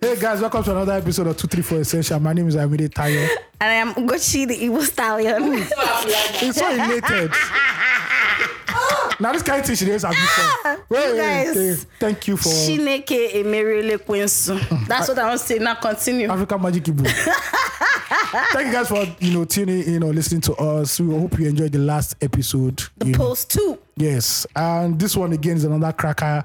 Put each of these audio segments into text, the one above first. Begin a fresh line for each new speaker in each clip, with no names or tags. Hey guys, welcome to another episode of 234 Essential. My name is Amide Tayo.
And I am Gucci the evil stallion.
It's so elated. now this kind of thing she does have before. Wait,
You
wait,
guys.
wait. Thank you for
Chineke Emerele
Hmm.
Quinsu. That's what I want to say. Now continue.
African Magic Ibu. Thank you guys for you know tuning in or listening to us. We hope you enjoyed the last episode.
The
you know.
post two.
Yes, and this one again is another cracker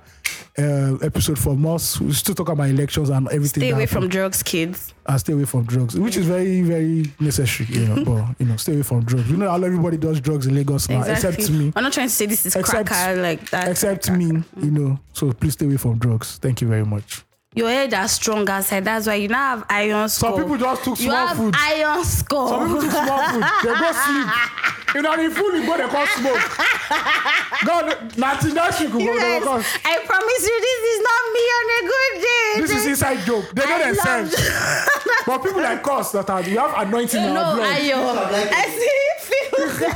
uh, episode from us. We still talk about elections and everything.
Stay
that
away
happened.
from drugs, kids.
and uh, stay away from drugs, which is very, very necessary, you know. but you know, stay away from drugs. You know how everybody does drugs in Lagos now, except me.
I'm not trying to say this is
Except-
cracker like that.
Except me, you know. So please stay away from drugs. Thank you very much.
Your head are strong outside. That's why you now have iron
Some
skull.
people just took
you
small
have
food.
iron skull.
Some people took small food. They go sleep. You know, the food you go, they call smoke. God, nothing that you go,
You
they
guys,
go. call-
I promise you, this is not me on a good day.
This is inside joke. They know
I
themselves. but people like us that are, we have anointing in our
no,
blood.
Ayo. I uh, see feels.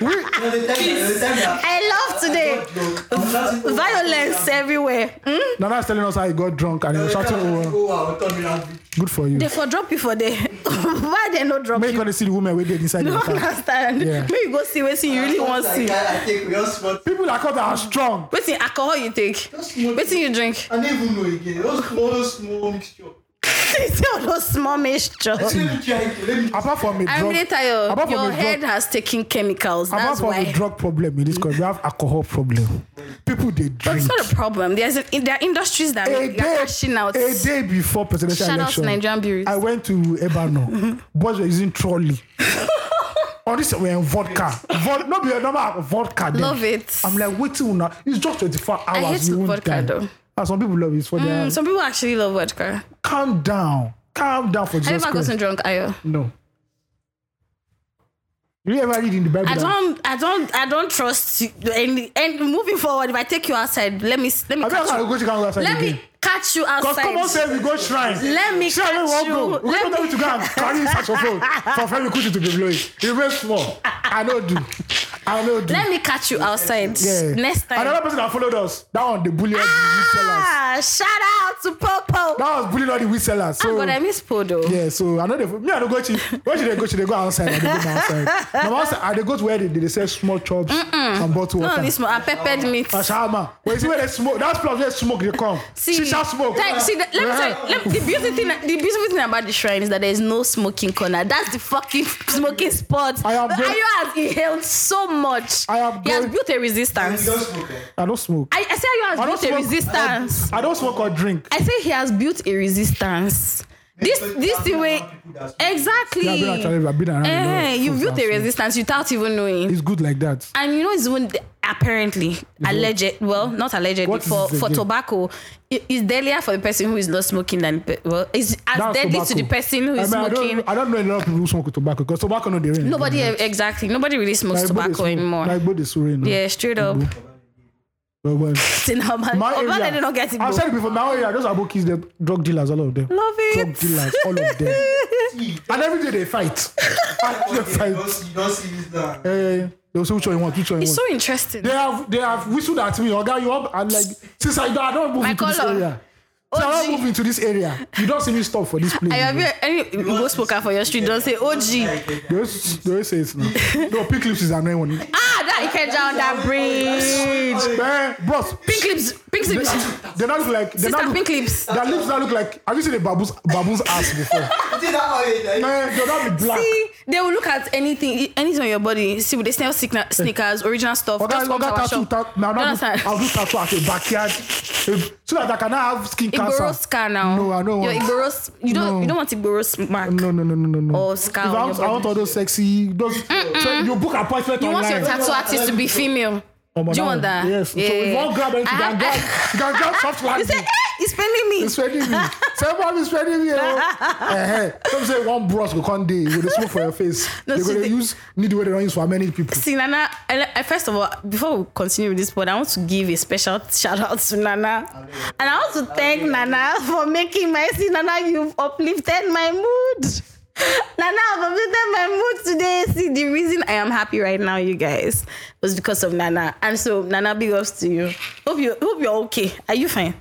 No, the time, the time that
I love today.
Oh
Violence everywhere. Mm?
Nana is telling us how he got drunk and he was shouting over.
Oh, I will turn me angry.
Good for you.
They for drop you for there. Why they no drop
Make
you?
all the see the women wey dey inside
No
the car.
understand.
Yeah.
Make you go see wetin you really wan see.
I, I take we all smoke.
People that come that are strong.
Wetin alcohol you take?
Just smoke.
Wetin you drink?
I don't even know again. Those small, those small mixture.
See all those small mixture.
Let me try it. Let me
Apart from a
I'm
drug,
really tired.
apart
Your
from a
head
drug,
has taken chemicals.
apart
That's
from a
why.
drug problem in this country, we have alcohol problem. People dey
But
drink.
it's not a problem. There's a, there are industries that
A
are cashing out.
day, a day before presidential
Shout out to
election,
Nigerian breweries.
I went to Ebano. Boys were using trolley. On this, we're in vodka. Vod, no, be normal vodka. Then.
Love it.
I'm like, waiting on that. It's just 24 hours.
hate
you won't
vodka,
die.
though.
And some people love it for their.
Mm, some people actually love vodka.
Calm down. Calm down for
I
Jesus
never
Christ.
gotten drunk, Ayo.
No. Do you ever read in the Bible?
I
that-
don't, I don't, I don't trust you. Any, and moving forward, if I take you outside, let me, let me
I
catch
don't
you.
know go to Canada outside
Let
again.
me catch you
Because
outside.
come on, say we go shrine.
Let me
Shrine we
catch
won't
you.
go. We
Let
don't tell
me-
you to go and carry saxophone for Femi Kuti to be blowing. You make small. I know do. I know do.
Let me catch you outside
Yeah.
next time.
Another person that followed us, that one, the bully ah! the whistlers.
Ah, shout out to
That
Popo.
was bullying all the whistlers. So,
Oh, but I miss Podo.
yeah, so I know they me I don't go to where should they go? Should they go outside? I don't go outside. Now outside, I they go to where they, they sell small chops and bottled water.
No, this more. I peppered meat.
a shawarma but you see where they smoke that place where smoke dey come
See,
shisha smoke Uh-huh.
Like, see, the, let me tell you, let me, the beautiful thing, the beautiful thing about the shrine is that there is no smoking corner. That's the fucking smoking spot.
I am
But
going-
Ayo has inhaled so much.
I am
he has
going-
built a resistance.
just smoke. eh?
i don smoke
I, I say Ayo has
I don't
built a
smoke.
resistance.
i don smoke or drink
I say he has built a resistance. This
Because
this
I've
the
been
way
around people that smoke.
exactly.
Yeah, I've been actually- I've been around a lot
Eh,
of
you
folks
built
that
a
smoke.
resistance without even knowing.
it's good like that
and you know it's even apparently alleged well not allegedly
What is
for
it
for
again?
tobacco it, it's deadlier for the person who is not smoking than pe- well it's as
That's
deadly to the
tobacco.
person who
I
is
mean, I
smoking
don't, I don't know a lot of people who smoke with tobacco because tobacco no dey rain.
nobody exactly nobody really smokes
Like, both dey
tobacco
smoke-
anymore
Like both dey sue rain.
yeah straight up
Well, well.
Sin Oban-
My
Oban,
area.
I did not get it
I've
bro.
said it before. My area, those abokis, they drug dealers, all of them.
love
Drug dealers,
it
all of them. and every day they fight. and they
Okay, you don't
fight.
see- you don't see this down.
Eh, they'll say which one you want, which one you
it's
want.
so interesting
they have they have whistled at me oga you up and like since i don i don move
My
into this
colour.
area since i
OG.
don move into this area you don see me stop for this place
I have
again.
heard any go smoker for your street don't say "Oh, OG
Like, eh,
they always they always say it now no pink lips is annoying one eh
ah that you can down that bridge
bros
pink lips pink
they,
lips
they now look like they now
sister
look
pink lips
their lips now look like have you seen a baboon's baboon's ass before
You see that oil, eh?
man they now be black
See, they will look at anything, anything on your body. See, will they sell sneaker- sneakers, original stuff?
oga
just come to
oga
our
Eh. tattoo
shop.
tattoo na
You
now do
understand?
i do tattoo at a backyard if, so that i can now have skin
Igboro
cancer
scar now.
No, I don't
Your
want-
Igboro, s- you don't, you don't want Igboro mark.
no no no no no no
Or
if
scar
i
on Oh, your
want i
body.
want all those sexy those so you book appointment
You
online
want your tattoo artist to be female.
Oh,
Do
madam.
you want that?
Yes. So if one grab anything,
I
you can
have-
grab,
I-
you can grab soft
You say,
landing.
eh, it's paining me.
It's spreading me. Someone is spreading me. Uh-huh. Some say one brush go come dey, go dey smoke for your face.
No,
they go
see,
dey
the-
use needle wey they don use for many people.
See, Nana, I, I, first of all, before we continue with this pod, I want to give a special shout out to Nana. And I want to thank Nana for making my see, Nana, you've uplifted my mood. Nana, I've uplifted my mood today. See, the reason I am happy right now, you guys, was because of Nana. And so, Nana, big ups to you. Hope you hope you're okay. Are you fine?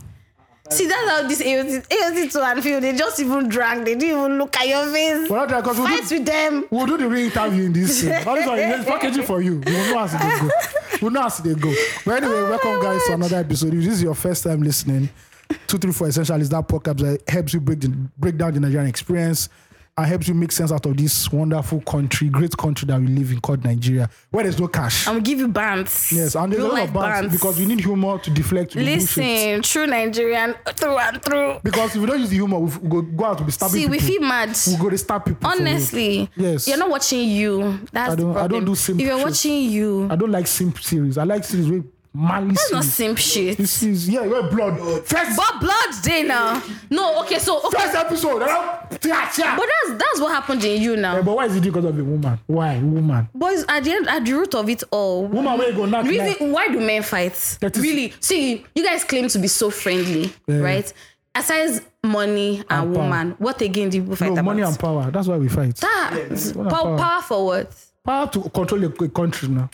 See, that's how this AOT, AOT 2 and Phil, they just even drank. They didn't even look at your face.
We're not there because we'll
Fight
do,
with them.
we'll do the re-interview in this. thing. All this one, it's packaging for you. We'll know as they go. We'll know as they go. But anyway, welcome guys to another episode. If this is your first time listening, two three four essential is that podcast that helps you break the, break down the Nigerian experience and helps you make sense out of this wonderful country, great country that we live in called Nigeria, where there's no cash.
I'm give you bands.
yes, and there's a lot of bands because we need humor to deflect. we need shit.
Listen, true Nigerian through and through.
Because if we don't use the humor, we f- go, go out to be stabbing
See,
people.
we feel mad.
we go to stab people. for real.
Honestly,
Yes.
you're not watching you. That's
I don't-
the
I
problem.
don't do simp
If you're
shit.
watching you,
I don't like simp series. I like series with malice.
that's not simp shit.
This is yeah, where blood. First,
But blood day now. No, okay, so okay,
first episode. ah, and I'm- tia, tia.
but that's that's what happened in you
Eh,
now.
But why is it because of a woman? Why woman?
Boys, at the end, at the root of it all,
Woman, where you go knock
reason
like-
why do men fight?
That is-
really, see, you guys claim to be so friendly, right? Aside money and,
And power.
woman, what again do people fight
No
about?
money and power. That's why we fight.
that
Money and
power,
power.
power for what?
Power to control a, a country now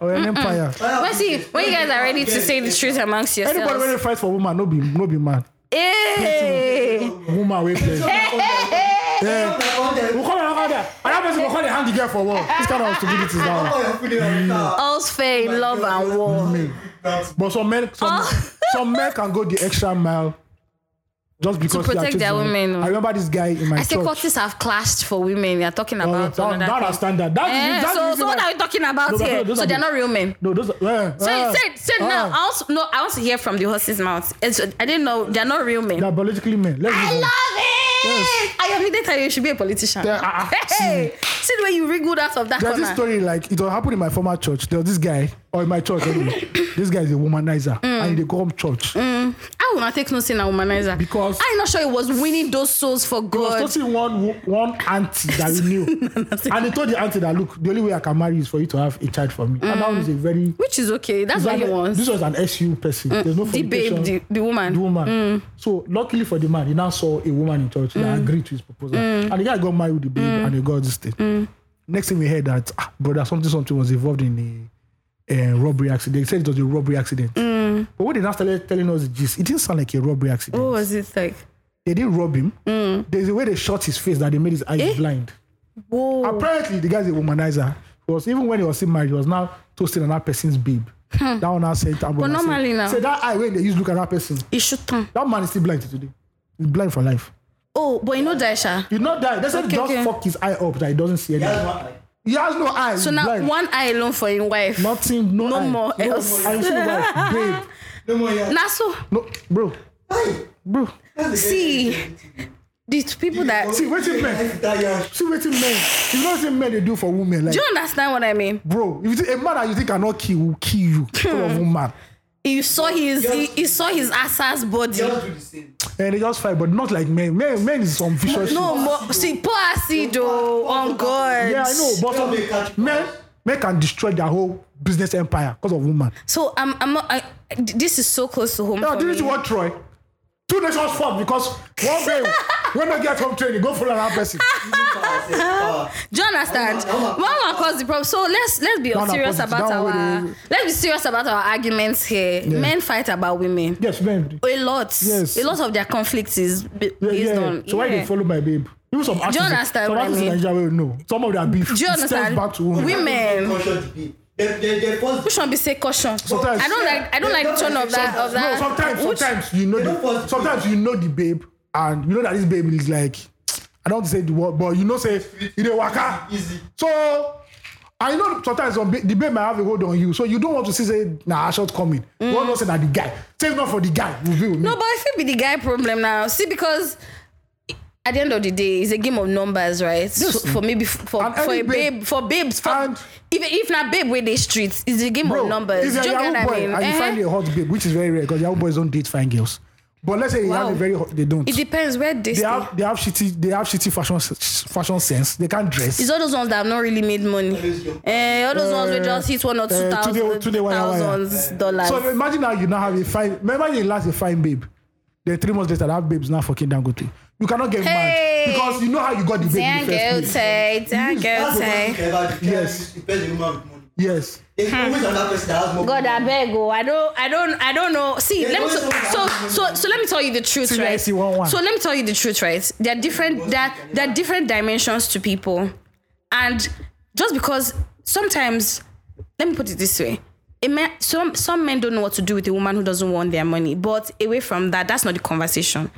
or an empire.
When see when you guys are ready to say the truth amongst
Anybody when
yourselves.
they fight for woman, no be no be man.
Hey,
Woman we play.
hey,
Yeah. We call another there. Another person go call the hand the girl for war. This kind of stupidity is now.
all's fair in love and war.
But some men, some,
Oh.
some men can go the extra mile just because they are
protect their
chasing-
women, no?
I remember this guy in my
I say
church.
cultists have clashed for women. They are talking
No,
about
no, that,
another
that
thing.
is standard. That is-
Eh,
that is
so,
reason
so what
why-
are we talking about
No, but
here?
those are
so they're
the-
not real men.
No, those are, eh,
So
eh,
said, said now.
eh,
I also no. I want to hear from the horse's mouth. It's, I didn't know they're not real men.
They're biologically men. Let's
I
move on.
love
Yes.
it. I am needed tell you you should be a politician.
Yeah, ah, ah,
hey, see the way you wriggled out of that
There's this
corner.
story like it happened in my former church. There was this guy, or in my church, anyway. this guy is a womanizer,
Mm.
and they come church.
I will not take no sin and womanizer
Because-
I'm not sure it was winning those souls for
I
God.
was talking one wo- one auntie that we knew, and they told the auntie that look, the only way I can marry is for you to have a child for me. And that was a very
Which is okay. That's
This
what he
was-
Mm. wants.
This was an SU person. There's no
The babe,
fornication.
the, the woman.
the woman.
mm.
So luckily for the man, he now saw a woman in church that agreed to his proposal,
Mm.
and the guy got married with the babe, and they got this thing. Next thing we heard that ah, brother something something was involved in a, uh robbery accident. They said it was a robbery accident,
Mm.
but when they now started telling us the gist, it didn't sound like a robbery accident.
What was it like?
They didn't rob him.
Mm.
There's a way they shot his face that they made his eyes
Eh?
blind.
Whoa.
Apparently, the guy's a womanizer. He was even when he was still married, he was now toasting another person's babe. That one now said, "But
normally now-
say that eye when they used to look at that person,
It should turn.
that man is still blind till today. He's blind for life.
Oh, but you know Daisha.
He not die. They said
Okay,
just
okay.
fuck his eye up that he doesn't see anything. He has no eye.
So now one eye alone for your wife.
nothing, no,
no
eye.
more
no
else.
Eye, see wife, babe,
Now so
no, bro, bro.
see the people that
See waiting men. See waiting men. You know waiting men they do for women. Like
do you understand what I mean?
bro, if you think, a man that you think cannot kill will kill you. Kill
Hmm.
a woman.
He saw his he, he saw his ass's body.
And they just fight, but not like men. Men, men is some vicious shit.
No more see poor acid oh on God.
Yeah, I know, but
Yeah, they catch
some, men, men can destroy their whole business empire because of woman.
So I'm I'm not, I, this is so close to home.
Now, this
for me.
is what Troy. Two nations fought because one day when I get home training, go follow another person.
ah,
Do you understand?
That one- that
One
one-
one caused the problem. So let's let's be
Oh, one
serious
caused it.
about
That one
our
wey dey-
let's be serious about our arguments here. Men fight about women.
Yes, men.
A lot.
Yes.
A lot of their conflicts is b-
Yeah,
based
yeah.
on
so why
yeah.
they follow my babe? Even some artists,
understand
some
what I
artists in
mean?
Nigeria will know. Some of their beef
Do you
stems
understand?
back to women.
Women. Which one be say caution?
Sometimes-
I don't like I don't like the tone of that of
No,
that.
sometimes,
Which-
sometimes you know,
They don't force
the,
it.
sometimes you know the babe, and you know that this babe is like, I don't say the word, but you know, say you know, waka.
Easy.
So I know sometimes some ba- the babe might have a hold on you, so you don't want to see say nah shortcoming. You want to say that the guy, say it's not for the guy, will be with me.
Mm. No, but I feel be the guy problem now. See, because at the end of the day, it's a game of numbers, right? So for me, bef- for,
And
for
any
a
babe-
babe, for babes, for
and-
if if not babe with the streets, it's a game of numbers.
If you're
Do
a
you get
young
what I
boy
mean?
and you
Eh?
find a hot babe, which is very rare because young boys don't date fine girls. But let's say you
Wow.
have a very hot, they don't.
It depends where they
they
stay.
have they have shitty they have shitty fashion s- fashion sense. They can't dress.
It's all those ones that have not really made money. Eh, all those ones
Eh,
that just hit one or two
eh,
thousand
today- today, wire, wire.
thousands dollars.
So imagine now you now have a fine. Remember you last a fine babe. Then three months later, that babe's now fucking Dangote. You cannot get
Hey!
mad because you know how you got the babe in the first place.
Dangote, Dangote.
Yes.
It's always another person that has more.
Hmm. God, I beg, oh, I don't, I don't, I don't know. See,
Yeah,
let me
always
t-
someone that
so
has
so so let me tell you the truth,
See, I
right?
see E one, one.
So let me tell you the truth, right? There are different there, there are different dimensions to people, and just because sometimes, let me put it this way. A man, some some men don't know what to do with a woman who doesn't want their money. But away from that, that's not the conversation.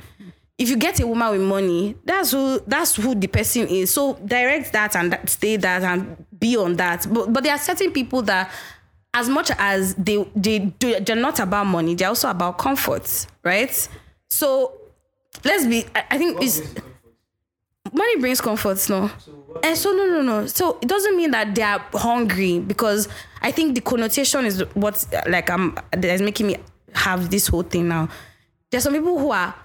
If you get a woman with money, that's who that's who the person is. So direct that and that, stay that and be on that. But but there are certain people that as much as they they do they're not about money, they're also about comfort, right? So let's be I, I think it's money brings comfort, no. And so no no no. So it doesn't mean that they are hungry because I think the connotation is what like I'm that is making me have this whole thing now. There's some people who are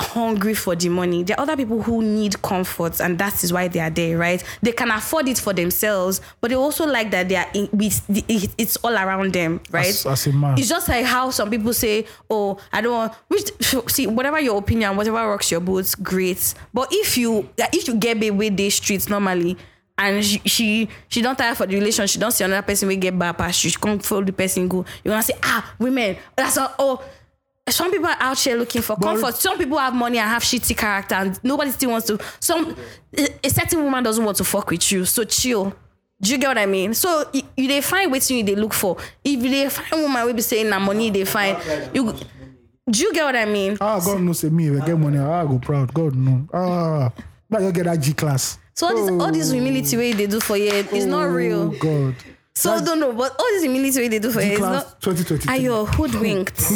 hungry for the money. There are other people who need comfort, and that is why they are there, right? They can afford it for themselves, but they also like that they are in, with the, it, it's all around them, right?
As- as a man.
It's just like how some people say, "Oh, I don't want." Which see, whatever your opinion, whatever rocks your boats, great. But if you if you get babe with the streets normally. And she, she she don't tire for the relationship. She don't see another person we get back past you. She can't follow the person go. You wanna say ah women that's all. Oh, some people are out here looking for comfort. Some people have money and have shitty character, and nobody still wants to. Some a a certain woman doesn't want to fuck with you, so chill. Do you get what I mean? So y- you they find what you they look for. If they find woman, we be saying na money they find. You do you get what I mean?
Ah, God knows say me. If I get money, ah, I go proud. God know. Ah, now you get that G class.
So all this all this humility way they do for you is not
Oh,
real.
God.
So don't know, but all this humility way they do for you is
Class
not.
2023.
Are you hoodwinked? Do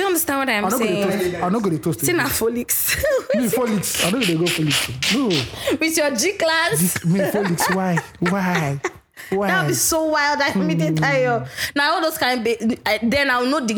you understand what I'm
I'm not going to
saying?
toast. I'm not going to toast.
Tina
again.
Folix
Me Folix. I'm not going to go Folix. No.
with your G class.
Me Folix. Why? Why?
That would
Why?
be so wild. I mean, they tell
Hmm.
you. Now all those kind of ba- I, then I'll know the.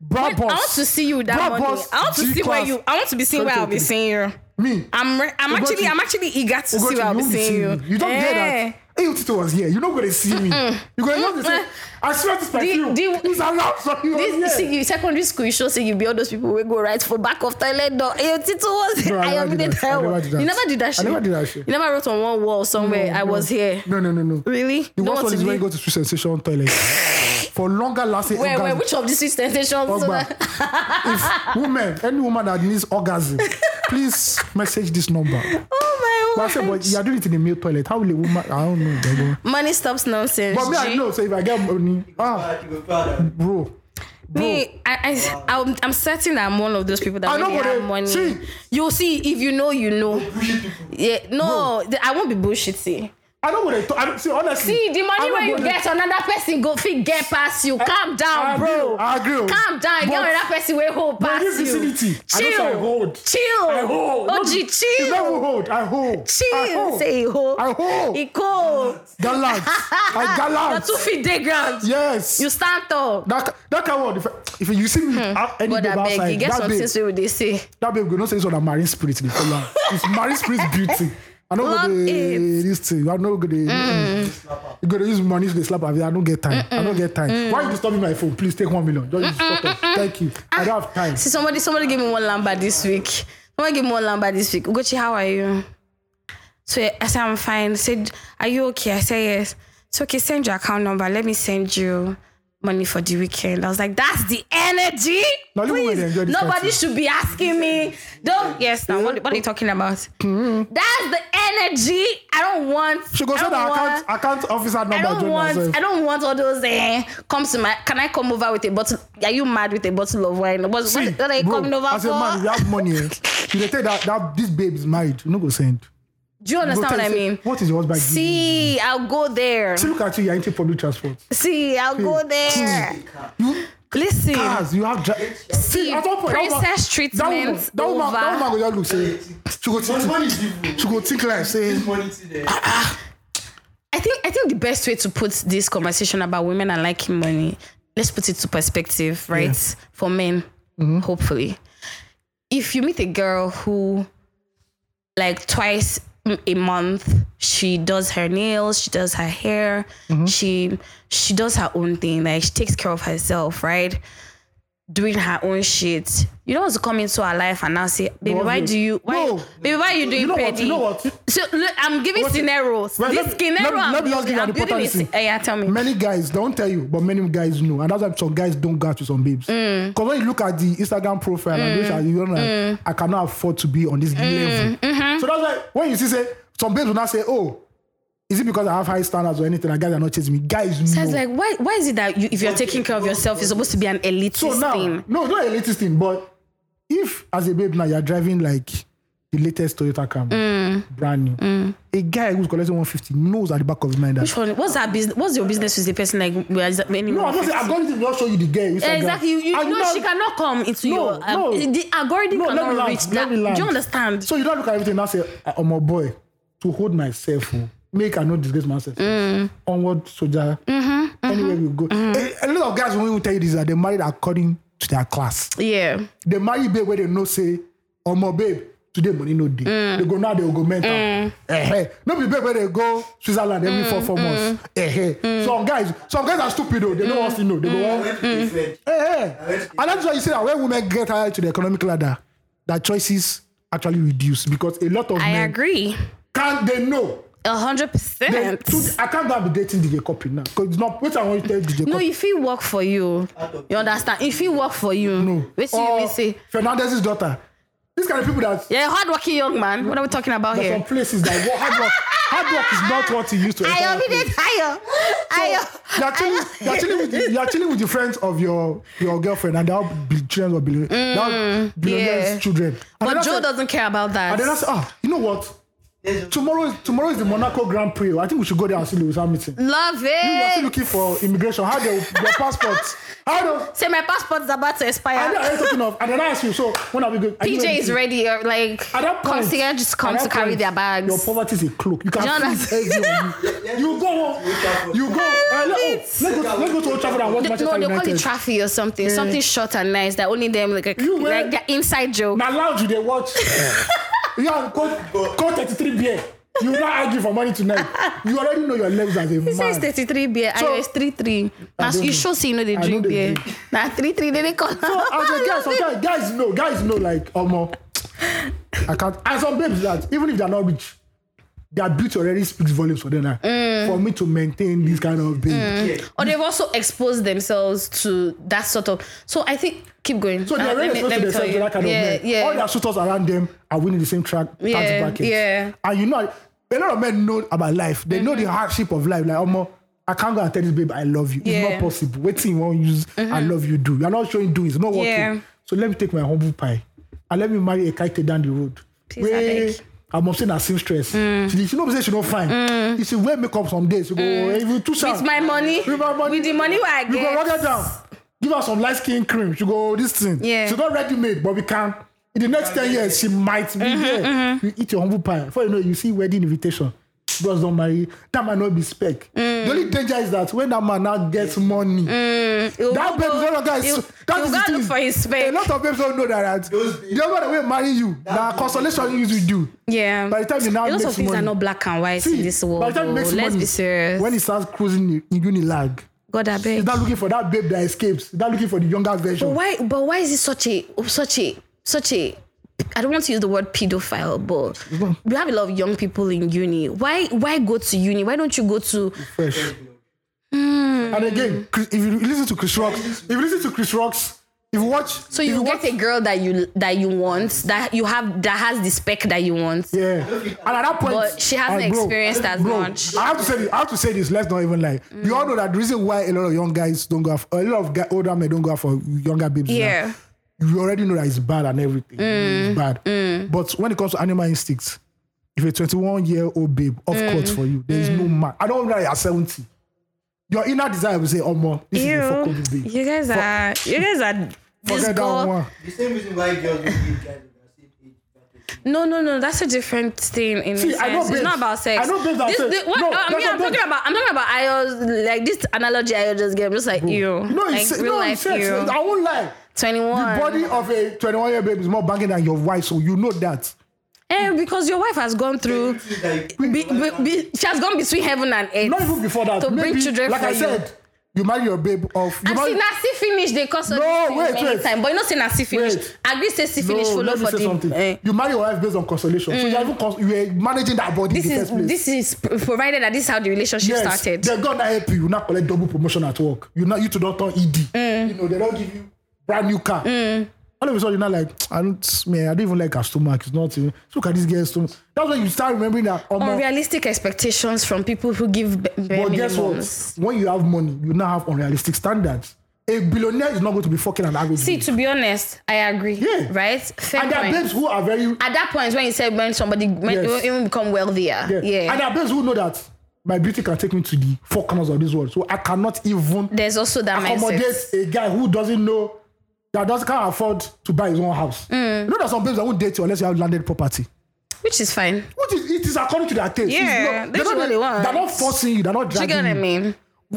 Brad
When- I want to see you with that
Brad
morning.
boss,
I want to
G
see where
class.
you. I want to be seeing where I'll be seeing you.
Me.
I'm. re- I'm
Ugochi,
actually. I'm actually eager to see
Ugochi,
where I'll be
won't
seeing you.
me. You don't get
Eh.
that. Hey, Tito was here. You're not going to see me. You're going to say,
Mm-mm.
I swear this perfume.
the-
It's allowed. So you
This you
was here.
see, you secondary school, you sure say you be all those people who go right for back of toilet door. Hey, Tito was
No, I
I,
never
am
did
the
that. I
hell.
never did
You
that.
never did that
I
shit.
never did that shit.
You never wrote on one wall somewhere. I was here.
No, no, no, no.
Really?
The
No
worst
one
one
to
is when
be.
you go to Sweet Sensation toilet. For longer lasting
Where, where,
orgasm.
which of these sweet sensations?
Ogba. if women, any woman that needs orgasm, please message this number.
Oh
But I
my
said,
word.
but you are doing it in a male toilet. How will a woman? I don't know. Bro.
Money stops nonsense.
But me, I
G.
know. So if I get money, ah,
You go proud.
bro, bro.
Me, I, I, I'm, I'm certain that I'm one of those people that
I
when
know,
they
but
have
they-
money,
see.
you'll see. If you know, you know.
Pushy people.
Yeah, no, th- I won't be bullshitty.
I don't want to. I don't see honestly.
See, the
I
money
don't
where you
wanna-
get, another person go fit get past you. Calm
I
down,
agree,
bro.
I agree.
Calm down. Get
Eh, But-
another person way hold
But
past
this
you.
vicinity, I don't say I hold.
Chill.
I hold.
OG,
Not- It's not
chill.
even hold. I hold. I
Chill.
hold.
Say he hold.
I hold.
He cold.
Gallant. I
But
gallant.
two feet day ground.
Yes.
You stand tall.
that that kind of word. If, if you see me out- any
God,
babe
I beg you.
outside,
Get
that
some
babe,
things we they say.
that babe go not say this one na marine spirit dey follow am it's marine spirit beauty i no go
Love
dey
it.
this thing i no go dey you go dey use money to dey slap am i no get time i no get time why you disturb me my phone please take one million just use fuck off thank you i don't have time
Ah, See, somebody, somebody gave me one lamba this week. Somebody gave me one lamba this week. Ugochi, how are you? So I said, I'm fine. Said, are you okay? I said, yes. So, okay, send your account number. Let me send you money for the weekend. I was like, that's the energy.
Na only women dey
Please,
enjoy this
nobody
party.
should be asking me. Don't, yes, now, what, what are you talking about? That's the energy. I don't want.
Mm-hmm. she go
I
send
don't
her
want-
account account officer number
I don't
join
want.
herself
I don't want all those. Eh, comes to my. Can I come over with a bottle? Are you mad with a bottle of wine? What,
See,
what, what are you
bro,
coming over
as a man if you
for?
have money eh, you dey tell that that this babe is married you no go send
Do you
You go
understand
tell
what I
her, say,
mean?
what is your husband doing
See, I'll go there.
see look at you you are into public transport
See, I'll go there.
you
Listen,
cars you have dri-
see,
at one point, that woman-
princess
that woman,
treatment
that woman, that
over.
woman go just look say she go
Money,
think
money is evil.
she go think like say
This money today.
I think I think the best way to put this conversation about women and liking money, let's put it to perspective, right? For men,
Mm-hmm.
hopefully. If you meet a girl who like twice a month she does her nails, she does her
Mm-hmm.
hair, she she does her own thing, like she takes care of herself, right? doing her own shit. You don't want to come into her life and now say, baby,
No,
why
no.
do you why
No.
baby why are you doing
know what,
petty?
you know what?
So look, I'm giving
What-
scenarios.
Well,
this
let me-
scenario
let me-
I'm
let me just give
building-
you an
I'm building
important
is-
thing.
eh, yeah, tell me.
Many guys don't tell you, but many guys know, and that's why some guys don't go out with some babes.
Mm.
Because when you look at the Instagram profile, and those are, you're like, I cannot afford to be on
Mm.
this level.
Mm-hmm.
So that's why when you see say some babes will not say, oh. Is it because I have high standards or anything? And guys are not chasing me. Guys,
So
know.
it's like why why is it that you if you're taking care of yourself, it's supposed to be an elitist
So now,
thing?
no, not the latest thing, but if as a babe now you're driving like the latest Toyota Camry,
Mm.
brand new, a guy who's collecting 150 knows at the back of his mind that.
Which one? What's that business? What's your business with the person like? Where is that, anyone?
No, I'm not saying I'm going to not show you the girl. Instagram.
Exactly. You, you
I'm
know
not-
she cannot come into
No,
your um,
no.
the algorithm
No, let me
cannot
land,
reach
let
that.
me land.
Do you understand?
So you don't look at everything and say, "Oh my boy, to hold myself, oh, make I not disgrace myself."
Mm.
Onward, soldier.
Mm-hmm,
Anywhere you go, a, a lot of guys when we tell you this, that they married according to their class.
yeah.
They marry babe where they know say, "Oh my babe, today money no day."
Mm.
They go now, they will go mental. Eh, eh. No be babe where they go Switzerland every
Mm,
four four months. Eh, eh. Some guys, some guys are stupid though. They
Mm.
don't want to know. They go. "Oh,
went to the Fed.
Hey, hey. And that's why you say that when women get higher to the economic ladder, their choices actually reduce because a lot of
I
men
agree.
can't they know.
A hundred
They,
percent.
to, I can't go and be dating DJ Copy now because it's not. Wait, I want you to tell DJ
No,
Copy.
if it work for you, you understand. If it work for you,
No. Uh,
wait till you
Or
will see.
Fernandez's daughter. These kind of people that
Yeah, hardworking young man. What are we talking about
there's some
here?
places that work, hard work, hard work is not what you used to.
I
enter
am in
into.
it. I am.
You're chilling, you're, chilling with, you're chilling with the friends of your your girlfriend and they'll be children of billion, mm, billionaires
yeah.
children. And then
But
I
Joe
said-
doesn't care about that.
And then I said, ah, you know what?
There's a-
Tomorrow is, tomorrow is the Monaco Grand Prix. I think we should go there and see Lewis Hamilton. You
Love
are still
it.
looking for immigration. How they, their passports? How does?
Say my passport is about to
And then
expire.
I talking of. And then I ask you. So when are we going? are you
PJ
ready
is
to-
ready. or, Like
At that point,
concierge
at
come
that
to carry
point,
their
Your
bags.
poverty is a cloak. You can
Do you
not
understand?
feel every you. you go. You go. Uh, let, oh, let's, go to, let's go to Old Trafford and watch
Th-
Manchester
No, they call
United.
it traffic or something. Something short and nice that only them like,
You
a,
were-
like their inside joke.
Now lounge you they watch. you are code, code 33 beer. You will not argue for money tonight. You already know your legs as a
He says
man.
33 beer.
So-
I was 3 3.
I
Now,
don't
you
know.
sure see, you know, they
I know
drink
they
beer.
drink.
Now, 3 3, they didn't call.
as a guy, some guys, guys know, guys know, like, omo, I can't. And some babes that, even if they're not rich, their beauty already speaks volumes for them. Like,
Mm.
For me to maintain this kind of babe.
Or they've also exposed themselves to that sort of. So, I think, keep going.
So
Uh,
they're
let
already
me-
exposed
let
to
me tell
themselves to
you.
that kind
yeah,
of men.
Yeah.
oh, All their shooters around them are winning the same track,
Yeah,
tax bracket.
yeah. Mm-hmm.
And you know, a lot of men know about life. They know the hardship of life. Like, omo, I can't go and tell this babe I love you.
Yeah. Mm-hmm.
It's not possible. Waiting won't use I love you do. You're not showing do. It's not working.
Yeah.
So let me take my humble pie and let me marry a kite down the road.
Please, Mm.
Wey,
abeg.
I'm obsessed and seamstress. She, she know say she no fine. She say wear makeup some days. She go, if you too sharp.
Mm. With my money.
With my money.
With the money where I
You go
get.
rock it down. Give her some light skin cream. She go this thing.
Yeah.
She not ready made, but we can. In the next ten years, she might be
Mm-hmm,
there. You eat your humble pie. Before you know, it, you see wedding invitation. Bros don't marry. That might not be
Mm.
spec. The only danger is that when that man now gets money,
He'll
that
Mm. go-
baby is not guy.
he'll-
so- That
he'll
is
go
the
look
thing.
for his
A
spec.
lot of people don't know that.
Those-
The other way marry you, that consolation you to do.
Yeah.
By the time you now
a lot
make
of things
money,
are not black and white in this
by
world.
the time you
though.
make
Let's
money,
be serious.
When he starts cruising in, in Unilag,
God, I
he's
beg.
not looking for that babe that escapes. He's not looking for the younger version.
But why? But why is it such a such a such a? I don't want to use the word pedophile, but we have a lot of young people in uni. Why? Why go to uni? Why don't you go to?
fresh.
Hmm.
And again, Chris- if you listen to Chris Rock, if you listen to Chris Rock's, if you watch,
So
if
you
watch,
get a girl that you that you want that you have that has the spec that you want.
yeah. And at that point,
But she hasn't
and bro,
experienced as
bro,
much.
I have to say this. I have to say this. Let's not even lie. You all know that the reason why a lot of young guys don't go, out for, a lot of guy, older men don't go out for younger babes. is that
Yeah.
You already know that it's bad and everything.
Mm,
It's bad. But when it comes to animal instincts, if a 21 year old babe, of
Mm,
course for you, there is no man. I don't know that you're 70. Your inner desire will say, oh, man, this is a fucking babe.
you guys are you guys are this
Forget that
girl.
one.
The same reason why girls don't give guys with the same age back in the
No, no, no. That's a different thing. In
See,
a
I know
sense. it's
babes.
not about sex.
I know babes that
this,
say-
the- what,
No,
uh, I
that's
mean,
not
I'm
babes.
talking about I'm talking about IOs like this analogy I just gave. I'm just like you,
No,
like
it's
real
no,
life
it's sex.
you.
I won't lie.
Twenty one.
The body of a 21 year babe is more banging than your wife, so you know that.
Eh, because your wife has gone through.
Things that you-
Be, be, be, she has gone between heaven and earth.
Not even before that.
To
maybe,
bring children
like
for
I
you.
said, you marry your babe off. You
And see,
marry,
na see finish dey cause all
No,
these things
wait,
many
wait.
time but you know say na see finish
Wait.
agree say see finish
no,
follow
let me
for
say something.
the eh, Mm.
You marry your wife based on consolation. So you're even cons- you're managing that body
this
in the
is
first place.
this is p- provided that this is how the relationship started
They God that help you, you now collect double promotion at work. You now you to doctor ED. E
Mm.
You know, they don't give you brand new car. All of a sudden, you're not like, I don't man, I don't even like her stomach. It's not even look at this girl's stomach. That's when you start remembering that oh, my-
unrealistic expectations from people who give b- bare
But guess
minimums
what? When you have money, you now have unrealistic standards. A billionaire is not going to be fucking an average.
see
dude.
to be honest i agree
Yeah.
right fair
and there are
point
babes who are very
at that point when you said when somebody when
Yes.
you even become wealthier yeah,
yeah. And there are babes who know that my beauty can take me to the four corners of this world. So I cannot even
there's also that
accommodate
mindset
a guy who doesn't know that doesn't can't afford to buy his own house.
Hmm.
You know, there's some babes that won't date you unless you have landed property.
which is fine
Which is it is according to their taste. It's
Yeah,
not-
that's
they're not-
what they want.
They're not forcing you. They're not
do you
dragging
get what i mean
you.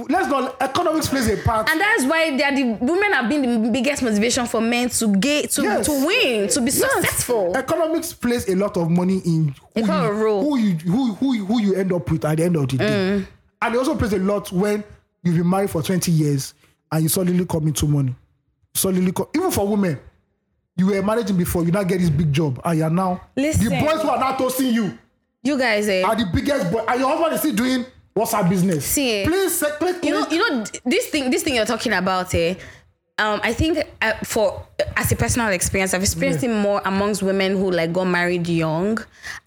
Let's not. Economics plays a part.
and that's why they are the women have been the biggest motivation for men to get to
Yes.
to win to be successful
Economics plays a lot of money in who
It got
you,
a role. Mm.
who you who who you- who you end up with at the end of the day. And it also plays a lot when you've been married for twenty years and you suddenly come into money. Suddenly, come, even for women, you were managing before. You now get this big job, and you're now
Listen.
the boys who are now toasting you
you guys eh,
are the biggest boy, and your husband is still doing what's our business.
See, eh,
please, eh, click,
you know you know th- this thing this thing you're talking about eh, um i think uh, for as a personal experience i've experienced it more amongst women who like got married young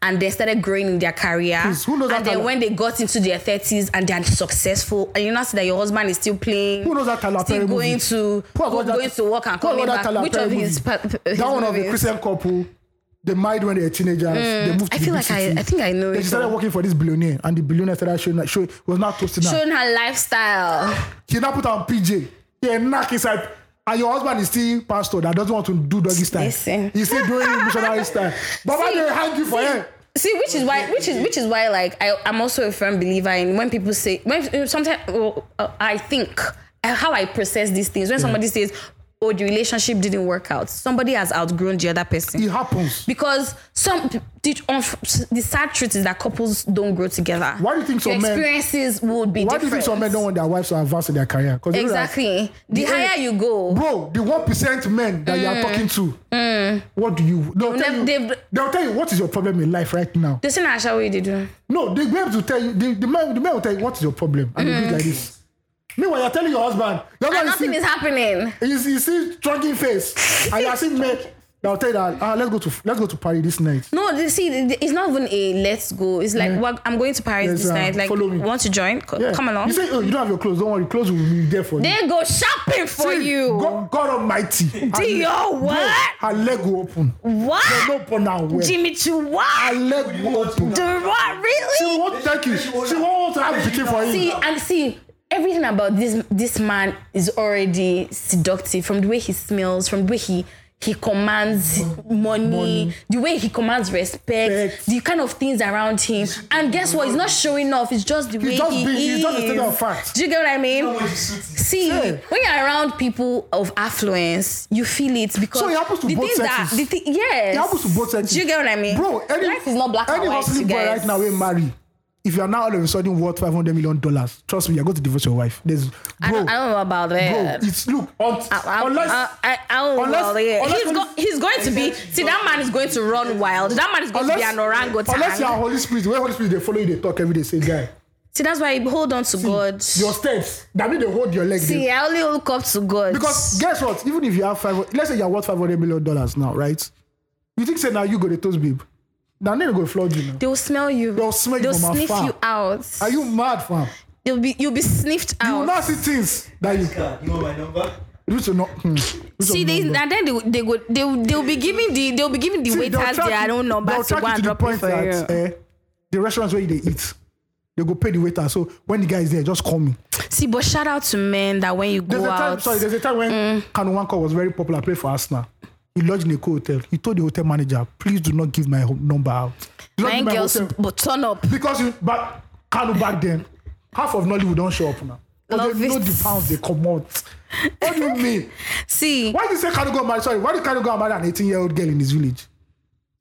and they started growing in their career
Please, who knows that
and then
kind of-
when they got into their 30s and they're successful and you now see that your husband is still playing
Who knows that Tyler
still
Perry
going
movie?
to
Who has
go,
watched that-
going to work and
who has
coming
watched that
back
Tyler
which
Perry
of his,
movie?
pa- p- his
that one of the
movies? Mm,
Christian couple. They married when they were teenager. they moved to
I
the
feel
big
like I-
city.
I think I know
Then
it
she started
all.
working for this billionaire, and the billionaire started showing, showing was not toasting her.
showing her lifestyle
She now put her on PJ. Yeah, knock inside. And your husband is still pastor that doesn't want to do doggy style.
Listen.
He's still doing missionary style. But why
See,
they hang you for him?
See, which is why, which is which is why, like I, I'm also a firm believer in when people say when sometimes well, uh, I think uh, how I process these things when somebody says, "Oh, the relationship didn't work out," somebody has outgrown the other person
It happens.
because some the, unf- the sad truth is that couples don't grow together.
Why do you think
Your
some men-
experiences would be
Why
different?
do you think some men don't want their wives to advance in their career? 'Cause they know that-
Exactly. The
Yeah.
higher you go,
Bro, the one percent men that you
Eh,
are talking to, what do you? They'll tell
nev-
you.
they've-
They'll tell you what is your problem in life right now.
the sooner I shall what they do.
No, the babes will tell you. The, the man, the man will tell you what is your problem, and mm. be like this. Meanwhile, you're telling your husband, your
And
husband
nothing is
is
happening.
still, he's, he's still trunking face, and you're seeing men that will tell you that ah, let's go to let's go to Paris this night.
No, they see, th- th- it's not even a let's go. It's like,
Yeah.
well, I'm going to Paris
Mm. Yes,
this
uh,
night. Like,
follow me.
want to join? Co-
Yeah.
Come along.
You say, oh, you don't have your clothes. Don't worry, clothes will be there for you.
they go shopping for
See,
you.
God, God Almighty. her
Dio,
leg-
what?
Bro, her leg will open.
What?
No, for now. well.
Jimmy Choo,
Her
what?
leg will open.
Do what?
She
Really?
won't thank you. She won't want to have pity for
See,
you.
and see, everything about this this man is already seductive from the way he smells, from the way he he commands money, the way he commands respect,
Respect.
the kind of things around him. And guess what? He's not showing off. It's just the way
just
he
being-
is.
he's just a statement of fact.
Do you get what I mean?
much suits you.
See,
Yeah.
when you're around people of affluence, you feel it because
So it happens to
the
both
things that
sexes.
the thi- yes,
It happens to both sexes.
Do you get what I mean,
Bro, any,
life is not black
any
and white, you
hustling boy
guys.
right now will marry. If you are now all of a sudden worth five hundred million dollars, trust me, you're going to divorce your wife. There's bro,
I don't, I don't know about
bro,
that.
it's look un,
I, I, uh,
unless
I, I, I don't know
unless-
about that.
unless-
he's, go, he's going to be see that man is going to run wild. That man is going to
unless,
be an orangutan.
unless you are Holy Spirit, where Holy Spirit they follow you, they talk every day, say guy,
see that's why hold on to God.
your steps. That means they hold your leg. there.
see, I only look up to God
Because guess what? Even if you have five, let's say you're worth five hundred million dollars now, right? You think say now you go to toast babe, now they go flood you. Now.
they'll smell you.
They'll smell you
They'll
from
sniff
afar.
you out.
Are you mad, fam?
You'll be you'll be sniffed
You will
out.
not see things that you
God, you want my number?
reach to not. Hmm, reach
See,
your
they,
number.
and then they they go they they'll be giving the they'll be giving the
See, they'll
waiters
track
their
you-
own number
they'll
to
track
go
you
and drop it for you.
that, eh, the restaurants where they eat, they go pay the waiter. So when the guy is there, just call me.
See, but shout out to men that when you
There's
go
a time,
out,
sorry, there's a time when mm. Kanu Wanko was very popular, played for Arsenal. He lodged in a co-hotel. He told the hotel manager, please do not give my home number out. Do not
nine
give my
girls
hotel-
but turn up.
Because you, but Kanu back then, half of Nollywood don't show up now. But
Love
they know
it.
the pounds they come out. What do you mean?
See, why,
Why did you say Kanu go marry? Sorry, why did Kanu go and marry an 18-year-old girl in his village?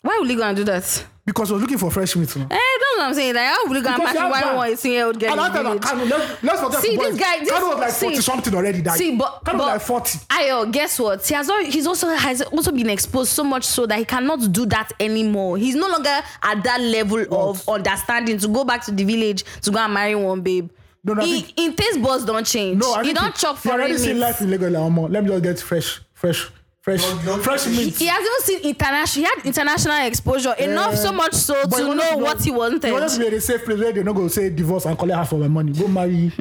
will you go and do that?
because I was looking for fresh meat. now.
Eh, that's what I'm saying. Like, how will you go and
Because
match
you have
why
that.
one 18 year old girl?
And I
in the
tell them,
village?
Kanu, let's, let's forget
See,
football.
this guy- this-
Kanu was like
see-
40 something already. That
See, but
Kanu was
but-
like 40.
Ayo, guess what? He has al- he's also has also been exposed so much so that he cannot do that anymore. He's no longer at that level of understanding to go back to the village to go and marry one babe.
No, no, I
he,
think-
in taste boss don't change.
No, I
he
think
don't chop
He
foreign
already seen
meat.
life in Lagos. Like, Omo, let me just get fresh, fresh, fresh,
No, no,
fresh
no.
meat.
He has even seen international. He had international exposure enough so much so
But he
to
wanted
know
be-
what he wanted.
He wanted to be in a safe place where they no go say divorce and collect half of my money. Go marry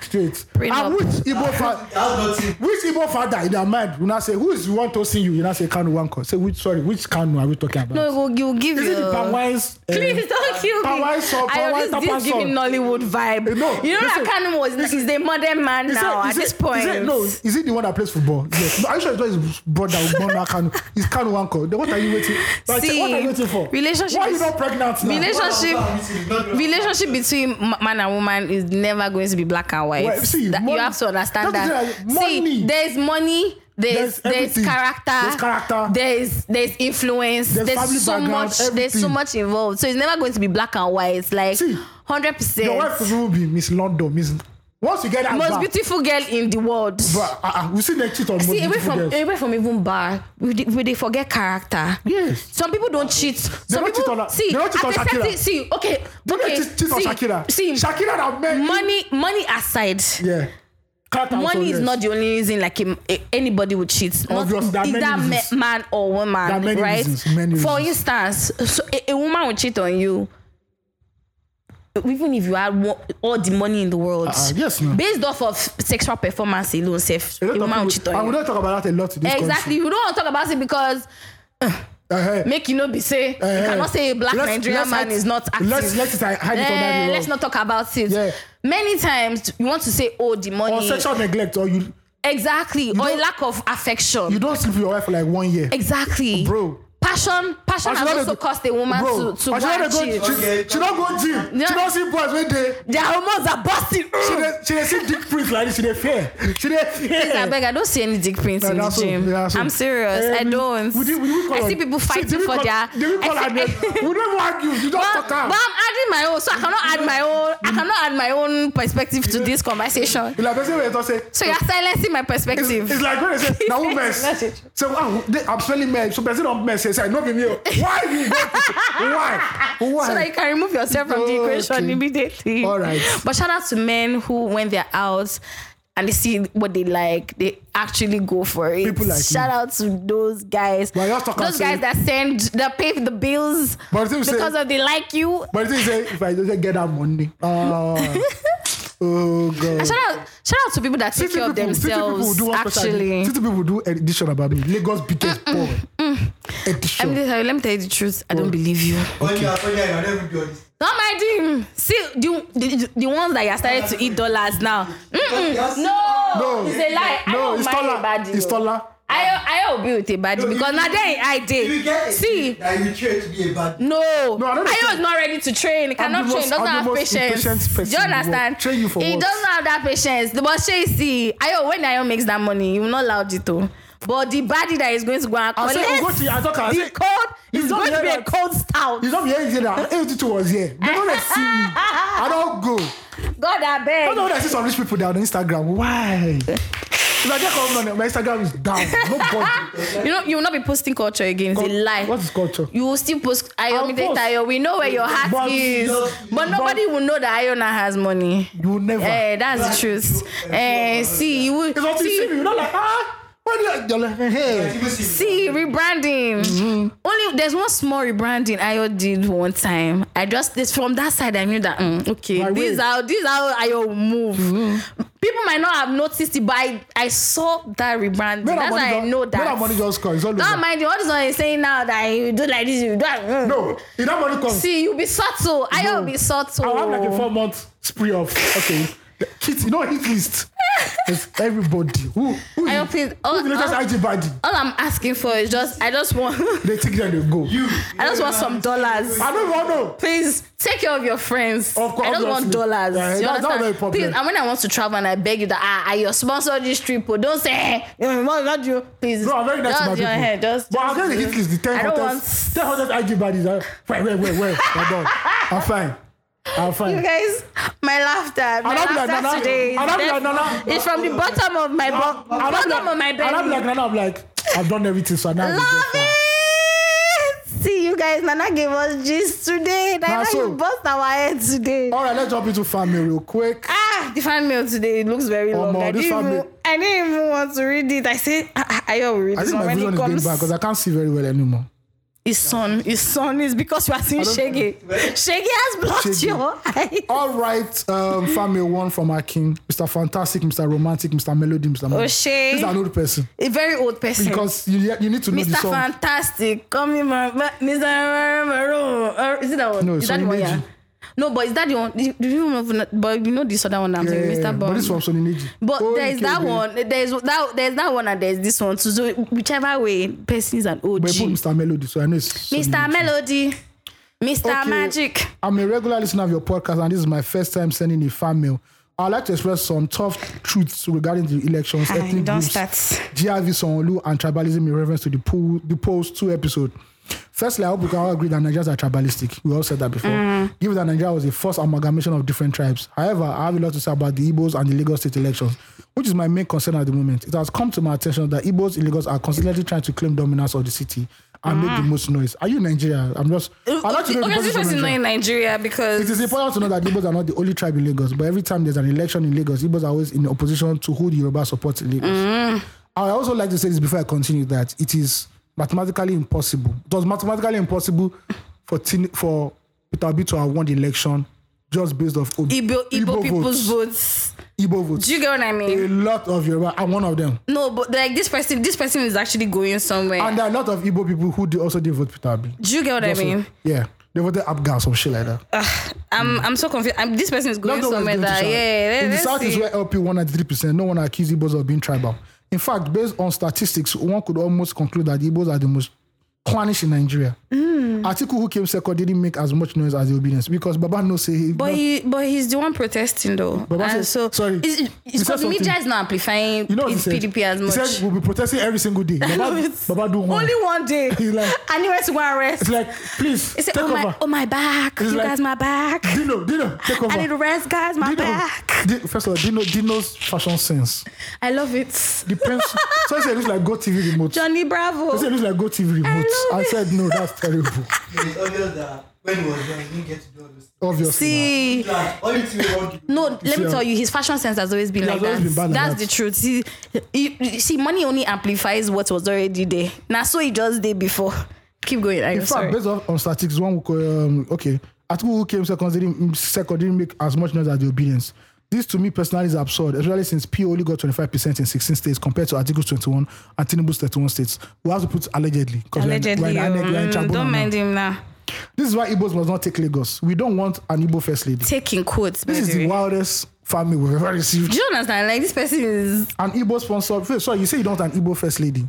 straight.
Bring up.
and which Igbo father?
That's nothing.
Which Igbo father in their mind will not say who is the one toasting you? You not say Kanu Wanko. Say which sorry, which Kanu are we talking about?
no, you you give
is it the
your-
palm wines? uh,
Please don't kill me.
palm wine song,
I
palm
know
wine
this,
tapa
this giving
song.
Nollywood vibe.
Eh, no,
you know
listen,
that Kanu was is the modern man
Is it-
now
is
at
it-
this point.
Is it, no, is it the one that plays football? Yes. No, are you sure it's not his brother who born that Kanu? It's Kanu Wanko. Then what are you waiting? Like,
See,
what are you waiting for?
relationship
Why are you
is-
not pregnant now?
relationship-
Relationship.
Relationship between ma- man and woman is never going to be black and white.
Well, see,
That-
money-
you have to understand
that's the
that.
thing, like, money-
See, there's money, there's
There's
there's,
everything.
character,
There's character.
there's there's influence,
There's
there's,
family
so
background,
much, there's so
everything.
much involved. So it's never going to be black and white. It's Like
See,
hundred
Your wife
percent,
will be Miss London. Miss once you get that
most
back,
beautiful girl in the world.
Bruh, uh, uh, we see them cheat on most
See, away
beautiful
from
girls.
away from even bar, we they, we they forget character.
Yes.
Some people don't cheat. Some
don't
people
cheat on-
see.
they don't cheat
at
on
a
Shakira.
certain- See, okay,
Don't
okay.
okay, cheat, cheat
see,
on Shakira.
See,
Shakira that made
money money aside.
Yeah. Character also,
Money
yes.
is not the only reason like im- a- anybody would cheat. Not,
Obvious,
is
there are many
that
reasons.
ma- man or woman,
There are many
right?
reasons, many
For
reasons.
instance, so a, a woman will cheat on you, even if you had wo- all the money in the world.
Uh-uh, yes, ma'am.
Based off of sexual performance alone, safe.
A
A
lot of
woman
people-
will cheat on you.
and we don't talk about that a lot in this
Exactly.
country.
You don't want to talk about it because
Uh-huh.
make you know be say you
Eh, eh.
cannot say a black
Let's-
Nigerian
let's
man
hide-
is not active.
let's- let it hide it under the
Eh,
rug.
Let's not talk about it.
Yeah.
Many times you want to say oh the
Or
money
sexual neglect, or you
exactly or a
don't-
lack of affection
you don't sleep with your wife for like one year,
exactly
bro.
Passion, passion
And she
has
don't
also
go-
caused a woman
bro,
to to
and she don't
want
go-
cheat.
She,
Okay.
she don't go gym.
Yeah.
She don't see boys when they.
Their hormones are busting.
She dey- She dey see dick print like this. She dey fear. She dey
I
fear.
beg, I don't see any dick prints
Nah,
in the
that's so-
gym.
yeah, so-
I'm serious. I
Um,
don't.
we did- we did call
I see
on-
people
See,
fighting
did we
for
call-
their.
did we call
I
her
see-
name? We don't argue. You don't
but,
talk out.
but I'm adding my own, so I cannot add my own. I cannot add my own perspective to this conversation.
It's like person wey talk say.
So you're silencing my
It's,
perspective.
it's like when they say na who mess. So ah, they, I'm smelling mess. So person don mess. Say say no be me. o." Why you go? Why? Why?
so that you can remove yourself from the equation
Okay.
immediately.
All right.
But shout out to men who, when they're out and they see what they like, they actually go for it.
People like
shout
me.
out to those guys.
But I just talk and
those guys
say-
that send that pay the bills
But the thing is say-
because of they like you.
but the thing is say if I just get that money. Uh, oh god.
Shout out, shout out to people that take
City
care of
people- city people
themselves.
do one special
Actually. Mm,
edition. City people do edition about me. Lagos biggest boy.
Let
Edition.
me, tell you, let me tell you the truth. I don't
What?
believe you.
When you are funny, I never do all this.
Not my dream. See, the, the, the ones that you're starting to eat dollars now. Mm-mm. No,
No.
it's a lie. I
No,
don't
it's
marry
taller.
a bad
It's taller.
I, I will be with a bad
No,
because
you-
now then I
You get
did.
it.
See,
That you try to be a bad
no,
No, I don't
I
understand.
was not ready to train. It cannot
the
train.
most-
doesn't
I'm the
have
most
patience.
impatient person
Do you
in the world.
understand?
Train you for
He
what?
doesn't have that patience. The but she see, I when I makes that money, you will not allow it to. But the body that is going to go and
I
collect
say oh, Ogochi, I talk I
the
say
cold is
You don't
going to
hear
be a
that.
cold stout.
you don't be here that 82 was here. They don't see me. I don't go.
God, I beg.
I don't know when I see some rich people down on Instagram. Why? If I get comment on my Instagram is down. Nobody.
you know, you will not be posting culture again. It's a lie.
What is culture?
You will still post Ayo
I'll
Midate
post.
Ayo. We know where your heart
But-
is. But
but-
nobody will know that Ayona has money.
You will never.
Eh, that's the truth. Eh, see, you will
It's not see
see,
me. You're not like, ah, why do you you're like, hey.
Mm. see rebranding.
Mm-hmm.
Only there's one small rebranding Ayo did one time. I just this from that side I knew that mm, okay,
My
this
way.
how this how Ayo will move.
Mm-hmm.
People might not have noticed it, but I, I saw that rebranding.
Where that
That's
money
why I
just-
know
where
that.
money just comes. It's all
Don't
over.
mind you, all this one is saying now that you do like this, you do like, mm.
No, if that money comes,
See, you be subtle. I will
No.
be subtle.
I'll have like a four month spree of okay. Kitty, not hit list. It's everybody. Who, who
I
is who's
don't please. oh, All,
the latest
all,
IG body?
all I'm asking for is just I just want
They take them, they go.
You.
I just want some dollars.
I don't want to.
Please take care of your friends.
Of course,
I just want
obviously.
dollars.
Yeah,
you
that- that's
understand?
not a problem.
Please, and when I want to travel and I beg you that ah, I your sponsor this trip, oh, don't say eh, eh, what not you. Please,
No, I'm very nice
just
to my
your
people.
head, just.
but
just
I'll get the
do-
hit list, the 10
I don't
hottest, 10 hottest IG bodies. uh, Wait, wait, wait, wait. I'm done. I'm fine. I'm fine.
You guys, my laughter, my
I'll be like,
laughter
Nana,
today. is
I'll be like,
def-
Nana.
It's from the bottom of my bo-
I'll be
bottom
like-
of my belly.
I'll be like, Nana, I'm like, I've done everything, so now I'm
Love
just fine.
it. See you guys. Nana gave us gist today. Nana,
so- Oh.
you bust our head today.
All right, let's jump into family real quick.
Ah, the fan mail today it looks very
Oh,
long.
ma,
I,
this
didn't
fan
even,
mail-
I didn't even want to read it. I said, I, I I will read
I
this
think my
one when
vision
it
is going
comes.
back because I can't see very well anymore.
His son, his son is because you are seeing Shaggy. Shaggy has blocked
Shaggy. Oh.
your eye.
All right, um, family one from Akin, Mr. Fantastic, Mr. Romantic, Mr. Melody, Mr. Melody.
Oshay.
This is an old person
A very old person.
because you, you need to know the
Mr.
song.
Fantastic, come in my, my Mr. Maroon. Uh, is it that one?
No,
is that
Sonny
the one?
Meiji.
Yeah. No, but is that the one? Do you- do you remember? But you know this other one. I'm
yeah,
saying, Mr.
but
Bum.
this one Sonny Neji.
But
Oh,
there is
okay,
that
okay.
one. There is that. There is that one, and there is this one. So, so whichever way, person is an OG.
But you put Mr. Melody, so I know it's Sonny
Mr.
Neji.
Melody, Mr.
Okay.
Magic.
I'm a regular listener of your podcast, and this is my first time sending a fan mail. I'd like to express some tough truths regarding the elections,
Ah,
ethnic
don't
groups,
start.
GRV Sonolu, and tribalism in reference to the, pool, the post two episode. Firstly, I hope we can all agree that Nigerians are tribalistic. We all said that before.
Mm.
Given that Nigeria was the first amalgamation of different tribes. However, I have a lot to say about the Igbos and the Lagos state elections, which is my main concern at the moment. It has come to my attention that Igbos in Lagos are constantly trying to claim dominance of the city and make the
Mm.
most noise. Are you Nigeria? I'm just. I'd like to know the
Okay,
person
this
from
person
Nigeria.
not in Nigeria
It
because
is important to know that Igbos are not the only tribe in Lagos, but every time there's an election in Lagos, Igbos are always in opposition to who the Yoruba supports in Lagos.
Mm.
I also like to say this before I continue that it is mathematically impossible. It was mathematically impossible for Tin- for Peter Obi to have won the election just based off Ob-
Igbo, Igbo
votes.
people's
Um,
votes.
Igbo votes.
Do you get what I mean?
a lot of Yoruba. I'm one of them.
No, but like this person, this person is actually going somewhere.
And there are a lot of Igbo people who did also did vote Peter Obi.
Do you get what I
Also,
mean?
yeah. They voted Abga or some shit like that. Mm.
I'm I'm so confused. I'm, this person is going
London was
somewhere
going to
that
shout.
yeah. Let,
in the
let's
south is
see.
where LP won at three percent. No one accused Igbos of being tribal. In fact, based on statistics, one could almost conclude that Igbos are the most clannish in Nigeria.
Hmm.
Article who came second didn't make as much noise as the obedience because Baba no say he.
But he but he's the one protesting though.
But that's
and
it.
so
Sorry.
it's- it's
He said
because the media
something.
is not amplifying
you know what he
its
said?
PDP as much.
He said we'll be protesting every single day. Baba,
it's
Baba do one.
Only one day.
He's like-
I knew where to go and rest.
It's like please
He said,
take
"Oh
over.
my, oh my back!
It's
you
like-
guys, my back!
Dino, Dino, take over.
I need to rest, guys, my back!
Dino, Di- first of all, Dino, Dino's fashion sense
I love it,
depends. so he said it looks like Go TV remote.
Johnny
He said
Bravo.
it looks like Go TV remote.
love
I
it.
said no, that's terrible.
It's obvious that when he was young, he didn't get to do all those
Obviously.
See,
things. Like, all you see was
no, let me
See,
tell you, his fashion sense has always been
It has
like
always
that.
been bad like that.
That's the truth. See, you, you see, money only amplifies what was already there. Now, so it just did before. Keep going. I'm
In fact,
sorry.
based off on statistics, one could, um, okay, Atiku who came second didn't, mm, second didn't make as much noise as the obedience. This to me personally is absurd, especially since P only got 25% in 16 states compared to Articles 21 and Tinubu's 31 states. We have to put allegedly. 'cause we're in- we're
Allegedly,
in Aneg- we're in
mm,
Chagona now.
don't mind him now.
This is why Igbos must not take Lagos. We don't want an Igbo first lady.
Taking quotes. by
This is
the
the
way.
wildest family we've ever
Do
received.
you understand? Like this person is
An Igbo sponsor. Sorry, you say you don't want an Igbo first lady.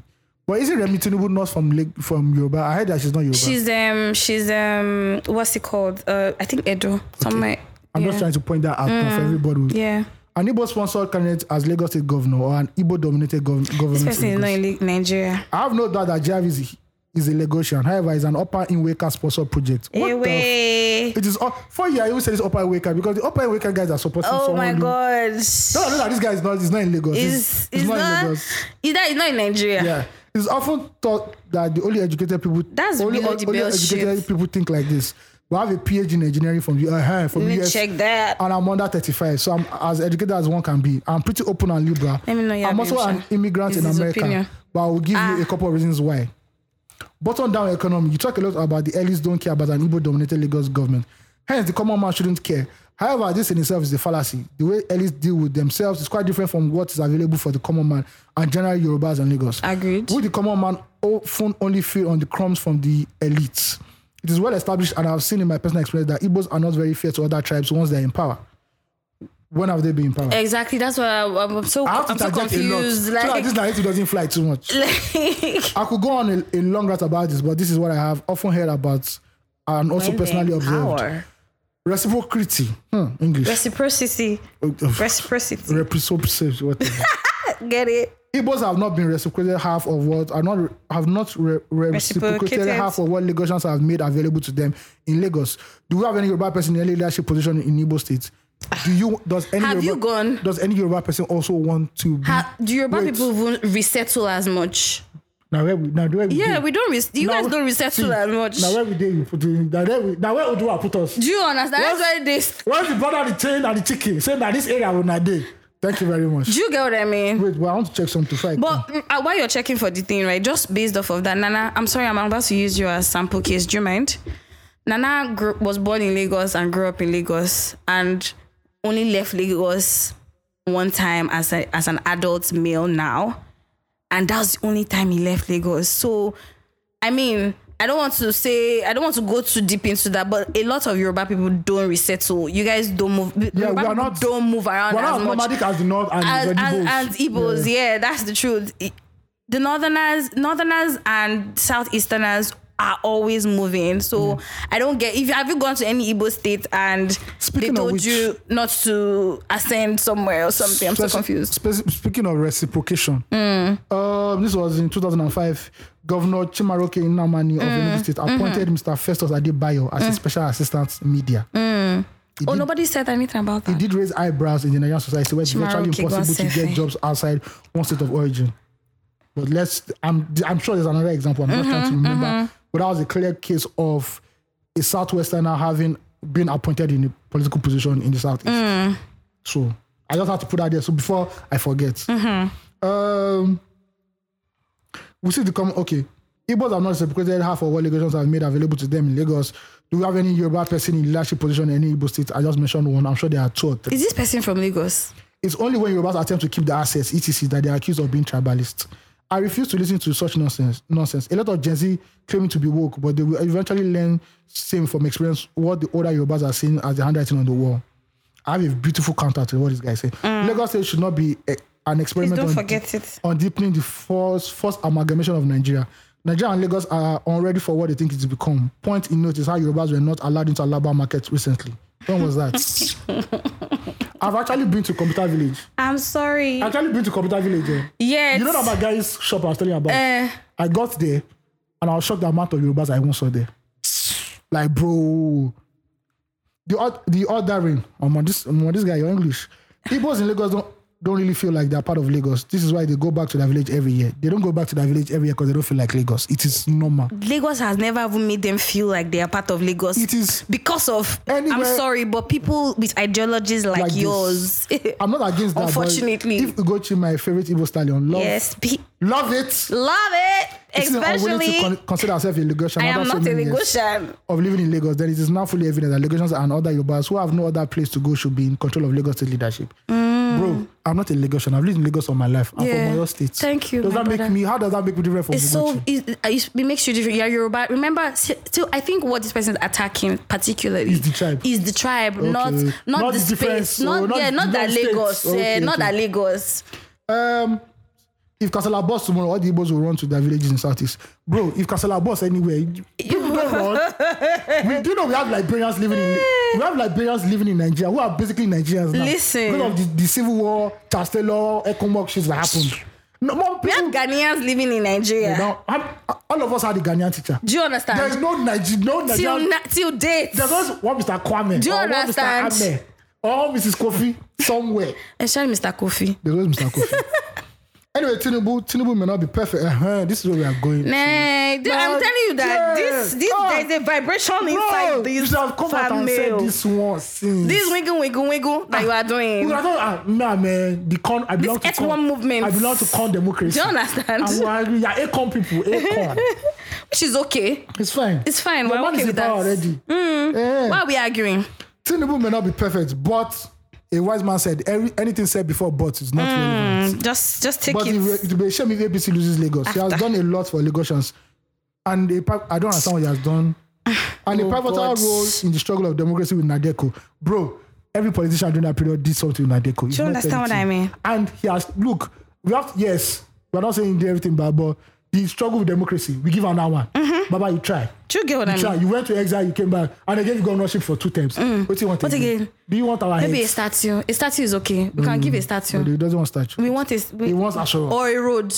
But isn't Remi Tinubu not from, Lag- from Yoruba? I heard that she's not Yoruba.
she's um she's um what's it called? Uh I think Edo. Somewhere
I'm just trying to point that out for everybody.
Mm. yeah.
An Igbo sponsored candidate as Lagos State Governor or an Igbo dominated gov- government.
This
in
person is not
Lagos.
in Li- Nigeria.
I have no doubt that JAV is, is a Lagosian. However, it's an Upper Inwaker sponsored project. What the f-
Away.
It is all, for you, I always say this Upper Inwaker because the Upper Inwaker guys are supporting
Oh
someone.
my
who-
god.
No, no, no, this guy is not, he's not in Lagos. He's-
Is
he's
is
not, in
not
Lagos.
is that is not in Nigeria.
Yeah. It's often thought that the only educated people
That's
only,
below the
only
belt
educated
shit.
people think like this. But I have a PhD in engineering from the uh, from
Let me
US.
check that.
and I'm under 35, so I'm as educated as one can be. I'm pretty open and liberal.
Let me know your
I'm also
name,
an
Sha.
immigrant
This
in
is his
America,
opinion. Ah.
but I will give you a couple of reasons why. Bottom down economy. You talk a lot about the elites don't care about an Igbo dominated Lagos government. Hence, the common man shouldn't care. However, this in itself is a fallacy. The way elites deal with themselves is quite different from what is available for the common man and general Yorubas and Lagos.
Agreed.
Would the common man often only feed on the crumbs from the elites? It is well established, and I've seen in my personal experience that Igbos are not very fair to other tribes once they're in power. When have they been in power?
Exactly. That's why I, I'm I'm so
I have to
Eh, I'm so
interject a lot
confused.
so that this narrative doesn't fly too much.
like
I could go on a, a long rant about this, but this is what I have often heard about and also personally observed.
Power.
Reciprocity. Hmm, English. Oh,
Reciprocity. Reciprocity.
Reciprocity. whatever.
Get it?
Igbos have not been reciprocated half of what are not have not re, re- reciprocated,
Reciprocated.
half of what Lagosians have made available to them in Lagos. Do we have any Yoruba person in any leadership position in Igbo states? Do you does any
Have
Yoruba,
you gone?
Does any Yoruba person also want to be
Ha, do Yoruba
Wait.
people even resettle as much?
now where we now where we
Yeah,
dey?
we don't. Res- you
Now
guys
where-
don't resettle
see,
as much.
Now where we did we put in now where we now where Odua put us.
do you understand? That's why this.
Where's the brother the chain and the chicken? Saying that this area will not day. Thank you very much.
Do you get what I mean?
Wait, but I want to check something first.
But mm, uh, while you're checking for the thing, right? Just based off of that, Nana. I'm sorry, I'm about to use you as sample case. Do you mind? Nana grew, was born in Lagos and grew up in Lagos, and only left Lagos one time as a, as an adult male now, and that was the only time he left Lagos. So, I mean. I don't want to say I don't want to go too deep into that, but a lot of Yoruba people don't resettle. You guys don't move. Yeah,
we are not-
don't move around
we're not
as
as
much
nomadic as the north and
as,
the Red
as,
Bulls.
as Igbos, yeah. that's the truth. I- The Northerners, Northerners and Southeasterners are always moving. So I don't get if you have you gone to any Igbo state and
Speaking of
they told
which-
you not to ascend somewhere or something. I'm so
Speci-
confused. Mm.
speci- speaking of reciprocation, um, this was in 2005. Governor Chimaroke Inamani of
Mm,
Enugu State
mm-hmm.
appointed Mr. Festus Adebayo as a special assistant media. He,
Oh,
did,
nobody said anything about
he
that.
did raise eyebrows in the Nigerian society where it's virtually
Chimaroke
impossible to
Gosefe.
get jobs outside one state of origin. But let's, I'm, I'm sure there's another example. I'm not trying to remember, but that was a clear case of a Southwesterner having been appointed in a political position in the Southeast. So I just have to put that there. So before I forget, um, we see the common. Okay, Igbos have not reciprocated half of what Lagosians have made available to them in Lagos. Do we have any Yoruba person in leadership position in any Igbo state? I just mentioned one. I'm sure there are two or three.
Is this person from Lagos?
It's only when Yorubas attempt to keep the assets, etc., that they are accused of being tribalist. I refuse to listen to such nonsense. Nonsense. A lot of Gen Z claiming to be woke, but they will eventually learn same from experience what the older Yorubas are seeing as the handwriting on the wall. I have a beautiful counter to what this guy said. Lagos State should not be a, an experiment
Mm. don't
on,
forget it.
on deepening the first, first amalgamation of Nigeria. Nigeria and Lagos are already for what they think it's become. Point in note is how Yorubas were not allowed into Alaba market recently. When was that? I've actually been to Computer Village.
I'm sorry.
I actually been to Computer Village. eh.
Yes.
Uh, You know that my guy's shop I was telling you about?
Eh.
I got there and I was shocked the amount of Yorubas I even saw there. Like, bro. The odd the ordering on this on this guy, your English. Igbos in Lagos don't don't really feel like they're part of Lagos. This is why they go back to their village every year. They don't go back to their village every year because they don't feel like Lagos. It is normal.
Lagos has never even made them feel like they are part of Lagos.
It is-
because of I'm
Anywhere-
sorry, but people with ideologies like,
Like this.
yours.
I'm not against that. but
Unfortunately.
if you go to my favorite Igbo stallion, love
yes, be-
love it.
love it.
It's an unwilling to
Especially
con- consider herself a Lagosian.
I
after
am
so
not a
many years.
Lagosian.
of living in Lagos, then it is now fully evident that Lagosians and other Yorubas who have no other place to go should be in control of Lagos state leadership. Bro, I'm not a Lagosian. I've lived in Lagos all my life. I'm
Mm. Yeah.
from Oyo State.
Thank you,
Does
my
that make
brother.
me? How does that make me different from
It's so
Ugochi?
it, it- it makes you different. You're Yoruba. Remember, s- still, I think what this person is attacking particularly
Is the tribe.
Is the tribe, not,
Okay.
not
Not
the
the difference, so
space, not,
not
yeah,
the
not that
United
Lagos,
States. Okay,
eh, not
okay.
that Lagos.
Um, if Kasala boss tomorrow, all the Igbos will run to their villages in Southeast. Bro, if Kasala boss anywhere, you- people don't run. we do know we have Liberians living in we have Liberians living in Nigeria who are basically Nigerians now.
Listen.
because of the, the civil war, Chastello, Ekomok shit that happened. No, more
We
people
have Ghanaians living in Nigeria.
Now, I'm- all of us had a Ghanaian teacher.
Do you
There's
understand?
no Nigerian, no
till
Nigerian.
na- till date,
There's also one Mr. Kwame.
Do you
or
understand?
One Mr. Ame, or Mrs. Kofi somewhere.
especially Mr. Kofi.
There's always Mr. Kofi. anyway, Tinubu, Tinubu may not be perfect. Uh-huh, this is where we are going. to.
Nah, dude,
Nah,
I'm telling you that
yes.
this this
Ah.
there's a vibration
Bro,
inside
you
this
should have come out and said
family.
this one since.
This wiggle wiggle wiggle that you are doing.
Because I thought, ah, nah, man, the con, I belong to
F1
con,
movement.
I belong to con democracy.
Do you understand?
I'm angry. Yeah, Akon people, Akon.
Which is okay.
it's fine.
It's fine,
The
we're
man
okay
is in
with
power
that. Mm.
already. Eh.
Why are we arguing?
Tinubu may not be perfect, but a wise man said every, anything said before but is
Hmm.
not relevant.
Mm, Just just take
But it will-
it.
it will be a shame if APC loses Lagos. He has
After.
done a lot for Lagosians. And a, pri- I don't understand what he has done. And a pivotal
Oh, God.
role in the struggle of democracy with Nadeko. Bro, every politician during that period did something like Adeko.
Do you understand what I mean?
And he has look, we have yes, we're not saying he did everything bad, but the struggle with democracy, we give another one.
Mm-hmm.
Baba, you try.
Do you get what
You
I
try.
mean?
You went to exile, you came back, and again you governorship for two terms. What do you want?
Mm. What
again?
again?
Do you want our
Maybe a
heads?
statue. A statue is okay. We
Mm.
can give a statue.
He doesn't want statue.
We want a we,
He wants Ashura.
or a road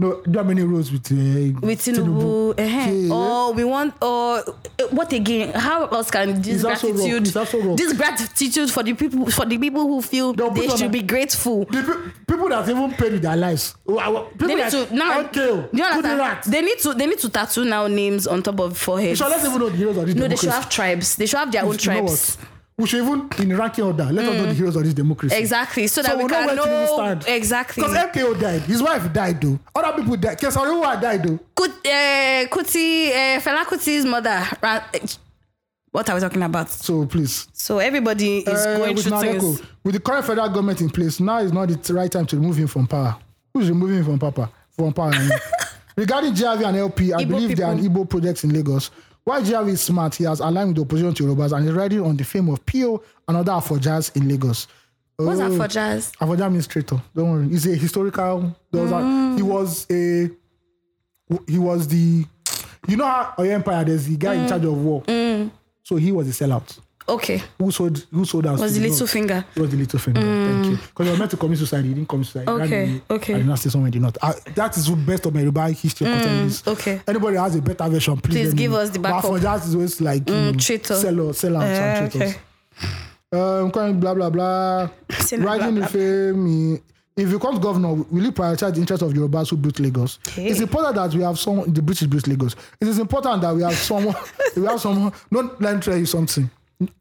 No, there are many roads with uh,
with Tinubu.
Yeah.
Uh-huh. Or we want or uh, what again? How else can
It's
this
also wrong.
gratitude
It's also wrong.
this gratitude for the people for the people who feel
They'll
they
put on
should
a-
be grateful.
The pe- people that even paid with their lives. who are- People
They need
that
to now.
okay, oh,
do you
put the
understand?
rat.
They need to they need to tattoo now names on top of foreheads.
So let's even know the heroes of this
No, they
democracy.
should have tribes. They should have their own
You know
tribes.
what? We should even in ranking order. Let
Mm.
us know the heroes of this democracy.
Exactly. So, that we,
know
can
where Tinubu
know
stand.
exactly.
Because MKO died, his wife died though. Other people died. Kesariwa died though.
Kut, uh, Kuti, uh, Fela Kuti's mother. Ran, eh, what are we talking about?
So please,
so everybody is
Uh,
going
with
through
Nadeko,
things.
with the current federal government in place, now is not the right time to remove him from power. Who's removing him from power? From power. I mean. Regarding GRV and LP, I believe they are an Igbo project in Lagos. While GRV is smart, he has aligned with the opposition to Yorubas and is riding on the fame of PO and other Afrojas in Lagos.
What's that
Oh.
for jazz?
Avoid administrator. Don't worry. He's a historical. There was
Mm.
a, he was a. He was the. You know how Oyo Empire, there's the
Mm.
guy in charge of war. So he was a sellout.
Okay.
Who sold? Who sold us?
Was
to
the
North?
little finger.
It was the little finger. Thank you. Because you were meant to commit suicide. You didn't commit suicide. You ran
Mm. Okay,
away.
okay. Mm,
I did not say someone did not. I, that is the best of my Yoruba history of content is.
okay.
Anybody has a better version, please.
Please
let me
give
know.
us the
But for
backup.
that, it's always like mm,
traitor.
Sell out, sell out
Eh,
some traitors. Um, calling blah blah blah.
Say no,
Riding
blah,
the fame. eh, If you come to governor, will you prioritize the interest of Yorubas who built Lagos? It's important that we have someone. The British built Lagos. It is important that we have someone. we have someone. Don't let me tell you something.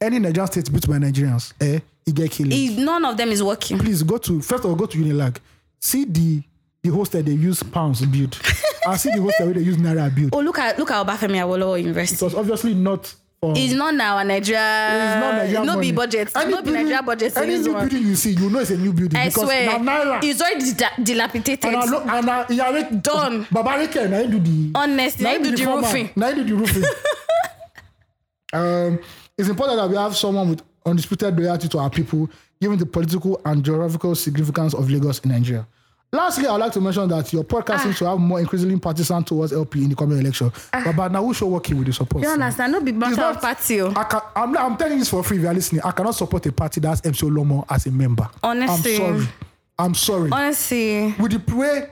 Any Nigerian state built by Nigerians, eh? It get killed
If none of them is working.
please go to first of all go to Unilag, see the the hostel they use pounds build, and see the hostel where they use naira build.
Oh, look at look at Obafemi Awolowo
It
University.
was obviously not. Um,
It's not now a Nigeria.
it's not Nigerian
no
money.
be budget.
Any
no be
building-
Nigeria budget.
Any
Any
new building you see, you know it's a new building.
I
because
swear.
Now naira.
It's already di- dilapidated.
and I look and I yeah, wait,
Done.
Baba Reke, now you do the
Honestly,
now
I
you
do the
former,
roofing.
Now you do the roofing. um, it's important that we have someone with undisputed loyalty to our people, given the political and geographical significance of Lagos in Nigeria. Lastly, I'd like to mention that your
Ah.
podcast seems to have more increasingly partisan towards LP in the coming election. But But now who should work with the support?
You
sir?
understand? No be
It's
matter of
not-
party. oh.
I can, I'm, not- I'm telling you this for free if you're listening. I cannot support a party that's MC Olomo as a member.
Honestly.
I'm sorry. I'm sorry
Honestly.
with the way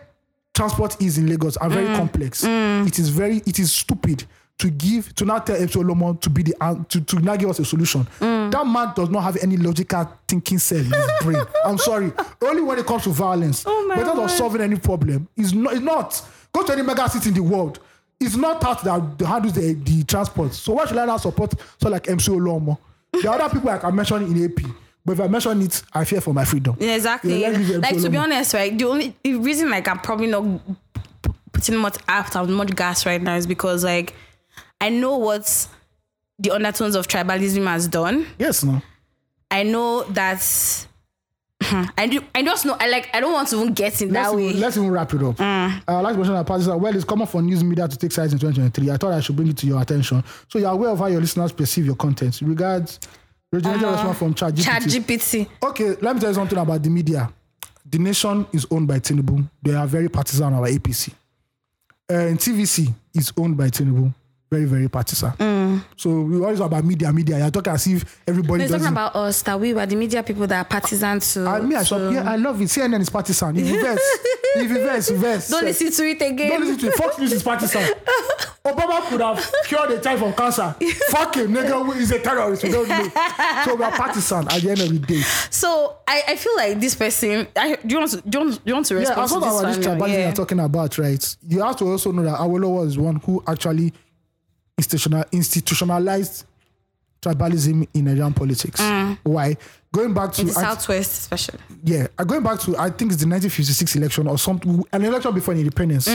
transport is in Lagos are
Mm.
very complex. It is very it is stupid to give to now tell Epsi Olomon to be the an- to to now give us a solution.
Mm.
That man does not have any logical thinking cell in his brain. I'm sorry. Only when it comes to violence,
Oh my
method
word.
of solving any problem is not is not go to any mega city in the world. It's not that that handles the, the transport. So why should I now support so like MC Olomo? There are other people I can mention in AP, but if I mention it, I fear for my freedom.
Yeah, exactly.
Yeah, let's give it
like to be
Olomo.
honest, right? The only the reason like I'm probably not p- putting much after much gas right now is because like I know what the undertones of tribalism has done.
Yes, no.
I know that I do, I just know I like I don't want to even get in that
let's
way. Ah.
Even, let's even wrap it up. Uh, I'd like to mention that parties are well, it's common for news media to take sides in 2023. I thought I should bring it to your attention. So you're aware of how your listeners perceive your content. Regards originated response from ChatGPT.
Ah. Chat GPT.
Okay, let me tell you something about the media. The nation is owned by Tinubu. They are very partisan of our APC. Uh, and TVC is owned by Tinubu. Very, very partisan.
Mm.
So we always talk about media, media. You're talking as if everybody
He's talking
doesn't-
about us that we were the media people that are partisan to.
I mean, I, shop, yeah, I love it. CNN is partisan. If you verse, if you verse, verse.
don't listen to it
Don't
again.
listen to it. Fox News is partisan. Obama could have cured a child from cancer. Fuck him, nigga. who is a terrorist. We don't know. So we are partisan at the end of the day.
So I, I feel like this person. I, do you want to do you want, do you want to
Yeah,
respond
as
to
well about
this
this
one? now?
tribalism
Yeah.
you're talking about, right? You have to also know that Awolowo is one who actually institutional, institutionalized tribalism in Nigerian politics. Why? Going back to
Mm. The
I-
Southwest, especially.
yeah, uh, going back to I think it's the 1956 election or something, an election before independence.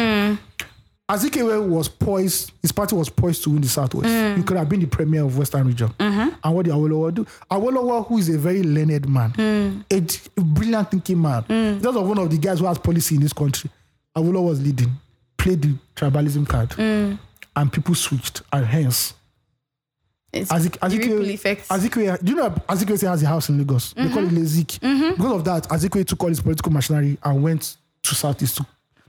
Azikiwe was poised, his party was poised to win the Southwest. He could have been the premier of Western region. And what did Awolowo do? Awolowo, who is a very learned man, a d- a brilliant thinking man, that's one of the guys who has policy in this country. Awolowo was leading, played the tribalism card, and people switched, and hence
It's
Azik-
ripple
Azikwe,
effect.
Azikwe, do you know Azikwe say has a house in Lagos? They
Mm-hmm.
call it Lezik. Because of that, Azikwe took all his political machinery and went to Southeast. To,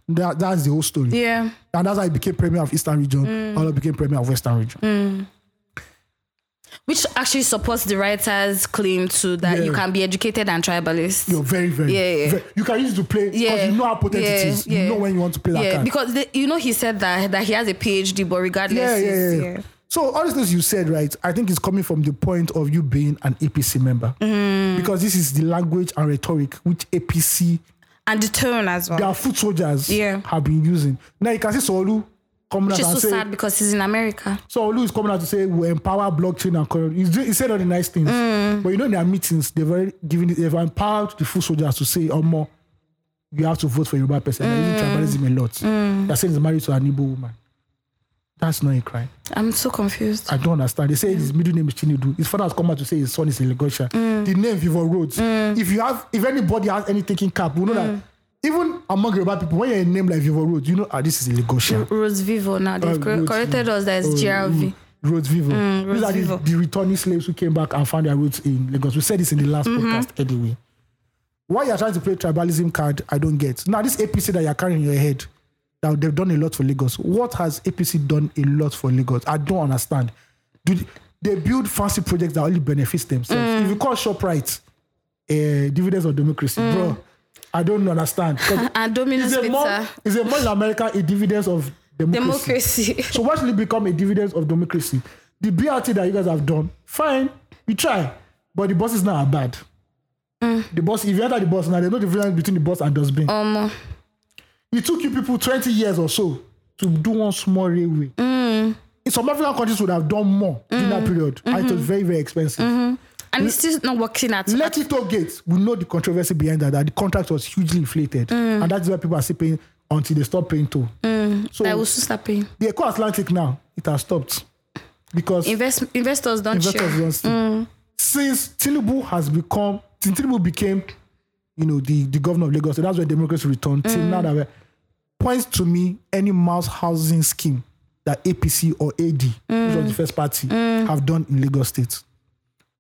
that, that's the whole story.
yeah.
And that's how he became premier of Eastern Region.
Mm.
And he became premier of Western Region.
Which actually supports the writer's claim to that
Yeah.
you can be educated and tribalist.
You're very, very,
Yeah, yeah.
very- You can use it to play because
Yeah,
you know how potent it
yeah,
is.
yeah.
You know when you want to play that
yeah,
card.
because the, you know he said that that he has a PhD, but regardless,
yeah, yeah,
it's-
yeah, yeah. So all these things you said, right? I think it's coming from the point of you being an APC member
Mm.
because this is the language and rhetoric which APC
And the tone as well.
their foot soldiers
Yeah.
have been using. Now you can see Solu coming out
Which is
and
so
say
sad because he's in America.
Solu is coming out to say we empower blockchain and currency. He's doing- He said all the nice things,
Mm.
but you know in their meetings they've already given it, they've empowered the foot soldiers to say, "Oh, more, you have to vote for Yoruba person." They're
Mm.
using tribalism a lot. They're saying he's married to an Igbo woman. That's not a crime.
I'm so confused.
I don't understand. They say his middle name is Chinedu. His father has come out to say his son is a Lagosian. The name Vivo Roads. If you have, if anybody has any taking cap, we know that even among Yoruba people, when you're a name like Vivo Roads, you know, ah, this is a Lagosian.
Rose Vivo now they've
Uh,
cor-
Rose
corrected us that it's
Oh,
GRV.
Roads Mm, Vivo.
Roads
These are
Vivo.
The, the returning slaves who came back and found their roots in Lagos. We said this in the last
Mm-hmm.
podcast anyway. Why you're trying to play tribalism card, I don't get. Now, this APC that you're carrying in your head, now they've done a lot for Lagos. What has APC done a lot for Lagos? I don't understand. Do they, they build fancy projects that only benefits themselves?
Mm.
If you call ShopRite uh, dividends of democracy,
Mm.
bro, I don't understand. 'Cause
And Domino's
it's, a more,
Pizza.
it's a more in America a dividends of democracy.
Democracy.
So what will it become a dividend of democracy? The BRT that you guys have done, fine, we try, but the buses now are bad. The bus, if you enter the bus now, there's no difference between the bus and dustbin.
Um,
It took you people 20 years or so to do one small railway. In some African countries would have done more during that period, and it was very, very expensive.
and it's still not working at
Let it all gates. We know the controversy behind that, that the contract was hugely inflated, and that's why people are still paying until they stop paying too. So
I will soon start paying.
the Eco Atlantic now, it has stopped because
Invest, investors don't
investors
share.
don't see. Since Tinubu has become, since Tinubu became, you know, the, the governor of Lagos, so that's where democracy returned. Till now, that we're- points to me any mouse housing scheme that APC or AD, which was the first party, have done in Lagos State.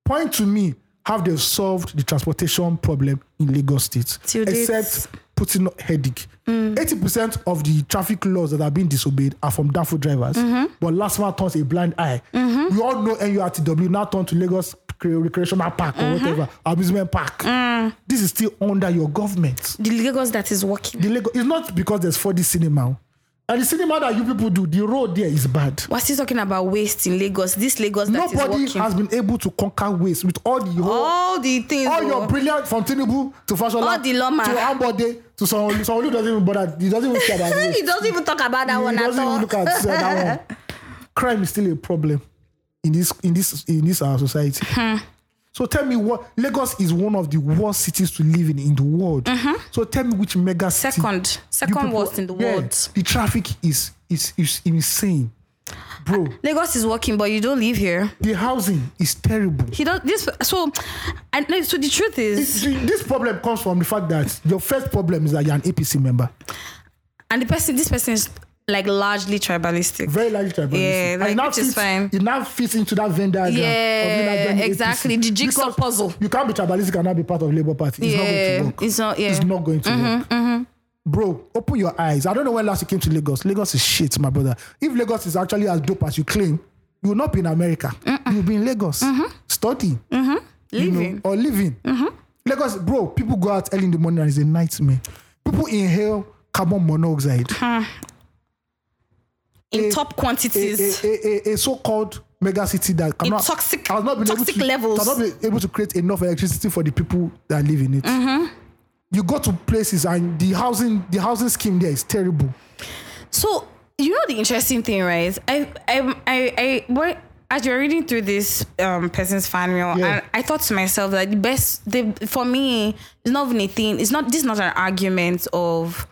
Point to me how they've solved the transportation problem in Lagos State,
Till date.
except putting up headache. Eighty percent of the traffic laws that are being disobeyed are from Danfo drivers, but last man turns a blind eye. We all know NURTW now turn to Lagos Recre- Recreational Park or whatever amusement park. This is still under your government.
The Lagos that is working.
The Lagos it's not because there's 4D cinema, and the cinema that you people do, the road there is bad.
We're still talking about waste in Lagos. This Lagos that is
Nobody
working.
has been able to conquer waste with all the whole
all the things.
all
oh.
your brilliant from Tinubu to Fashola
All the lawman.
to Ambode to Sanwo-Olu. Sanwo-Olu doesn't even bother. He doesn't even care about it.
he doesn't even talk about that one
he
at
doesn't even
all.
look at uh, that one. Crime is still a problem in this in this in this our society.
Hmm.
So tell me what Lagos is one of the worst cities to live in in the world. So tell me which mega city
Mm-hmm. Second,
you
second
people-
worst in the
Yeah,
world.
The traffic is is is insane, bro.
Lagos is working, but you don't live here.
The housing is terrible.
He does this. So, and no, so the truth is,
This this problem comes from the fact that your first problem is that you're an APC member.
and the person, this person is like largely tribalistic.
very large tribalism.
Yeah,
And
like,
it now
which is
fits-
fine.
It now fits into that Venn diagram. of you now
Yeah,
joining APC.
exactly. The jigsaw
Because
puzzle.
You can't be tribalistic and not be part of Labour Party. It's not
yeah,
going to work.
it's not. Yeah, Mm-hmm,
It's not going to work. Bro, open your eyes. I don't know when last you came to Lagos. Lagos is shit, my brother. If Lagos is actually as dope as you claim, you will not be in America. You'll be in Lagos. Studying. you know,
Mm-hmm. living. Mm-hmm.
or living. Lagos, bro, people go out early in the morning and it's a nightmare. People inhale carbon monoxide.
in
a-
top
a,
quantities.
a, a, a so-called mega city that cannot
toxic-
has not been
toxic
able to,
levels.
has not been able to create enough electricity for the people that live in it.
Mm-hmm.
You go to places and the housing the housing scheme there is terrible.
So you know the interesting thing, right? I I I, I what. As you're reading through this um, person's fan mail,
Yeah.
and I thought to myself that the best, the, for me, it's not even a thing. It's not. This is not an argument of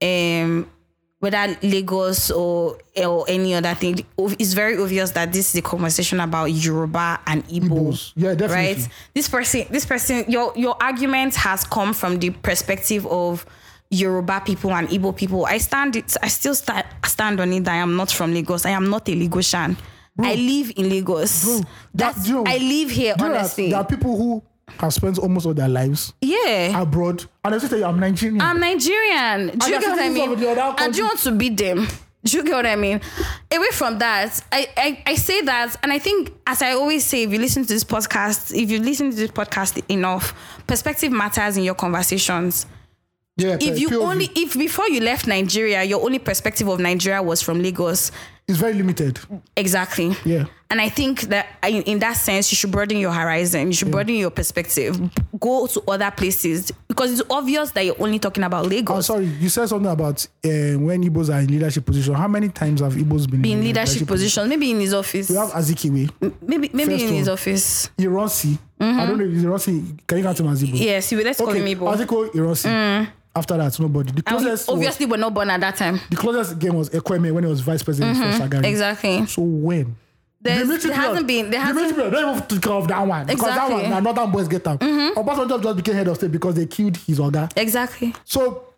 um whether Lagos or or any other thing, it's very obvious that this is a conversation about Yoruba and Igbo.
Igbos. Yeah, definitely.
Right? This person, this person, your your argument has come from the perspective of Yoruba people and Igbo people. I stand it. I still stand stand on it that I am not from Lagos. I am not a Lagosian. I live in Lagos.
Bro,
That's
do you know-
I live here,
do you know that
honestly.
there are people who have spent almost all their lives
yeah.
abroad, and they still tell you, "I'm Nigerian."
I'm Nigerian. Do you
they're
get what I
citizens
mean?
of the other
And do
country.
you want to beat them? Do you get what I mean? Away from that, I, I, I say that, and I think, as I always say, if you listen to this podcast, if you listen to this podcast enough, perspective matters in your conversations.
yeah,
If you
POV.
only, if before you left Nigeria, your only perspective of Nigeria was from Lagos,
it's very limited.
Exactly.
Yeah.
And I think that in, in that sense, you should broaden your horizon. You should broaden your perspective. Go to other places because it's obvious that you're only talking about
Oh,
Lagos.
sorry, you said something about uh, when Igbos are in leadership position. How many times have Igbos been,
in leadership position, maybe in his office,
Mm, We have Azikiwe,
maybe maybe
First
in his
one.
office.
Ironsi. I don't know if Ironsi, can you count him as Igbo?
Yes, you- let's Mm-hmm. call
Okay,
him Igbo. Mm.
Aziko, Ironsi. After that, nobody. The
And we-
closest, was,
Obviously, we're not born at that time.
the closest game was Ekweme when he was vice president for Sagari.
Mm-hmm. Exactly.
So when?
There's,
military
there hasn't been. There
the
hasn't.
military Mm. period, don't even take care of that one. Because that
Exactly. Mm-hmm.
one, na northern boys get out. Obasanjo just became head of state because they killed his oga.
Exactly.
So,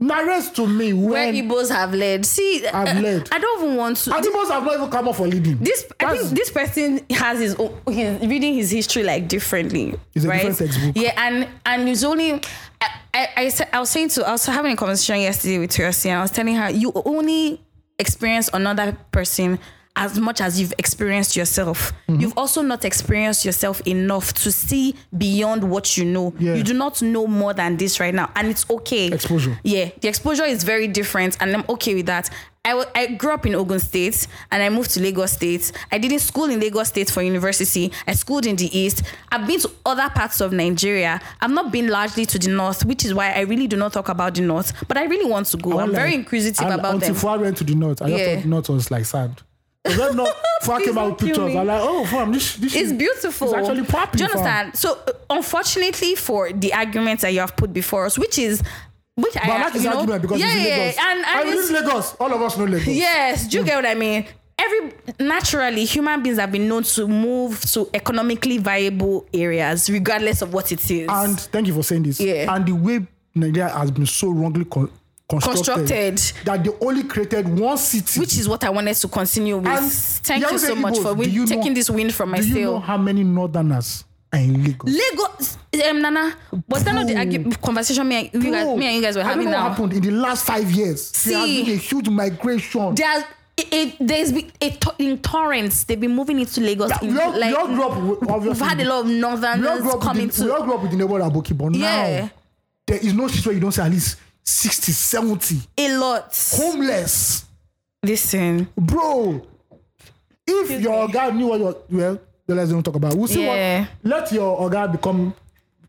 narrate to me
Where
when
Igbos have led. See,
Have
uh,
led.
I don't even want to.
Adibos have not even come up for leading.
this I think this person has his own he's reading his history like differently.
It's a
right?
different textbook.
Yeah, and and it's only I I, I, said, I was saying to I was having a conversation yesterday with Teresi and I was telling her you only experience another person as much as you've experienced yourself.
Mm-hmm.
You've also not experienced yourself enough to see beyond what you know.
Yeah.
You do not know more than this right now. And it's okay.
Exposure.
Yeah, the exposure is very different, and I'm okay with that. I wa- I grew up in Ogun State and I moved to Lagos State. I didn't school in Lagos State for university. I schooled in the East. I've been to other parts of Nigeria. I've not been largely to the North, which is why I really do not talk about the North. But I really want to go. I'm
Well,
very
like,
inquisitive
and
about
until
them.
Until I went to the north, I just
Yeah.
thought north was like sand. But then no, Fuad
Please
came out
don't
with
kill
pictures.
me.
I'm like, oh, fam, this, this
It's
is-
beautiful.
It's actually popping.
Do you
fam.
understand? So, uh, unfortunately, for the arguments that you have put before us, which is which I
But I like his
you know,
argument because
yeah,
it's
yeah,
Lagos.
and, and
I
it's-
live in Lagos. All of us know Lagos.
Yes,
Mm.
do you get what I mean? Every naturally, human beings have been known to move to economically viable areas, regardless of what it is.
And thank you for saying this.
Yeah.
And the way Nigeria has been so wrongly con- constructed,
Constructed.
that they only created one city.
which is what I wanted to continue with.
And
Thank
the
you
other
so
day,
much
Igbos,
for win-
do you know-
taking this win from
do you know
myself.
how many northerners are in Lagos?
Lagos, um, Nana, was that not the argu- conversation me and,
Bro,
you guys, me and you guys were
I don't
having
know what
now?
happened in the last five years. there
See.
has been a huge migration.
There's it, it, there's been a to- in torrents. They've been moving into Lagos.
Yeah,
in,
we all- we
like,
all grew up with-
we've
obviously.
had a lot of
we all grew
northerners
up with
coming
the, we
to.
all grew up with the neighborhood Aboki, but
Yeah.
now there is no shit where you don't see at least 60, 70
A lot.
homeless,
Listen,
bro. If your guy knew what you're well, then let's don't talk about. it. We'll see
Yeah.
what. Let your guy become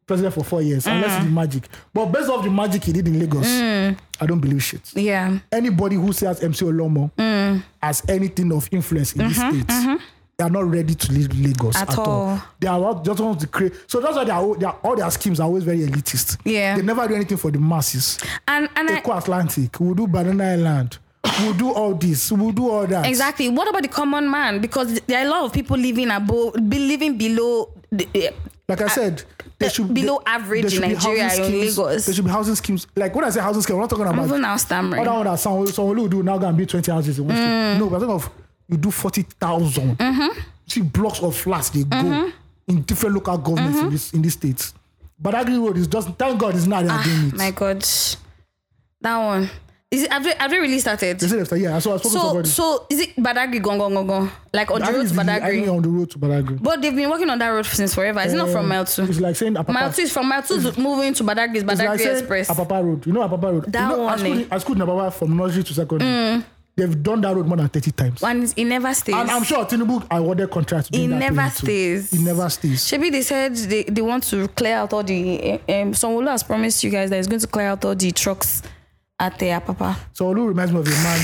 president for four years,
Mm.
unless it's magic. But based off the magic he did in Lagos, I don't believe shit.
yeah.
Anybody who says MC Olomo
Mm.
has anything of influence in this state. They are not ready to leave Lagos
Mm-hmm, At
at, all.
all.
They are all- just want to create. So that's why they are, all- they are- all their schemes are always very elitist.
Yeah.
They never do anything for the masses.
And and I,
Eco Atlantic, we'll do Banana Island, we'll do all this, we'll do all that.
Exactly. What about the common man? Because there are a lot of people living above, be living below. The, eh,
Like I said, they
uh,
should
below
they-
average
there
in
should be housing
Nigeria, in
schemes-
Lagos.
There should be housing schemes. Like when I say housing scheme, I'm not talking
I'm
about
even now stammering.
other one that someone someone will do now go and build twenty houses in one street.
Mm.
No, we're talking of you do forty thousand.
Mm-hmm.
See blocks of flats they go in different local governments
Mm-hmm.
in this in these states. But Agri Road is just thank God it's not they are doing it.
Ah, My God, that one is it, have they have they really started?
They said after yeah, so I spoke to
So
somebody.
so is it Badagry gone gone gone gone like on the
Agri
road
is
to
the- Agri
Badagry?
on the road to Badagry.
But they've been working on that road since forever. It's not from
Um,
mile two.
It's like saying Apapa.
Mile two is from mile two to moving to Badagry is
It's
Badagry
saying
Express.
Apapa Road. You know Apapa Road.
That
you know,
one,
I schooled,
eh? Mm.
in- I schooled in Apapa from nursery to secondary. They've done that road more than thirty times.
and it never stays.
And I'm sure Tinubu awarded contracts.
It
during that
never
period too.
stays.
It never stays.
Shebi, they said they, they want to clear out all the. Um, Sonwolo has promised you guys that he's going to clear out all the trucks at the Apapa.
So Olu reminds me of a man.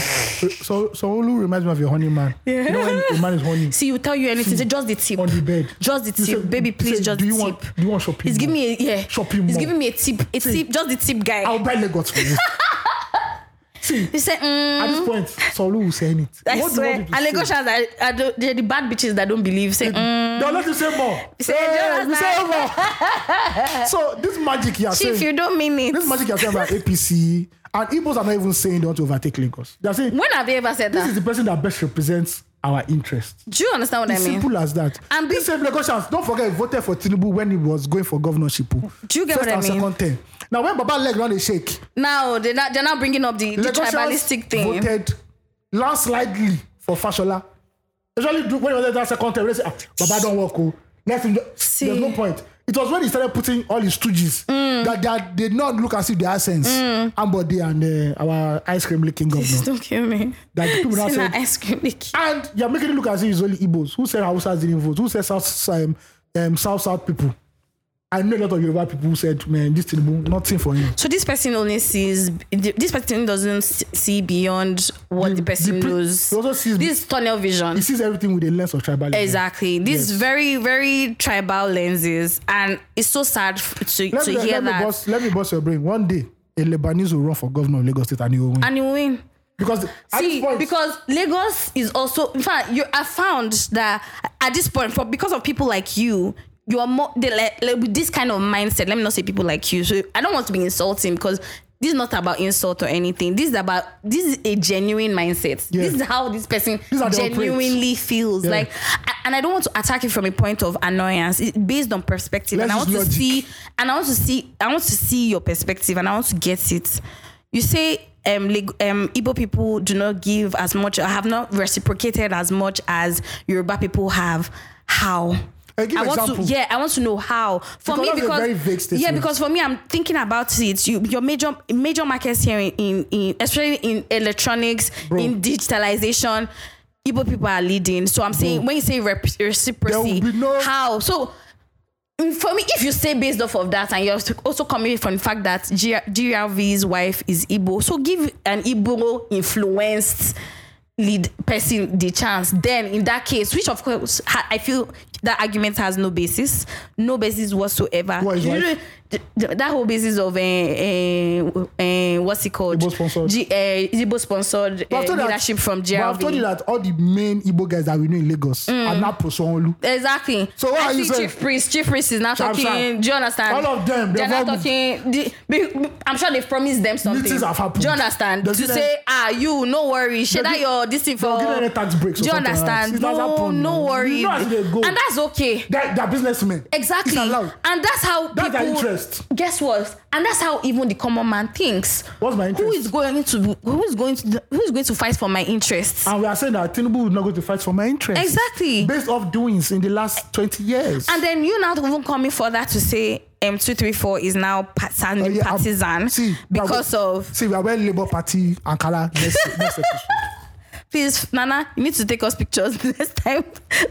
So so Olu reminds me of a honey man. You know when a man is honey
See, you tell you anything. Say just the tip.
on the bed.
Just the
You
tip, baby.
you
Please,
say,
just
do you
the
want
tip.
do you want shopping?
He's
mall?
giving me a yeah.
Shopping
He's
mall.
giving me a tip. A tip. Just the tip, guy.
I'll buy Lagos for you. See,
he said, mm,
at this point, so Olu will say it. What
I
do you
swear.
want
And
him to say?
Lagosians are, are uh, the, they're the bad bitches that don't believe. Say, mm,
No, let him say more.
Say,
Hey,
just
we say
like-
more. So this magic you are
chief,
saying,
you don't mean
this
it.
magic you are saying about APC and Igbos are not even saying they want to overtake Lagos. They are saying
When have they ever said
this
that?
is the person that best represents our interest.
Do you understand what I mean?
Simple as that.
And
And
be-
this same Lagosians, don't forget, voted for Tinubu when he was going for governorship. Do
you get
First
what I
and
mean?
second term. Now, when Baba leg round a shake,
Now they're not, they're not bringing up the, the
Lagosians
tribalistic thing.
voted landslidely for Fashola. Usually, do- when he was that second term, they say, ah, Baba don't work. Oh. Let him. just-"
See. Mm.
There's no point. It was when he started putting all his stooges that, that they did not look as if they had sense. Ambode and uh, our ice cream licking governor.
Don't kill me.
that the people now
See,
said,
now ice cream leak.
And you're making it look as if it's only Igbos. Who said Hausas didn't vote? Who said South um, um, South South people? I know a lot of Yoruba people who said, man, this thing, nothing for him.
So this person only sees this person doesn't s- see beyond what the,
The-
person
the pre-
knows.
he also sees-
this is tunnel vision.
He sees everything with a lens of tribalism.
Exactly. These
Yes.
very, very tribal lenses, and it's so sad f- to,
Let,
to
me,
hear
let, me
that.
bust, let me bust your brain. One day, a Lebanese will run for governor of Lagos State and he will win.
and you win.
because the- at
See,
this point,
because Lagos is also, in fact, you I found that at this point, for because of people like you, you are more they, like, like, with this kind of mindset. Let me not say people like you. So I don't want to be insulting because this is not about insult or anything. This is about this is a genuine mindset.
Yeah.
This is how this person
These are the operates.
genuinely feels
Yeah.
like. a- And I don't want to attack it from a point of annoyance. It's based on perspective,
Let's
and I want
use
to
logic.
see and I want to see I want to see your perspective and I want to get it. You say um, Lag- um Igbo people do not give as much or have not reciprocated as much as Yoruba people have. How?
Uh, give
I want
example.
to yeah, I want to know how. For
Because
me
that's a
because
very vague
yeah,
statement.
because for me I'm thinking about it. You, your major major markets here in, in, in especially in electronics,
Bro.
in digitalization, Igbo people are leading. So I'm saying when you say rep- reciprocity,
be no-
how? So Mm, for me, if you stay based off of that and you're also coming from the fact that G- GRV's wife is Igbo, so give an Igbo influenced lead person the chance. Then, in that case, which of course ha- I feel that argument has no basis, no basis whatsoever.
What is
You
wife?
know, th- th- that whole basis of uh, uh, uh, what's it called?
Igbo sponsored.
G- uh, Igbo sponsored
But
uh,
I've told you that-
leadership from
but I've told you
GRV.
that all the main Igbo guys that we know in Lagos
Mm.
are not Posonlu.
Exactly.
So what
I
are you
see
saying?
Chief Priest. Chief Priest is now
Sharp,
talking.
sharp.
Do you understand?
All of them,
They're
they've
not
all
talking. The, be- be- I'm sure they promised them something.
Meetings have happened.
Do you understand?
They've
to
given-
say, ah, you no worry. Share
They've
that
gi-
your this thing for.
They'll give them tax breaks or
Do you
something like that.
understand?
It has
No,
happened,
no
man.
worry.
You know how they go.
And that's okay.
They're, they're businessmen.
Exactly.
It's allowed.
And that's how
That's their
people
interest.
Guess what? And that's how even the common man thinks.
What's my
Who
interest?
is going to who is going to who is going to fight for my interests?
And we are saying that Tinubu is not going to fight for my interest.
Exactly. Eh,
Based off doings in the last 20 years.
And then you now even coming further to say M two three four is now partisan,
Oh, yeah, I'm-
partisan
see, we are
because
we-
of
See, we are wearing Labour Party Ankara next, next episode.
please Nana, you need to take us pictures next time.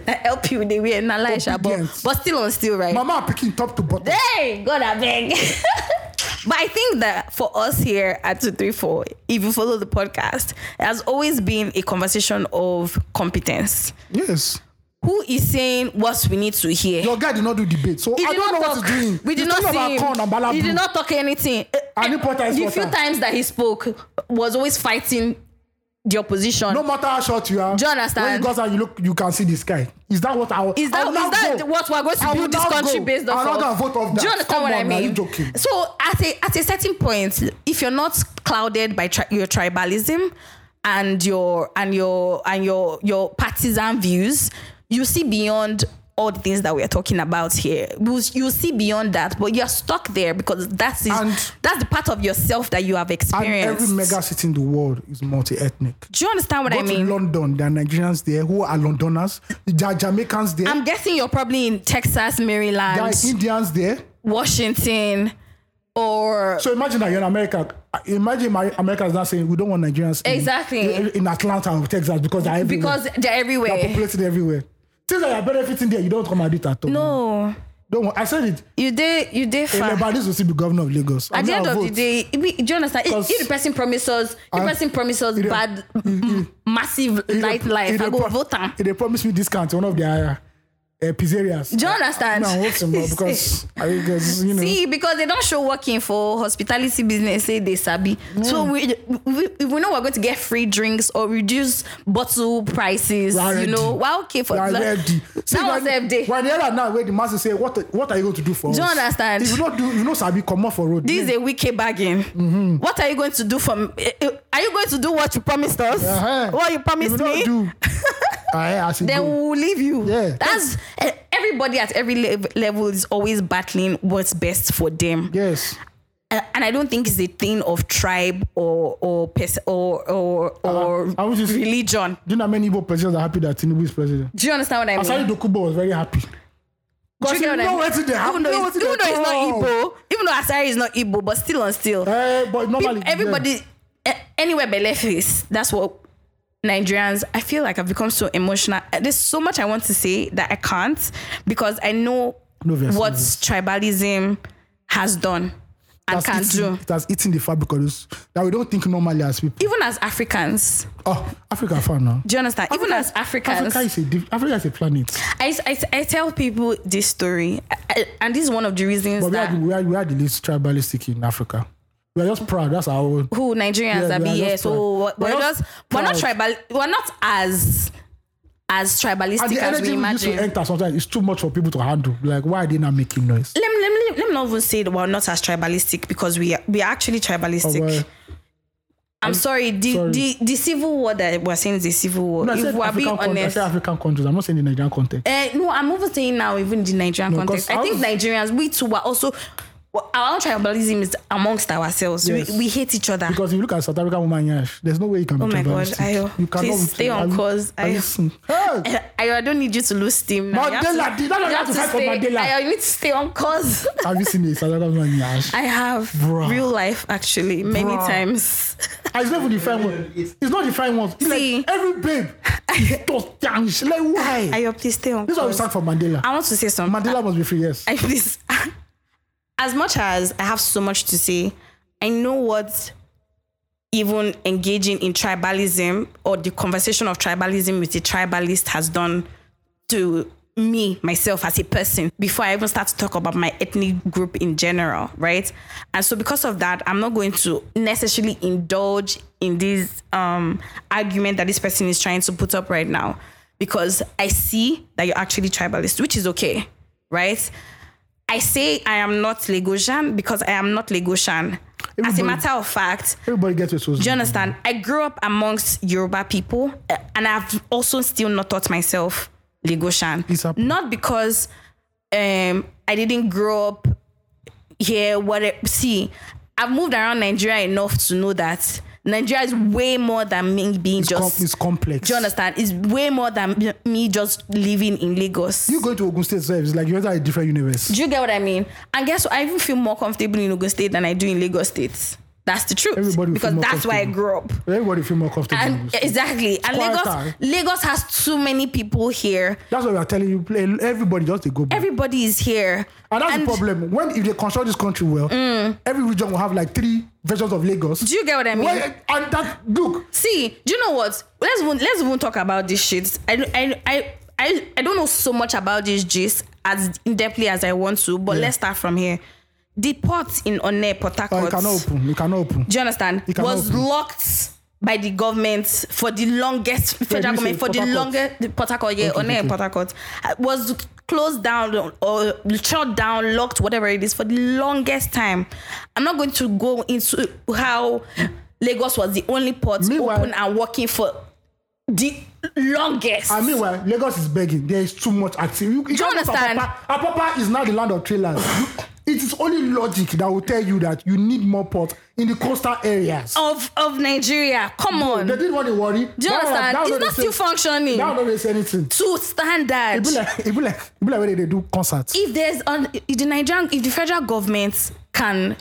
I help you with the way Nala Esha, but
Obedience.
but still on still right.
Mama are picking top to bottom.
Hey, God, I beg. but I think that for us here at 234, if you follow the podcast, it has always been a conversation of competence.
Yes.
Who is saying what we need to hear?
Your guy did not do debate, so
He
I
did
don't know
not
what
talk.
he's doing.
We did
he's
not
talking
see
about
him.
corn and balabru.
He did not talk anything.
And he potter is
the
water.
few times that he spoke was always fighting the opposition.
No matter how short you are,
Do you understand?
When you go out, you look, you can see the sky. Is that what I?
Is that
I
is
will not
that
go.
what we're going
I
to
will
build this
not
country
go.
based
I'm
off
not
of?
gonna vote off that.
Do you understand
Come
what
on,
I
now,
mean?
you joking.
So at a at a certain point, if you're not clouded by tri- your tribalism and your and your and your your partisan views, you see beyond all the things that we are talking about here. You you see beyond that, but you're stuck there because that is
And-
that's the part of yourself that you have
And
experienced.
every mega city in the world is multi-ethnic.
Do you understand what
Go
I mean?
to London, there are Nigerians there who are Londoners. There are Jamaicans there.
I'm guessing you're probably in Texas,
there
Maryland,
are Indians there.
Washington, or
So imagine that you're in America. Imagine my America is not saying we don't want Nigerians in-
Exactly.
in, in Atlanta or Texas because they're everywhere.
because they're
they're
everywhere.
populated everywhere. Things that are benefiting there, you don't come and do it at all.
No,
Don't want, I said it.
you did, you did
In
far.
Lebanese will still be governor of Lagos.
At
I'm
the
not
end
a
of the
vote.
day, it be- do you understand? If
Because-
if the person promises, the
And-
person promises
It-
bad,
it-
m- massive
If they-
nightlife.
if
I
they
go
pro-
vote am.
If they promise me discount in one of their uh, uh, pizzerias.
Do you understand?
No, what's more because I guess you know.
See, because they don't show working for hospitality business, say they sabi. So we, we we know we're going to get free drinks or reduce bottle prices.
We are
You
ready.
know, wow, okay for
we are
like-
ready.
That was
when,
FD.
When the other now, where the master say, what, what are you going to do for
Do you
us?
understand?
If you not do, you know, Sabi, come off for road.
This is a wicked bargain.
Mm-hmm.
What are you going to do from? eh, eh, Are you going to do what you promised us?
Uh-huh.
What you
If you
promised
not
me?
do, Ah, I, I see
then
go.
we'll leave you.
Yeah.
That's eh, everybody at every le- level is always battling what's best for them.
Yes.
And, and I don't think it's a thing of tribe or or pers- or or, or
Uh-huh. I would just-
religion.
Do you know how many Igbo presidents are happy that Tinubu is president?
Do you understand what I mean?
Asari Dokubo was very happy. Because
you get
you know
what I
what
mean?
they have.
Even though,
you know
it's,
wetin dey
even though it's not
talk.
Igbo, even though Asari is not Igbo, but still on still.
Eh, but normally.
Peop- everybody eh, anywhere but left is that's what Nigerians I feel like I've become so emotional Eh, there's so much I want to say that I can't because I know
No verse, no
what
verse.
tribalism has done and
That's
can
eating,
do
that's eating the fabric of this that we don't think normally as people.
even as Africans
Oh, Africa fan now.
do you understand even as Africans
Africa is a diff- Africa is a planet.
I, I, I tell people this story I- I- and this is one of the reasons
But we are, the-
that
we are we are the least tribalistic in Africa. We are just proud. That's our own.
who Nigerians
Yeah,
that
we
be
are just
here so we're,
proud. We're
just
just
we're not
proud.
tribal we're not as as
And
tribalistic
the
as
energy
we
we used
imagine
to enter sometimes is too much for people to handle. Like why are they not making noise?
let me, let me, let me not even say that we're not as tribalistic because we are, we are actually tribalistic.
Or why-
I'm sorry the,
Oh, sorry.
the the civil war that we're saying is a civil war.
No, I
if
said
we're
African
being
countries- I
honest.
said African countries. I'm not saying the Nigerian context.
Eh, no, I'm over saying now, even the Nigerian
No,
context.
'cause
I think
I
Nigerians, we too, are also our own tribalism is amongst ourselves.
Yes.
We, we hate each other.
Because if you look at South African woman, yes, there's no way you can be
Oh my God,
tribalistic.
Ayo,
You
please stay on
Ayo,
course,
Ayo,
Ayo.
listen. Hey,
I, I don't need you to lose steam. Now. You have
Mandela
to-
did. That's why you have to fight for
stay,
Mandela.
I, you need to stay on course.
have you seen a South African woman? Yes.
I have
Bruh.
real life actually many
Bruh.
times.
Ah, it's not even the fine one. It's not the fine one. It's
See.
like every babe is just down. She's like, why?
Ayo, please stay on
this is what we
course.
sang for Mandela.
I want to say something.
Mandela must be free, yes.
I please, as much as I have so much to say, I know what even engaging in tribalism or the conversation of tribalism with a tribalist has done to me, myself as a person, before I even start to talk about my ethnic group in general, right? And so, because of that, I'm not going to necessarily indulge in this um, argument that this person is trying to put up right now, because I see that you're actually tribalist, which is okay, right? I say I am not Lagosian because I am not Lagosian. As
Everybody-
a matter of fact,
Everybody gets what
do you understand? I grew up amongst Yoruba people, uh, and I've also still not taught myself
It's
Legoshan.
happened.
Not because um, I didn't grow up here. What it, see, I've moved around Nigeria enough to know that Nigeria is way more than me being
It's, com-
just.
it's complex.
do you understand? It's way more than me just living in Lagos.
You go to Ogun State service, it's like you enter a different universe.
Do you get what I mean? And guess what? I even feel more comfortable in Ogun State than I do in Lagos State. That's the truth.
Everybody will feel
because
more
that's where I
comfortable.
grew up.
Everybody feel more comfortable. in Ogun
And
State.
exactly. And
quieter.
Lagos Lagos has too many people here.
That's what we are telling you. Play, everybody just they go back.
Everybody is here.
and that's the problem. When if they construct this country well,
Mm.
every region will have like three versions of Lagos.
Do you get what I mean?
Why- and that look, uh,
See, do you know what? Let's even, let's even talk about this shit. I I I I, I don't know so much about this gist as in depthly as I want to, but
Yeah.
let's start from here. The port in One Port
uh, you
Harcourt.
cannot open. You cannot open.
do you understand?
It cannot
Was
open.
locked by the government for the longest
did
federal
you
government
say
for the
Port Harcourt?
longest the Port Harcourt, yeah,
Okay,
on air
okay.
Port Harcourt uh, was closed down or shut down, locked, whatever it is, for the longest time. I'm not going to go into how Lagos was the only port
Meanwhile-
open and working for the longest.
And meanwhile, Lagos is begging. There is too much activity. You, you
Do you
can't go to
understand?
Apapa. Apapa is now the land of trailers. it is only logic that will tell you that you need more ports in the coastal areas.
of of Nigeria, come on.
They
Oh. Do
did what they worry.
you understand? It's not still functioning
Now don't say anything.
to
It
standard.
be like it be like it be like when they do concerts.
if there's on if the Nigerian if the federal government can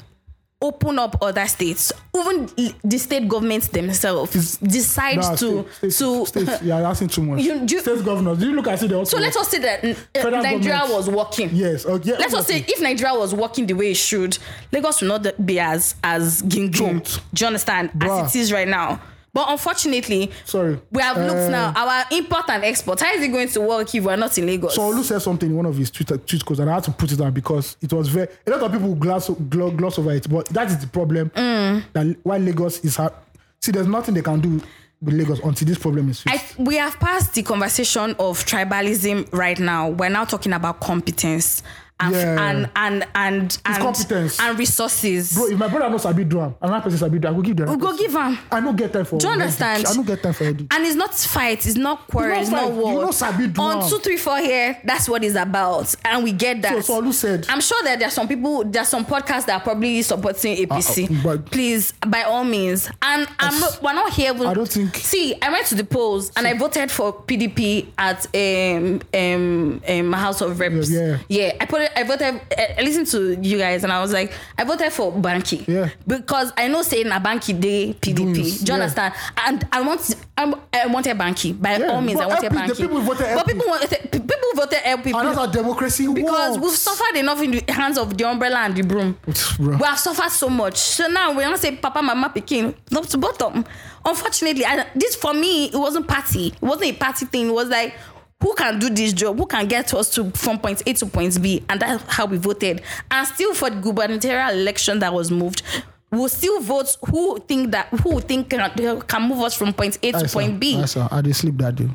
open up other states, even the state governments themselves
It's-
decide
Nah,
to
states,
to.
states, you are asking too much.
You- do you-
state governors, do you look at it?
so let us say that uh,
Federal
Nigeria
government.
was working.
Yes. Okay.
Let us say if Nigeria was working the way it should, Lagos would not be as as ginging.
Jumped.
Do you understand?
Bruh.
As it is right now. But unfortunately,
Sorry.
we have
Uh,
looked now. Our import and export. How is it going to work if we are not in Lagos?
So Olu said something in one of his Twitter tweet quotes, and I had to put it down because it was very a lot of people gloss gloss, gloss over it, but that is the problem.
Mm.
That why Lagos is ha- see, there's nothing they can do with Lagos until this problem is
I,
fixed.
th- we have passed the conversation of tribalism right now. We're now talking about competence. and
Yeah.
and and and and,
competence.
and resources.
Bro, if my brother knows Sabi do am, another person Sabi do, am, I go give them.
we go give him.
I no get time for.
Do you
all
understand?
this. I no get time for all this.
And it's not fight, it's not quarrel,
It's
it's
not
not
fight. You
war.
know Sabi do am.
On two, three, four here, that's what it's about, and we get
So
that.
Solu said,
I'm sure that there are some people, there are some podcasts that are probably supporting APC.
Uh, uh, but-
Please, by all means, and I'm not, we're not here. With,
I don't think-
See, I went to the polls and I voted for PDP at um um, um House of Reps.
Yeah,
I put it. I voted. I I listened to you guys and I was like, I voted for Banky.
Yeah.
Because I know saying a Banky day PDP.
Doings,
Do you
yeah.
understand? And I want I'm, I wanted Banky by
Yeah,
all means. I
but
wanted
LP, the
Banky.
people voted
but
LP.
people wanted people voted LP
and that's how democracy
because we've
works.
suffered enough in the hands of the umbrella and the broom.
Bro.
We have suffered so much. So now we don't say Papa, Mama, Peking, top to bottom. Unfortunately, I, this for me, it wasn't party. It wasn't a party thing. It was like, who can do this job? Who can get us to from point A to point B? And that's how we voted. And still for the gubernatorial election that was moved, we'll still vote who think that who think can, can move us from point A to
That's all.
point B.
That's all. I did sleep that day.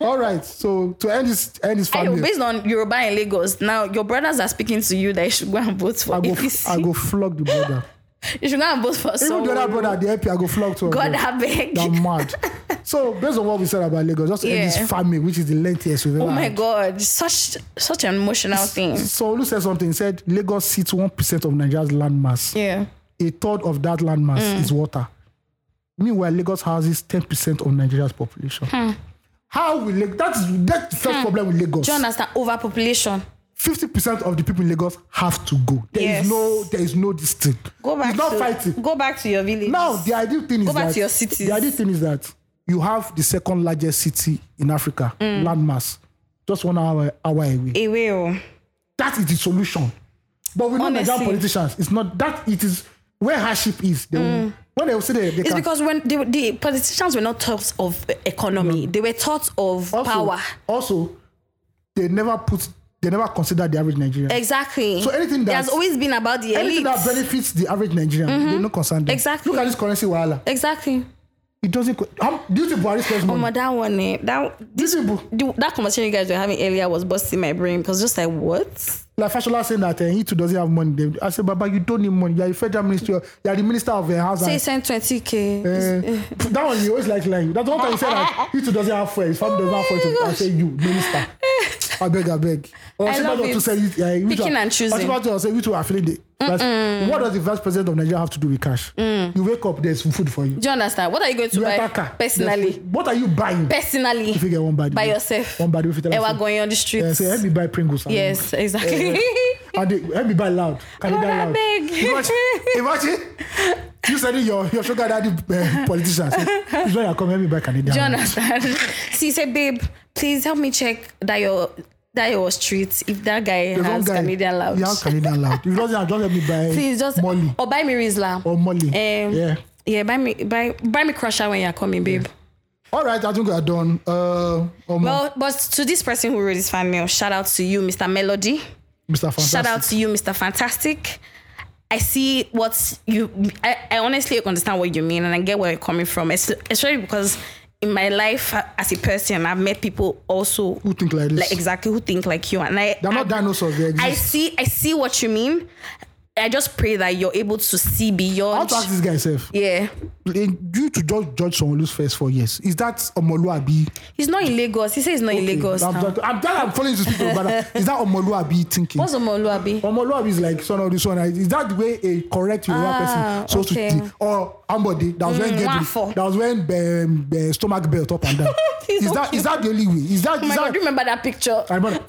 All right. So to end this, end this
Anyway,
family.
based on Yoruba in Lagos, now your brothers are speaking to you that you should go and vote for
I go,
APC.
I go flog the brother.
You should go and vote for
Even the
someone.
other brother, the LP, I go flog to.
God, I beg.
I'm mad. So based on what we said about Lagos, just end
Yeah.
this family, which is the lengthiest we've ever.
Oh my
had.
God, such such an emotional thing.
So Olu said something. He said Lagos seats one percent of Nigeria's landmass.
Yeah. Mm.
A third of that landmass is water. Meanwhile, Lagos houses ten percent of Nigeria's population.
Hmm.
How will Lagos? That's that's the first problem with Lagos.
Do you understand? Overpopulation.
fifty percent of the people in Lagos have to go. There is
Yes.
no, there is no distinct.
Go back.
It's not
to,
fighting.
Go back to your village.
Now the ideal thing
Go
is
back
that
to your cities.
the ideal thing is that you have the second largest city in Africa,
Mm.
landmass, just one hour hour away.
A will.
that is the solution. But we know Nigerian
Honestly.
politicians. It's not that. It is where hardship is. They will, when they will say they, they
Mm. It's
can.
because when the, the politicians were not taught of economy, they were taught of
also,
power.
Also, they never put. They never consider the average Nigerian.
Exactly.
So anything that-
there's always been about the
Anything
elite.
that benefits the average Nigerian, they're not concerned. them.
Mm-hmm. Exactly.
Look at this currency wahala. Mm.
exactly.
It doesn't. co- How, do you think Buhari spends money?
But that one, eh, that
These people,
the, that conversation you guys were having earlier was busting my brain because just like what?
like Fashola saying that uh, he too doesn't have money. They- I said, Baba, you don't need money. You're a federal minister. You're the minister of uh, house.
Say
and-
send twenty k.
Uh, that one you always like lying. That's one time you said that he too doesn't have friends. His family doesn't have friends. I say you, minister. I beg, I beg. Or
Oh I love
Osinbajo
it.
too said, you- yeah, you two
Picking
are-
and choosing. Mm.
Osinbajo will say you two are feeling the. That's, what does the vice president of Nigeria have to do with cash? You wake up, there's food for you.
Do you understand? What are you going to
You
Mm. buy
attack her.
personally?
There's- What are you buying?
Personally,
If you get one body.
by yourself.
One body. If you tell
ever
us.
going on the
Yeah,
streets.
say, help me buy Pringles. and-
yes, exactly.
And they, help me buy loud. Can you
Brother,
buy loud?
beg.
Imagine, imagine you said it, your, your sugar daddy uh, politician. Say, "This one you are coming, help me buy Canadian.
Do you
loud."
understand? so you say, babe, please help me check that your that your street if that guy
There's
has
one guy,
Canadian lounge.
He has Canadian lounge. If he doesn't have, "Ah, just let me buy
please just
Molly
or buy me Rizla.
or Molly.
um,
Oh, yeah.
yeah, buy me buy buy me crusher when you're coming, babe.
All right, I think we are done. Uh, um,
Well, but to this person who wrote this fan mail, shout out to you, Mr. Melody.
Mr. Fantastic.
Shout out to you, Mr. Fantastic. I see what you. I, I honestly understand what you mean, and I get where you're coming from. Es- Especially because in my life a- as a person, I've met people also
Who think like this?
like exactly who think like you, and I.
They're not
I,
dinosaurs. They
I
exist.
see. I see what you mean. I just pray that you're able to see
I
beyond.
want to ask this guy himself.
Yeah,
You to just judge someone who's first for years. Is that Omoluabi?
he's not in Lagos. He says he's not in Lagos.
I'm,
now.
just- I'm, glad I'm following this people, but is that Omoluabi thinking?
What's Omoluabi? Oh
Omoluabi is like son of this one. Is that the way a correct Yoruba
Ah,
person supposed
okay.
to think? Or Ambode, that was when
Mm,
Gedri,
Wafo.
that was when um, uh, stomach belt up and down.
He's
is
so
that is
cute.
that the only way? Is that
Oh
is
my God,
that?
do you remember that picture?
I remember.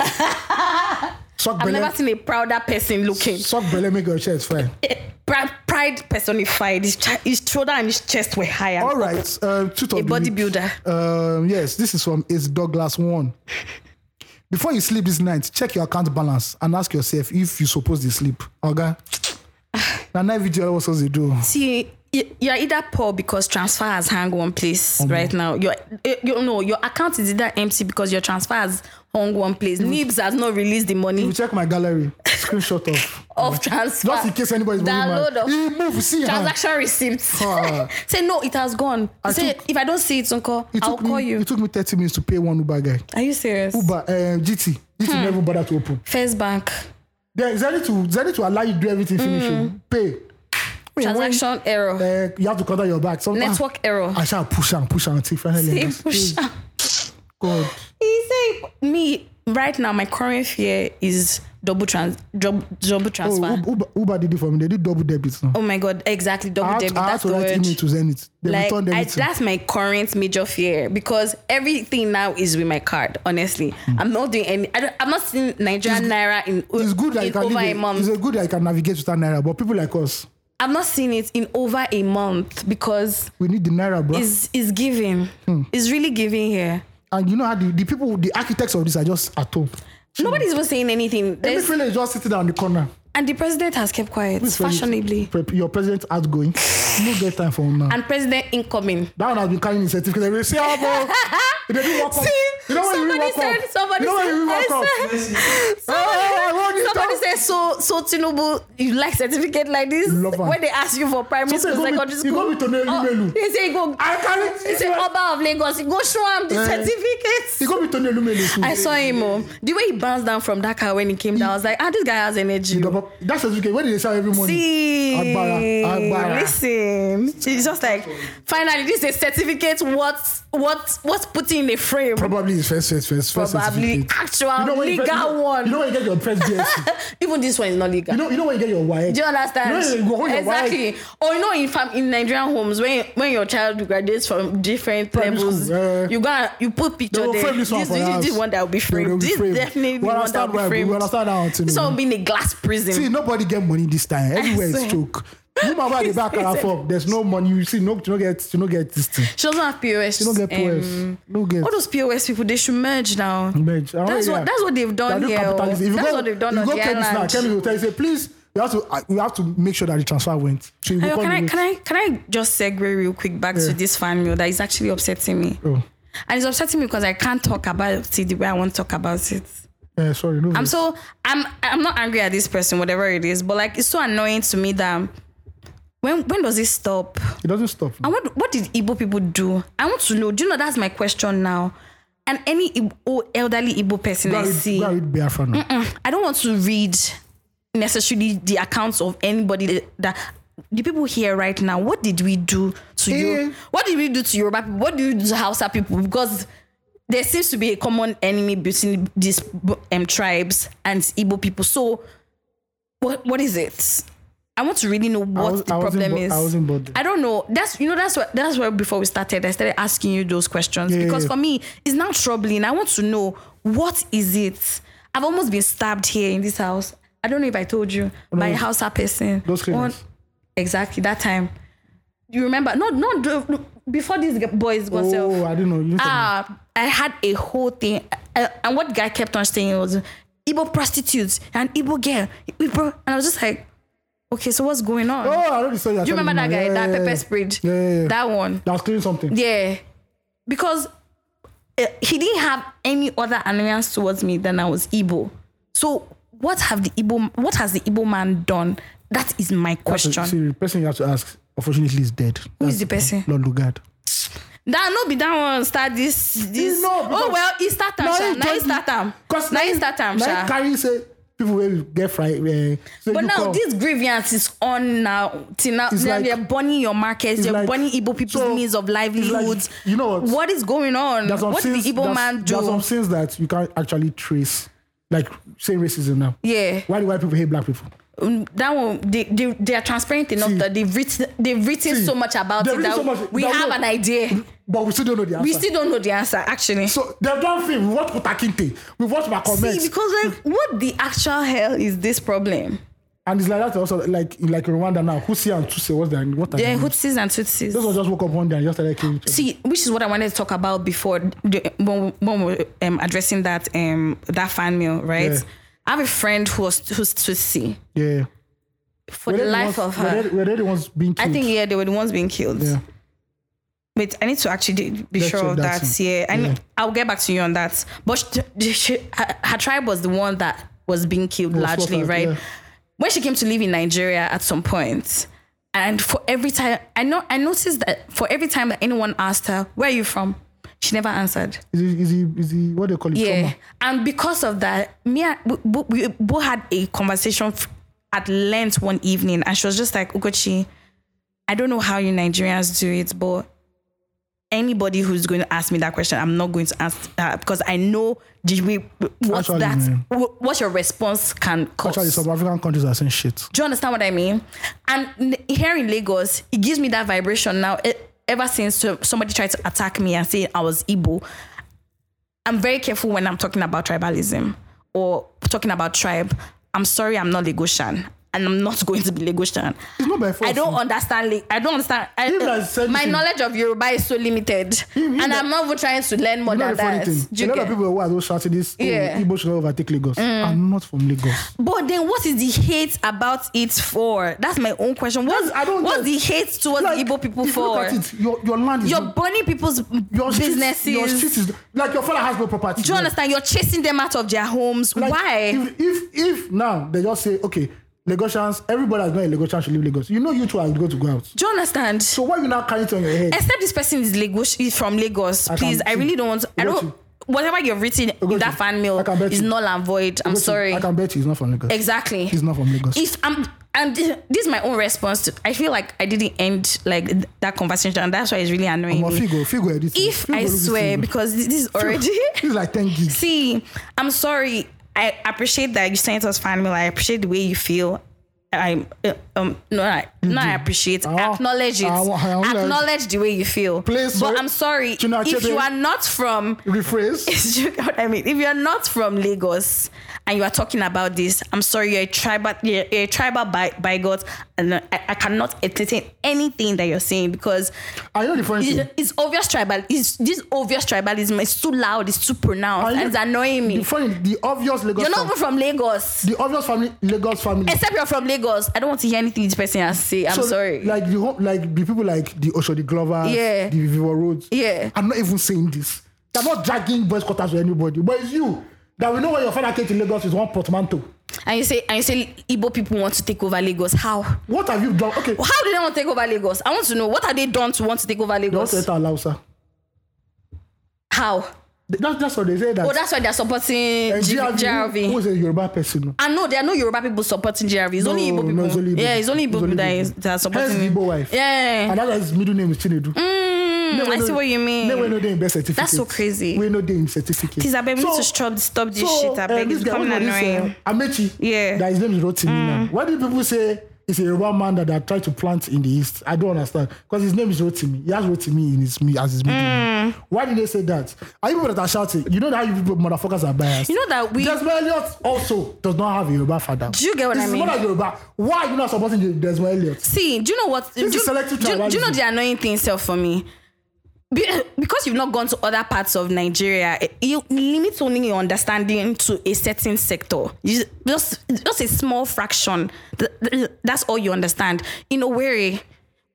Suck
I've
belle,
never seen a prouder person looking.
suck belle, make your chest fine.
Pri- pride personified. His, ch- his shoulder and his chest were higher.
All right, uh, tweet of the
A
week.
bodybuilder.
Um, yes, this is from Ace Douglas One. Before you sleep this night, check your account balance and ask yourself if you suppose to sleep. Okay. Na night vigil was supposed to do.
See, y- you're either poor because transfer has hung one place
Mm-hmm.
right now. Your, eh, you know, your account is either empty because your transfer has hung one place.
Mm-hmm.
Nibs has not released the
You
money
check my gallery. Screenshot of.
of transfer.
Mm-hmm. Just in case anybody's
Download
money
of
man. He move, see her.
transaction receipts.
Ah.
Say no, it has gone.
I
Say
took-
if I don't see it, uncle,
It
I'll
took
call
me.
you.
It took me 30 minutes to pay one Uber guy.
Are you serious?
Uber, uh, GT. You
Hmm.
should never bother to open.
First bank.
There is any to is any to allow you to do everything finish.
Hmm.
you Pay. When-
Transaction error.
Uh, you have to cover your back. Sometimes
Network error.
I shall push and push and take finally.
He
just-
push-
God.
He say me right now. My current fear is double trans, double, double
Oh,
transfer. Oh,
Uber, Uber did it for me. They did double debit now.
my god, exactly
I
Oh, double
had,
debit.
I had
That's
to
the
write
word.
email to Zenith. They
Like
returned
I,
everything.
that's my current major fear because everything now is with my card. Honestly, I'm not doing any. I don't, I'm not seeing Nigerian naira in, o-
Hmm. it's good that
in
you can
over a
live it.
month.
It's a good that you can navigate without naira. But people like us,
I'm not seeing it in over a month because
we need the naira, bro.
it's it's giving.
Hmm.
It's really giving here.
and you know how the, the people, the architects of this are just at home.
Nobody's even saying anything.
Every
There's,
fellow is just sitting down in the corner.
and the president has kept quiet,
This fellow is-
fashionably.
pre- Your president outgoing. no get time for him now.
And president incoming.
that one has been carrying his certificate. They will say, oh, bro. They didn't walk up.
See,
You know when you
somebody
walk
said-
up.
somebody
you know when
said-
you walk up. Oh,
I
I want you
Somebody
to-
said so so Tinubu, you like certificate like this
Love am.
when they ask you for primary
So
school,
say go
secondary
meet- you
school. Oh,
go meet Tonelu Melu.
he say go
I carry.
he say Oba of Lagos, go show him the
Eh.
certificates.
He go meet Tony Lumele too.
I saw him oh. the way he bounced down from that car when he came down, I was like, ah, this guy has energy. oh."
You double- That's certificate. Where did they sell every morning?
See,
Agbara, agbara.
listen. It's just like finally this is a certificate. What what what's put in a frame?
Probably his first, first, first, first
Probably
certificate.
actual
when you
legal
get- you know-
one.
You know when you get your press GST.
Even this one is not legal.
you know, you know when you get your wire.
Do you
You
understand?
know when you go hold your wire.
exactly. Or you know, in fam- in Nigerian homes, when when your child graduates from different
Primary
levels,
school, yeah.
you gonna you put
They
picture
will
there.
frame this one
this
for
this
us.
is the one that will be framed. This definitely
we
the one that
understand
will be
why, We
framed.
understand that one.
This one will
Tinu.
be in a glass prison.
See, nobody get money this time. Everywhere is
swear.
choke. You mama at the back and forth. There's no money. You see, no, you don't get, you don't get this thing.
she doesn't have POS.
You don't get POS.
um,
no get.
all those POS people, they should merge now.
Merge. I don't
That's
know,
what-
yeah.
that's what they've done
They are doing
here, oh.
capitalism. If you
That's
go-
what they've done
you
on
go
the
Kemis now.
island.
Kemis will tell you, say, please, we have to, uh, we have to make sure that the transfer went. So you go
Ayo,
call
can
the
I
rate.
can I can I just segue real quick back
Yeah.
to this fan mail that is actually upsetting me,
Oh,
and it's upsetting me because I can't talk about it the way I want to talk about it.
eh, sorry, no.
I'm so I'm I'm not angry at this person, whatever it is, but like it's so annoying to me that when when does it stop?
it doesn't stop.
And what what did Igbo people do? I want to know. Do you know that's my question now? And any Igbo, oh, elderly Igbo person
Go
I
and read,
see,
go and read Biafra
Mm.
now.
I don't want to read necessarily the accounts of anybody that the people here right now. What did we do to
Eh.
you? What did we do to Yoruba people? What did we do to Hausa people? Because there seems to be a common enemy between these um, tribes and Igbo people. So, what what is it? I want to really know what
was-
the
I wasn't
problem
bo-
is.
I wasn't bothered.
I don't know. That's you know that's what that's where before we started, I started asking you those questions
Yeah,
because
yeah.
for me it's now troubling. I want to know what is it. I've almost been stabbed here in this house. I don't know if I told you by a
those-
Hausa person.
those cleaners.
exactly that time. You remember? No, no. the- Before these g- boys got self
Oh, I don't know. You need to-
ah, I had a whole thing. Uh, and what guy kept on saying was Igbo prostitutes and Igbo girl. Igbo. And I was just like, okay, so what's going on?
oh, I already saw that.
Do you remember that guy, that pepper sprayed?
Yeah, yeah, yeah.
That one.
That was cleaning something.
Yeah. Because uh, he didn't have any other annoyance towards me than I was Igbo. So what have the Igbo, what has the Igbo man done? That is my
That's a-
question.
See, the person you have to ask, unfortunately, is dead.
Who is the person?
Lord Lugard.
that no be that one start this this
No,
oh
because-
well e start am sha na e start am na e start am
Now
sha
carry say people will get fried. Uh, so
but
you
now
come.
this grievance is on now till now
It's
now
like-
they are burning your markets they are
like-
burning igbo people's
so,
means of livelihoods
like, you know what?
what is going on
There's some
what did
things-
the igbo
there's-
man
There's some
do
things that you can't actually trace. Like say racism now.
yeah
Why do white people hate black people?
um, that one they, they they are transparent enough
See.
that they've written they've written
See,
so much about
they've
it
written
that
so much-
we
that
have
we-
an idea
But we still don't know the answer.
we still don't know the answer actually
so they've done film. We watch Kota Kinte. We watch my
see
comments.
because like what the actual hell is this problem.
and it's like that also like in like in Rwanda now. Husi and Tutsi, what's their what are
Yeah,
their names?
Hootsies and Tootsies.
Those ones just woke up one day and just started killing each other.
See, which is what I wanted to talk about before the, when, when we were um, addressing that um that fan mail, right?
Yeah.
I have a friend who was who's Tutsi.
Yeah.
For
Were
the
they
life
ones,
of her,
Were they, were they the ones being
I
killed?
think yeah, they were the ones being killed.
Yeah.
Wait, I need to actually d- be
Let's
sure
check
of
that
that.
soon.
Yeah, and
Yeah.
I'll get back to you on that. But she, she, her, her tribe was the one that was being killed
Was
largely,
slaughtered,
right?
yeah.
When she came to live in Nigeria at some point, and for every time I know I noticed that for every time that anyone asked her, "Where are you from?" She never answered.
Is he, is he, is he what they call it?
Yeah.
Trauma.
And because of that, me and we, bo- we both had a conversation f- at length one evening, and she was just like, Ugochi, I don't know how you Nigerians do it, but anybody who's going to ask me that question, I'm not going to ask that because I know the re- what
Actually,
that
yeah.
wh- what your response can cause.
Actually, some African countries are saying shit.
Do you understand what I mean? And n- here in Lagos, it gives me that vibration now. E- ever since so- somebody tried to attack me and say I was Igbo, I'm very careful when I'm talking about tribalism or talking about tribe. I'm sorry, I'm not Lagosian. And I'm not going to be Lagosian.
It's not by force.
I don't understand. Lag- I don't understand. I,
Him that said
my
it.
knowledge of Yoruba is so limited,
him
and
that-
I'm not even trying to learn more
You know
than
the funny
that.
thing.
Do
A
you
lot of
get?
people who are those shouting this, oh,
Yeah. Mm.
Igbo should not overtake Lagos. I'm not from Lagos.
But then what is the hate about it for? That's my own question. What's,
I don't
what's
get-
the hate towards
Like,
Igbo people
if you
for?
look at it, your, your land is
You're
not-
burning people's
your street-
businesses.
your street is like your father has no property.
Do you
there.
understand? You're chasing them out of their homes.
Like,
Why?
If, if if now they just say, okay, Lagosians, everybody that's not a Lagosian should leave Lagos. You know you two are going to go out.
Do you understand?
So why you now carry it on your head?
Except this person is Lagos, is from Lagos.
I can
Please, I
see.
really don't want. I
I got
don't.
you.
Whatever you've written
got
in that
you.
fan mail
I can bet
is
you.
null and void. I'm
Listen,
sorry.
I can bet you he's not from Lagos.
Exactly.
He's not from Lagos.
if I'm and this is my own response to I feel like I didn't end like th- that conversation and that's why it's really annoying.
Omo,
me.
Figo, Figo edit it.
If
Figo
I
look this
swear,
Figo.
because this this is already
This is like 10 gigs.
see, I'm sorry. I appreciate that you sent us fan mail. I appreciate the way you feel. I'm uh, um no I, no I appreciate
I want-
acknowledge it
Mm-hmm. Ah, I want- I want-
acknowledge the way you feel
Please,
but
sorry.
I'm sorry
Chinua
if you
Achebe.
are not from
Rephrase.
do you know what I mean? If you're not from Lagos and you are talking about this, I'm sorry, you're a tribal, you're a tribal by, by God, and I, I cannot entertain anything that you're saying because
I know the funny thing.
it's, it's obvious tribal. It's this obvious tribalism. It's too loud. It's too pronounced.
I know-
and it's annoying me.
The funny, the obvious Lagos.
You're not
fam-
even from Lagos,
the obvious family, Lagos family.
except you're from Lagos. I don't want to hear anything this person has to say. I'm
So,
sorry.
Like the whole- like the people like the Oshodi Glover,
Yeah.
the Vivo Roads.
Yeah.
I'm not even saying this. They're not dragging boys quarters with anybody, but it's you that we know where your father came to Lagos is one portmanteau.
and you say and you say Igbo people want to take over Lagos. How? How
What have you done? Okay,
do they want to take over Lagos? I want to know what have they done to want to take over
they want to
Lagos?
enter Lausa.
How?
That's that's what they say that.
Oh, that's why they're supporting
and
G-
GRV, who- who
GRV.
is a Yoruba person?
I know there are no Yoruba people supporting GRV. It's
No,
only Igbo people.
no, it's only Igbo.
Yeah, it's only Igbo
It's
people
only
that
Igbo.
is that are supporting.
Hence
him.
Igbo wife.
Yeah.
And that guy's middle name is Chinedu.
Mm, I see what you mean.
Then we know them birth certificate.
That's so crazy.
We know them certificate.
Please, I beg we need
So-
to stop stop this shit. I
uh,
beg it's
guy,
becoming
what was this,
annoying.
uh, Amechi.
Yeah. Mm.
That his name is Rotimi now. Why do people say it's a Yoruba man that they tried to plant in the East? I don't understand. Because his name is Rotimi. He has Rotimi in his me as his middle
Mm.
name. Why did they say that? Are you people that are shouting? You know that you people motherfuckers are biased.
You know that we.
Desmond Elliot also does not have a Yoruba father.
Do you get what
This
I
is
mean?
more like Yoruba. Why are you not supporting the Desmond Elliot?
See, do you know what? Do,
is selective
do, do you know
tribalism.
the annoying thing itself for me? Be, because you've not gone to other parts of Nigeria, it, you limit only your understanding to a certain sector. You, just, just a small fraction. Th- th- That's all you understand. In Owerri,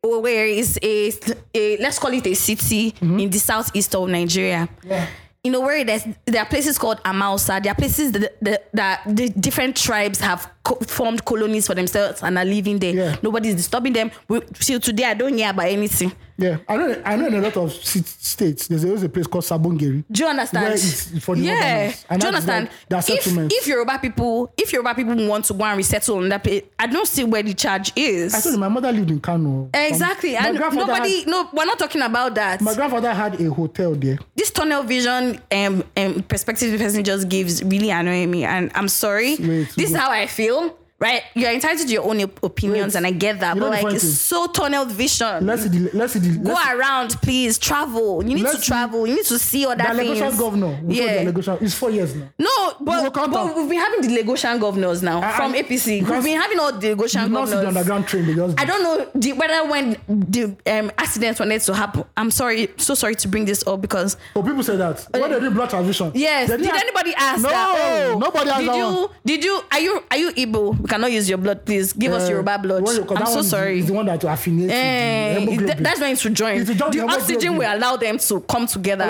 Owerri is a, a let's call it a city in the southeast of Nigeria.
Mm-hmm. Yeah.
In Owerri, there's, there are places called Amausa. There are places that, that, that the different tribes have co- formed colonies for themselves and are living there.
Yeah.
Nobody's disturbing them. We, till today, I don't hear about anything.
Yeah, I know. I know in a lot of sit- states, there's always a place called Sabongeri.
Do you understand?
Where it's for the
yeah.
Yorubas. And
Do you
that's
understand?
like- that's
if,
settlements.
if Yoruba people, if Yoruba people want to go and resettle on that place, I don't see where the charge is.
I told you my mother lived in Kano.
exactly.
Um, my
and
grandfather
nobody,
Had,
no, we're not talking about that.
my grandfather had a hotel there.
this tunnel vision um, um perspective the person just gives really annoying me and i'm sorry
Wait,
this is
wait.
how i feel right you're entitled to your own op- opinions
Wait.
and i get that
You know
but
the
like
funny
it's
thing?
so tunnel vision
Let's see the. Let's see the.
go
let's,
around please travel you need to
Let's-
travel you need to see other
the
things
Lagosian governor. We
Yeah.
yeah. The Lagosian, it's four years now.
no,
will
but,
count
but
up.
we've been having the Lagosian governors now
I- I-
from APC. We've
because
been having all the Lagosian
You not see the
governors.
underground train. They just.
I don't know the, whether when the um, accidents wanted to happen. I'm sorry, so sorry to bring this up because
Oh, people say that. when they did blood transfusion.
Eh. Yes.
they
Did
didn't-
anybody ask
No,
that? Oh,
nobody asked
did
that
you,
one.
Did you? Are you? Are you Igbo? We cannot use your blood. Please give us
Uh,
Yoruba blood.
when you- 'cause
I'm
that
so
one is the-
sorry.
Is the one that affiliates.
Eh, it- th- that's when it should join.
It should join
the
the
oxygen
hemoglobin.
will allow them to come together.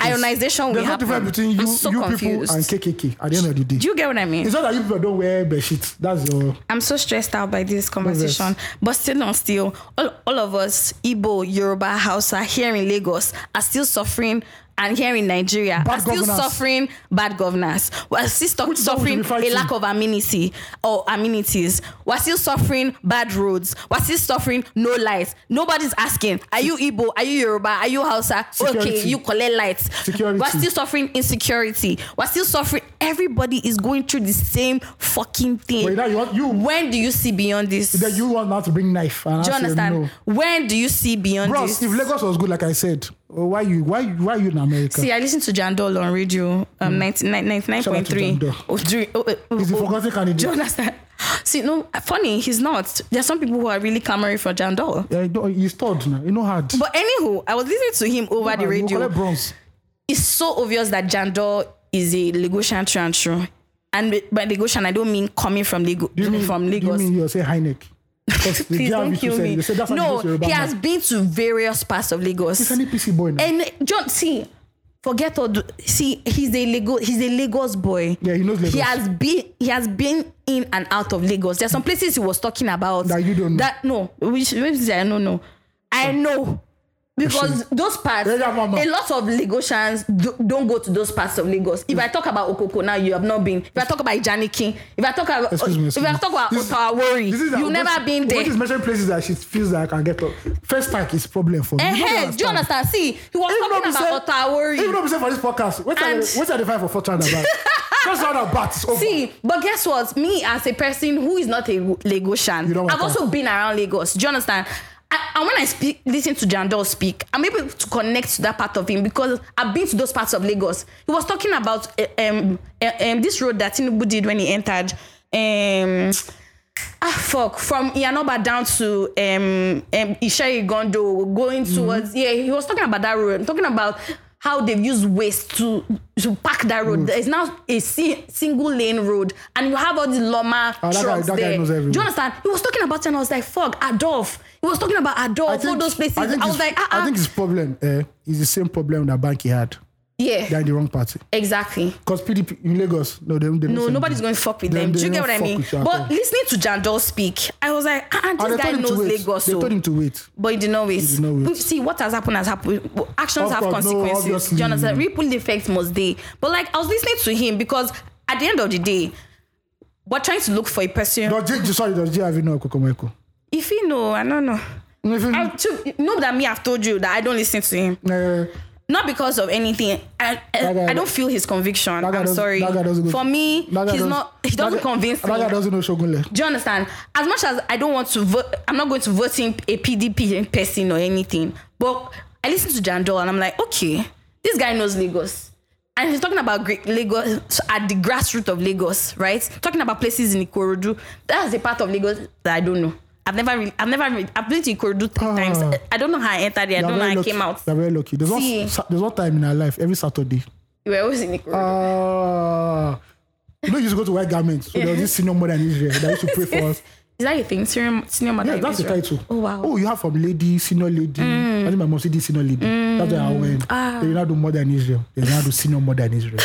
Ionization will
There's no
happen.
difference between you,
I'm so
you
confused.
people and KKK. At the end of the day,
Do you get what I mean?
it's not that you people don't wear bedsheets. That's your.
I'm so stressed out by this conversation. But still on still, all, all of us, Igbo, Yoruba, Hausa, here in Lagos, are still suffering and here in Nigeria
Bad
are still
governance.
suffering bad governance. We're still stu-
Which is what we
suffering
should be
a
fighting.
lack of amenity or amenities. We're still suffering bad roads. We're still suffering no lights. Nobody's asking, are you Igbo? Are you Yoruba? Are you Hausa? Okay,
Security.
you collect lights.
Security.
We're still suffering insecurity. We're still suffering. Everybody is going through the same fucking thing.
Wait, now you want you
when do you see beyond this?
then you want now to bring knife. And I
Do you
say
understand?
No.
When do you see beyond
Bros,
this?
if Lagos was good, like I said, Oh, why you why why you in America?
See, I listen to Jandol on radio, um, 99.3.
Hmm. Shout out to Jandol.
Oh, do you- oh, oh, oh,
He's a
oh.
forgotten candidate.
Do you understand? See, no, funny, he's not. There are some people who are really clamoring for Jandol.
Yeah, you don't- you stored now. You know hard.
But anywho, I was listening to him over the
You
radio.
collect bronze.
It's so obvious that Jandol is a Lagosian true and true. And by Lagosian, I don't mean coming from, Lego-
Do you mean
from
Do you
Lagos.
mean you say high neck? Because they
Please
get
don't
with you
kill
say-
me.
they say that's how
no,
you go to Yoruba
he
man.
has been to various parts of Lagos.
He's an EPC boy now.
And John, see, forget all. The, see, he's a Lagos. He's a Lagos boy.
Yeah, he knows Lagos.
He has been. He has been in and out of Lagos. There's some places he was talking about
That you don't know.
That no, which which I don't know. I know. Because those parts,
Yeah, yeah, mama.
a lot of Lagosians do, don't go to those parts of Lagos. If I talk about Okoko now, you have not been. If I talk about Ijaniki, if I talk about
Excuse me,
if
excuse
I
me.
talk about
This-
Otawori,
This is
you've never been there.
She's mentioning places that she feels that I can get. up. First tank is problem for me. You don't
Ehe, Eh, do you understand? See, he was
Even though
talking
we
about
say-
Otawori.
Even though we say for this podcast, wait till
And-
they- wait till they find for four round about. First round of bats. over.
See, but guess what? Me as a person who is not a Lagosian,
You don't
I've
matter.
also been around Lagos. Do you understand? I, and when I speak, listen to Jandol speak, I'm able to connect to that part of him because I've been to those parts of Lagos. He was talking about eh, um, eh, um, this road that Tinubu did when he entered. Um, ah fuck from Ianoba down to um, um Ishei Gondo going
Mm-hmm.
towards yeah he was talking about that road talking about how they've used waste to to pack that road
Mm.
there is now a si- single lane road and you have all the loma
Ah, that guy-
trucks
that guy
there
knows
do
everywhere.
you understand he was talking about it and I was like fuck Adolf he was talking about Adolf all those places I,
think
was
his-
like ah,
I
ah.
think his problem eh, is the same problem that Banky had.
yeah
They're in the wrong party.
exactly
Because PDP in Lagos, no, them. them
no nobody's going to fuck with
Them-
them, do
they
you get
don't
what I
fuck
mean
with you at all.
but listening to Jandol speak I was like ah, ah
And
this
they
guy
told him to
knows
wait.
Lagos
They
so.
told him to wait.
But you did not wait.
did not wait.
But See, what has happened has happened. Actions
Of
have
course, no,
consequences.
obviously.
Do you understand? Ripple effect must they. But like, I was listening to him because at the end of the day, we're trying to look for a person.
Does J, sorry, does J have you know Kokomeko?
If you know, I don't know.
If you-
I, to, know that me, I've told you that I don't listen to him.
eh,
Not because of anything. I, I,
That guy-
I don't feel his conviction.
that guy
I'm
doesn't-
sorry.
that guy doesn't go-
For me,
that guy
he's
doesn't-
not. He doesn't
that guy-
convince me.
That guy doesn't know Shogunle.
Do you understand? As much as I don't want to vote, I'm not going to vote in a PDP in person or anything. But I listen to Jandol and I'm like, okay, this guy knows Lagos. And he's talking about Great Lagos at the grassroots of Lagos, right? Talking about places in Ikorodu. That's a part of Lagos that I don't know. I've never, really, I've never, really, I've been to Ikorodu three
Ah.
times. I don't know how I entered there. I
They are
don't know
very
how I
lucky.
came out.
They're very lucky. There's one,
See.
there's one time in our life, every Saturday.
We were always in Ikorodu.
Ah. you know, you used to go to white garments. So there was this senior mother in Israel that used to pray for us.
Is that a thing? Senior, senior mother.
Yeah,
in
that's the
Israel?
title.
Oh wow. Mm.
Oh, you have from lady, senior lady. I think my mom said this senior lady. That's where I went.
Ah.
They now do mother in Israel. They now do senior mother in Israel.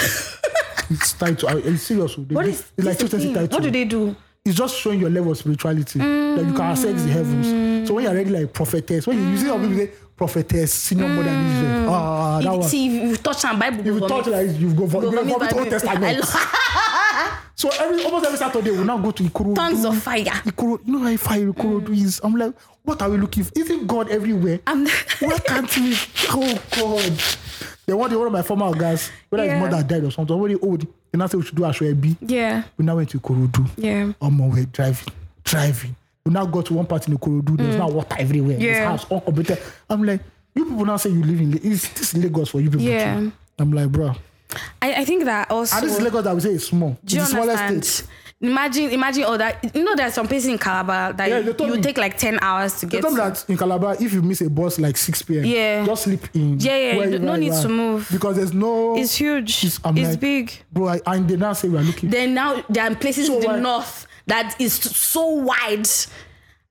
it's title. Are you serious? oh. They
what
do-
is
it's like
this the
children's
thing?
title.
What do they do?
it's just showing your level of spirituality that you can access the heavens. So when you're already like prophetess, when you, you see how people say prophetess, senior mother in Israel. Ah, that
Mm. If-
one.
see, if you touch on Bible,
If you
go
touch
vomit.
like this, you go for you go
Government
vomit Old
Bible. I
Testament.
love
So every almost every Saturday we now go to Ikorodu.
Tons of fire.
Ikorodu, you know how fire Ikorodu is. I'm like, what are we looking for? Isn't God everywhere?
Mm. I'm-
Why can't we? Oh God. Then one day one of my former guys, whether
Yeah.
his mother died or something, already old, and I said we should do Ashwebi.
Yeah,
We now went to Ikorodu.
yeah.
Omo, we're driving, driving. We now got to one part in Ikorodu. There's now water everywhere.
Mm. Yeah.
There's house uncompleted. I'm like, you people now say you live in. La- Is this Lagos for you people?
Yeah.
too? I'm like, bro.
I, I think that also.
And this is Lagos that we say is small. It's
do you
the smallest
understand?
state.
Imagine, imagine all that. You know, there are some places in Calabar that
Yeah, they told
you
me.
take like ten hours to
They
get.
told me
to.
that in Calabar, if you miss a bus like 6 p.m.,
Yeah.
just sleep in.
Yeah, yeah,
wherever
no
you
need
are.
to move.
Because there's no.
It's huge.
It's-
It's,
I'm like-
big.
bro, I, and they now say we are looking.
Then now there are places
So
in the
wide.
north that is so wide.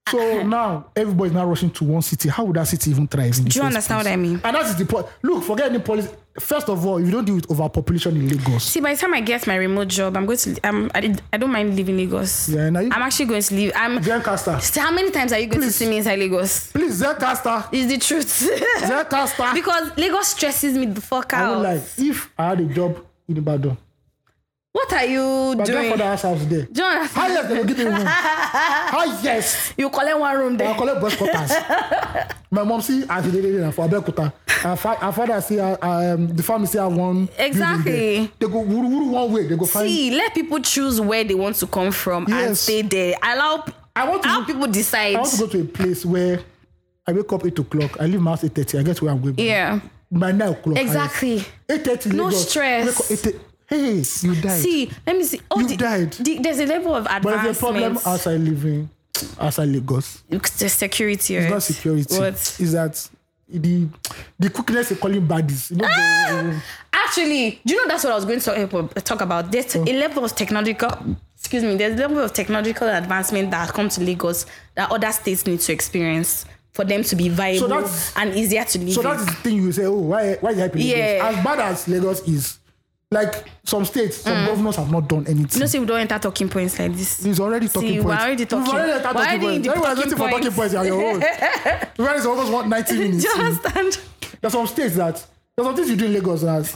So now everybody's now rushing to one city. How would that city even thrive?
Do you understand what I mean?
And that is the point. Look, forget any policy. First of all, if you don't deal with overpopulation in Lagos,
See, by the time I get my remote job, I'm going to. Um, I, did- I don't mind leaving Lagos.
Yeah, and are you-
I'm actually going to leave. I'm.
Zencaster,
So how many times are you going
Please.
to see me inside Lagos?
please Zencaster,
Is the truth.
Zencaster.
because Lagos stresses me the fuck
I
out.
would like if I had a job in Ibadan,
what are you
but that
doing,
for the house I was there.
John?
Highest they will give me room. Highest.
You collect one room
I
there.
collect boys quarters. My mom see as they did for Abekuta. Her fa- her father see uh, um, the family see have one. building
Exactly.
there. They go wuru wuru one way. They go find.
See, let people choose where they want to come from and
Yes.
stay there. Allow.
I want to
allow
go-
people decide.
I want to go to a place where I wake up eight o'clock. I leave my house eight thirty. I get where I'm going.
yeah.
By nine o'clock.
Exactly.
Eight thirty.
No stress.
Hey, you died.
See, let me see. Oh,
You
the-
died.
the- there's a level of
but there's
advancement.
a problem outside living outside Lagos.
It's just security. Right?
It's not security.
What?
Is that the the quickness they calling baddies? You know,
Ah!
the-
Actually, do you know that's what I was going to talk, talk about? There's a level of technological, excuse me, there's a level of technological advancement that has come to Lagos that other states need to experience for them to be viable
that's-
and easier to live
so
in.
that's the thing you say. Oh, why why is it happening? in
Yeah.
Lagos? As bad as Lagos is, like some states, some
Mm.
governors have not done anything.
You know, say we don't enter talking points like this.
He's already talking
See, we're
points.
already talking-
We've already
we're
talking
already in
points.
the
Everyone's
talking
waiting for talking points.
points.
You're your own. Where is almost what ninety
Do
minutes?
you understand?
There's some states that there's some things you do in Lagos that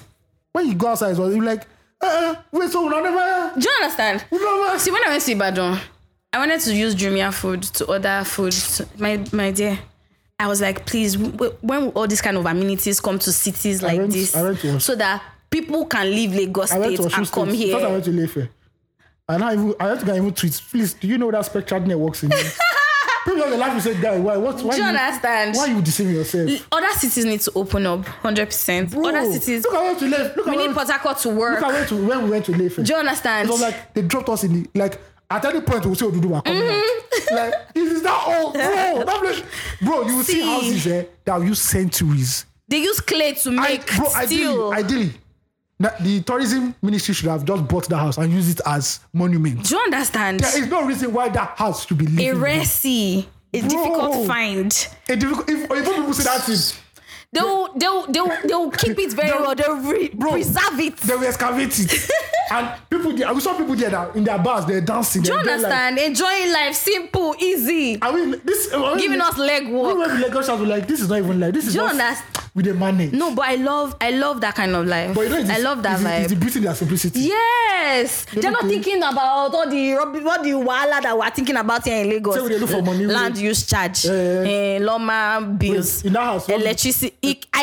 when you go outside, as well, you're like, uh, wait, so we never,
Do you understand?
we never.
See, when I went to Ibadan, I wanted to use Jumia food to order food. My my dear, I was like, please, w- w- when will all these kind of amenities come to cities like
went-
this,
I went to Osun.
so that people can leave Lagos
I went
State
to
and
Osun
come
State. First, I
here?
went to Lefe. And I even, I had to go and even tweet. Please, do you know that Spectral Networks in here? People on the laugh and say, guy, why? What, why
Do you understand?
Why you deceiving yourself?
Other cities need to open up, hundred percent.
Bro,
Other cities,
Look at where to Lefe. Look at
we
where
need Port Harcourt to work.
Look at where to, when we went to Lefe.
Do
It
you understand?
was like, they dropped us in the, like, at any point, we'll see Odudu are
Mm-hmm.
coming out. Like, this is that old, bro. That place, bro, you will see,
See.
houses eh, that will use centuries.
They use clay to
I,
make
bro,
steel.
ideally, ideally, na- the tourism ministry should have just bought that house and used it as monument.
Do you understand?
There is no reason why that house should be
A
living.
rare sea is
Bro.
difficult to find.
A difficult, if, if people say that thing,
They'll they'll they'll they'll keep it very
They'll-
well. They'll re-
bro,
preserve it.
they will excavate it. and people there, we saw people there that in their bars, they're dancing.
Do you
they're doing Like,
understand? Enjoying life, simple, easy.
I mean, this I mean,
Giving us leg
We
work.
went to Lagos and we're like, this is not even like this is
Do you
not
understand?
with the money.
No, but I love I love that kind of life.
but you know, it's,
I love that
it's,
vibe.
It's the beauty in their simplicity.
yes. They're not
look-
thinking about all the rub- all the wahala that we're thinking about here in Lagos.
Say we dey look for money, we-
Land use charge,
Eh, eh.
eh, lawma bills,
Wait, in that house, what-
electricity,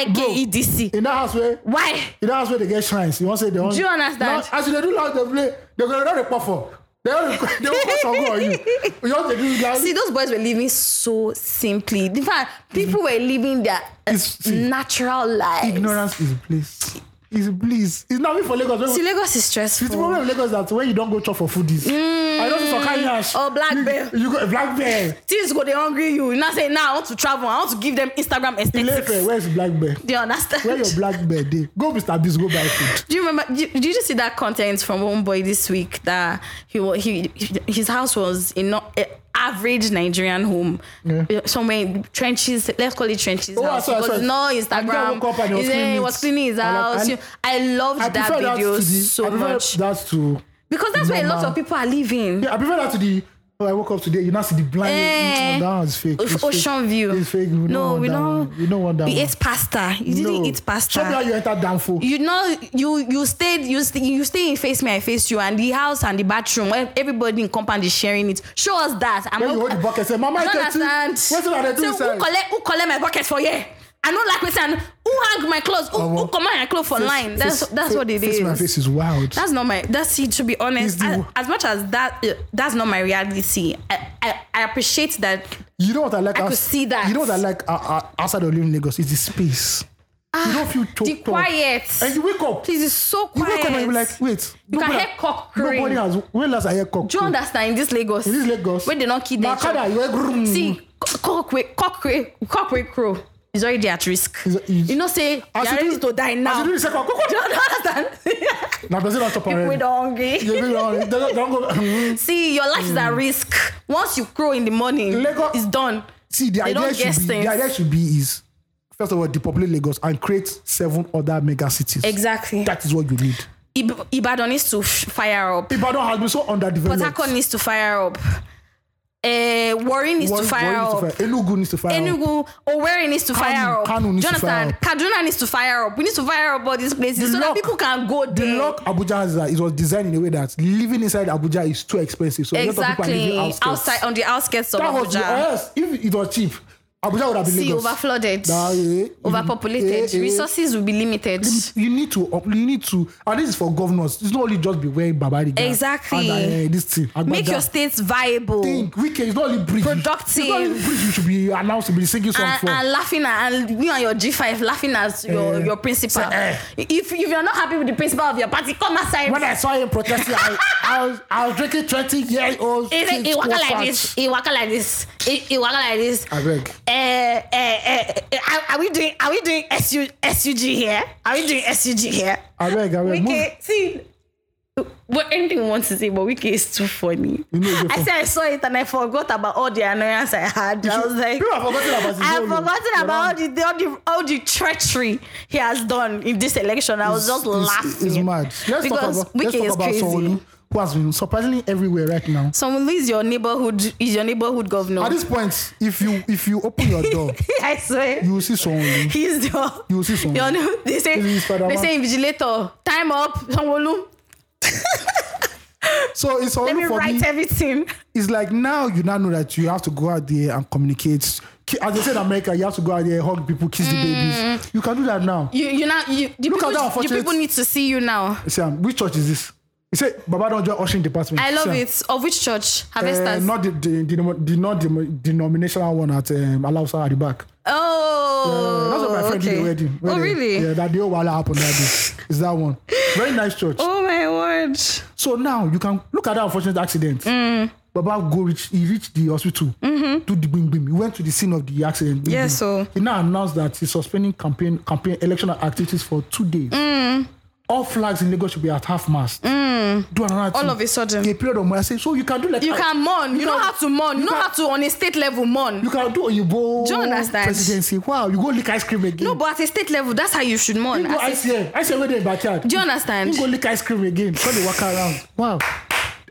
IKEDC.
In that house where
Why?
in that house where they get shrines, you want to say they want.
Do you understand?
Now, as they do like they play, they're gonna run a puffer. They don't they don't put some on you. You want to do like
See, those boys were living so simply. In fact, people were living their uh,
It's- see,
natural lives.
ignorance is bliss. Is bliss. It's not me for Lagos.
See,
When,
Lagos is stressful.
the problem with Lagos is that when you don't go chop for foodies, mm, I don't see for Kanyash.
or Black
you,
Bear.
You go Black Bear.
things go dey hungry you you know say now i want to travel i want to give them instagram
Ilefe,
aesthetics
where's Black Bear?
do you understand
Where your Black Bear day? Go Mr. Beast, go buy food.
do you remember do, do you just see that content from one boy this week that he wa- he his house was in not eh, average nigerian home
Yeah.
Eh, somewhere in trenches let's call it trenches
Oh, I
house
saw, I
because
saw.
no
And the guy woke up and
instagram
he was
He said
cleaning
he
it.
was cleaning his
I like-
house
I-
You- i loved
I
that
prefer that
video
to the,
so
I prefer
much
That's to.
because that's where a lot
normal.
of people are living
Yeah, I prefer that to the. Oh, I woke up today. You now see the blind.
Eh.
Mm, that one's fake. It's fake.
ocean view
It's fake. We
no
don't want
we
that
don't
one. We don't want that.
we
one.
ate pasta you didn't
No.
eat pasta
Show me how you enter Danfo.
you know you you stayed you stay, you stay in face me i face you and the house and the bathroom where everybody in compound is sharing it show us that i'm
When you hold the bucket, say, Mama,
i
I
don't
can see.
understand
What's what they do
so who
inside?
collect who collect my bucket for here i don't like wetin and who hang my clothes who,
Omo.
who command my clothes for
Face-
line that's
face-
that's
fa-
what it
face
is
My face is wild.
that's not my that's it to be honest
It's the-
as, as much as that uh, that's not my reality I, I i appreciate that
you know what I like?
I could
outs-
see that.
You know what I like uh, uh, outside of living Lagos is the space. you don't feel choked
Ah, the
up.
quiet
And you wake up.
please it's so
You
quiet
wake up and you be like, wait.
You can
nobody-
hear cock
Nobody
crowing.
has. When last I hear cock?
do you understand in this lagos
In this Lagos.
wey dey don kill them
Makada, you hear groom.
see cockway cockway cockway crow is already at risk
Is- is-
you know say they
As
are
you do-
ready to die
As
now
you do the
do
second, cock, cock.
you understand
Now, does it not chop
people
already?
don hungry
Yeah, they don't- they don't- they don't go-
see your life is at risk once you crow in the morning,
Mm. Lagos-
it's done.
See, the
They don't
idea
guess
should be,
things.
the idea should be is first of all depopulate Lagos and create seven other mega cities.
Exactly.
That is what you need.
Ib- Ibadan needs to f- fire up.
Ibadan has been so
Port
underdeveloped.
Harcourt needs to fire up. Uh, Warren needs
Warri-
to
Warri
fire up.
needs to fire. eh, Enugu needs to fire. up.
Enugu, Owerri needs to fire up.
Kano needs to
Jonathan,
fire up.
Kaduna needs to fire up. We need to fire up all these places so that
lock-
people can go
The
there.
lock Abuja has is that it was designed in a way that living inside Abuja is too expensive. So
exactly.
a lot of people are living
Outside on the outskirts of
That was the, or
Abuja.
else, if it was cheap, Abuja would have been
See,
Lagos.
overflooded,
Nah, eh, eh,
overpopulated.
eh, eh.
Resources will be limited.
you need to uh, you need to and this is for governors it's not only just be wearing babari gown
Exactly.
and uh, this thing Agbaja.
Make your states viable.
think wicked it's not only bridge
Productive.
it's not only bridge you should be announced to be singing song
and,
for
and laughing at and you and your G5 laughing at your,
Eh.
your principal.
Say, eh.
If, if you're not happy with the principal of your party, come outside.
when I saw him protesting I, I, was, I was drinking 20 year old
He say, he waka like this. He waka like this. He, he waka like this.
I beg
Eh, eh, eh, eh, are, are we doing are we doing SU, SUG here? Are we doing SUG here?
I beg I beg move
Wiki, see, what anything we want to say, but Wiki is too funny.
You know it's
I
fun-
said I saw it and I forgot about all the annoyance I had. I was like,
people have forgotten about his
I have
own,
forgotten
your
about all the, all the all the treachery he has done in this election. I was just laughing.
it's, it's mad let's talk
because
about let's
Wiki
talk
is
about
crazy.
someone who has been surprisingly everywhere right now
Someone who is your neighborhood is your neighborhood governor.
at this point if you if you open your door
I swear.
you will see someone
He's your.
You will see someone.
your new- they say.
This is Spider-Man.
They say invigilator. Time up. Sanwolu.
so it's
Let
only
me
for
write
me
everything.
it's like now you now know that you have to go out there and communicate. Ki- As they said in America, you have to go out there, hug people, kiss
Mm.
the babies. You can do that now.
You you now you the
Look at that
people, you
unfortunate-
people need to see you now.
Sam, um, which church is this? He said, Baba don't join ushering department.
I love
Sam,
it. Of which church?
Uh,
Harvesters.
not the, the, the, the not the denominational one at um, Alausa at the back.
oh.
Uh, that's what my friend did the
okay.
wedding.
oh
When they-
really?
Yeah, that deal while happened that day. It's that one. Very nice church.
Oh my word.
So now you can look at that unfortunate accident.
Mm.
Baba go reach he reached the hospital, do the bim bim. He went to the scene of the accident. bim,
Yeah,
bim.
Mm-hmm. so-
he now announced that he's suspending campaign campaign election activities for two days.
Mm.
All flags in Lagos should be at half mast. Do another
All
thing.
of a sudden.
A period of money. I say, so you can do like
You
I-
can mourn. You, know
can-
how to mourn. You know
can-
how to on a state level mourn.
You can do Oyibo
Do you understand?
presidency. Wow, you go lick ice cream again.
No, but at a state level, that's how you should mourn.
you go
As a-
ICM. ICM where they in backyard.
do you understand?
You go lick ice cream again. Come they walk around. Wow.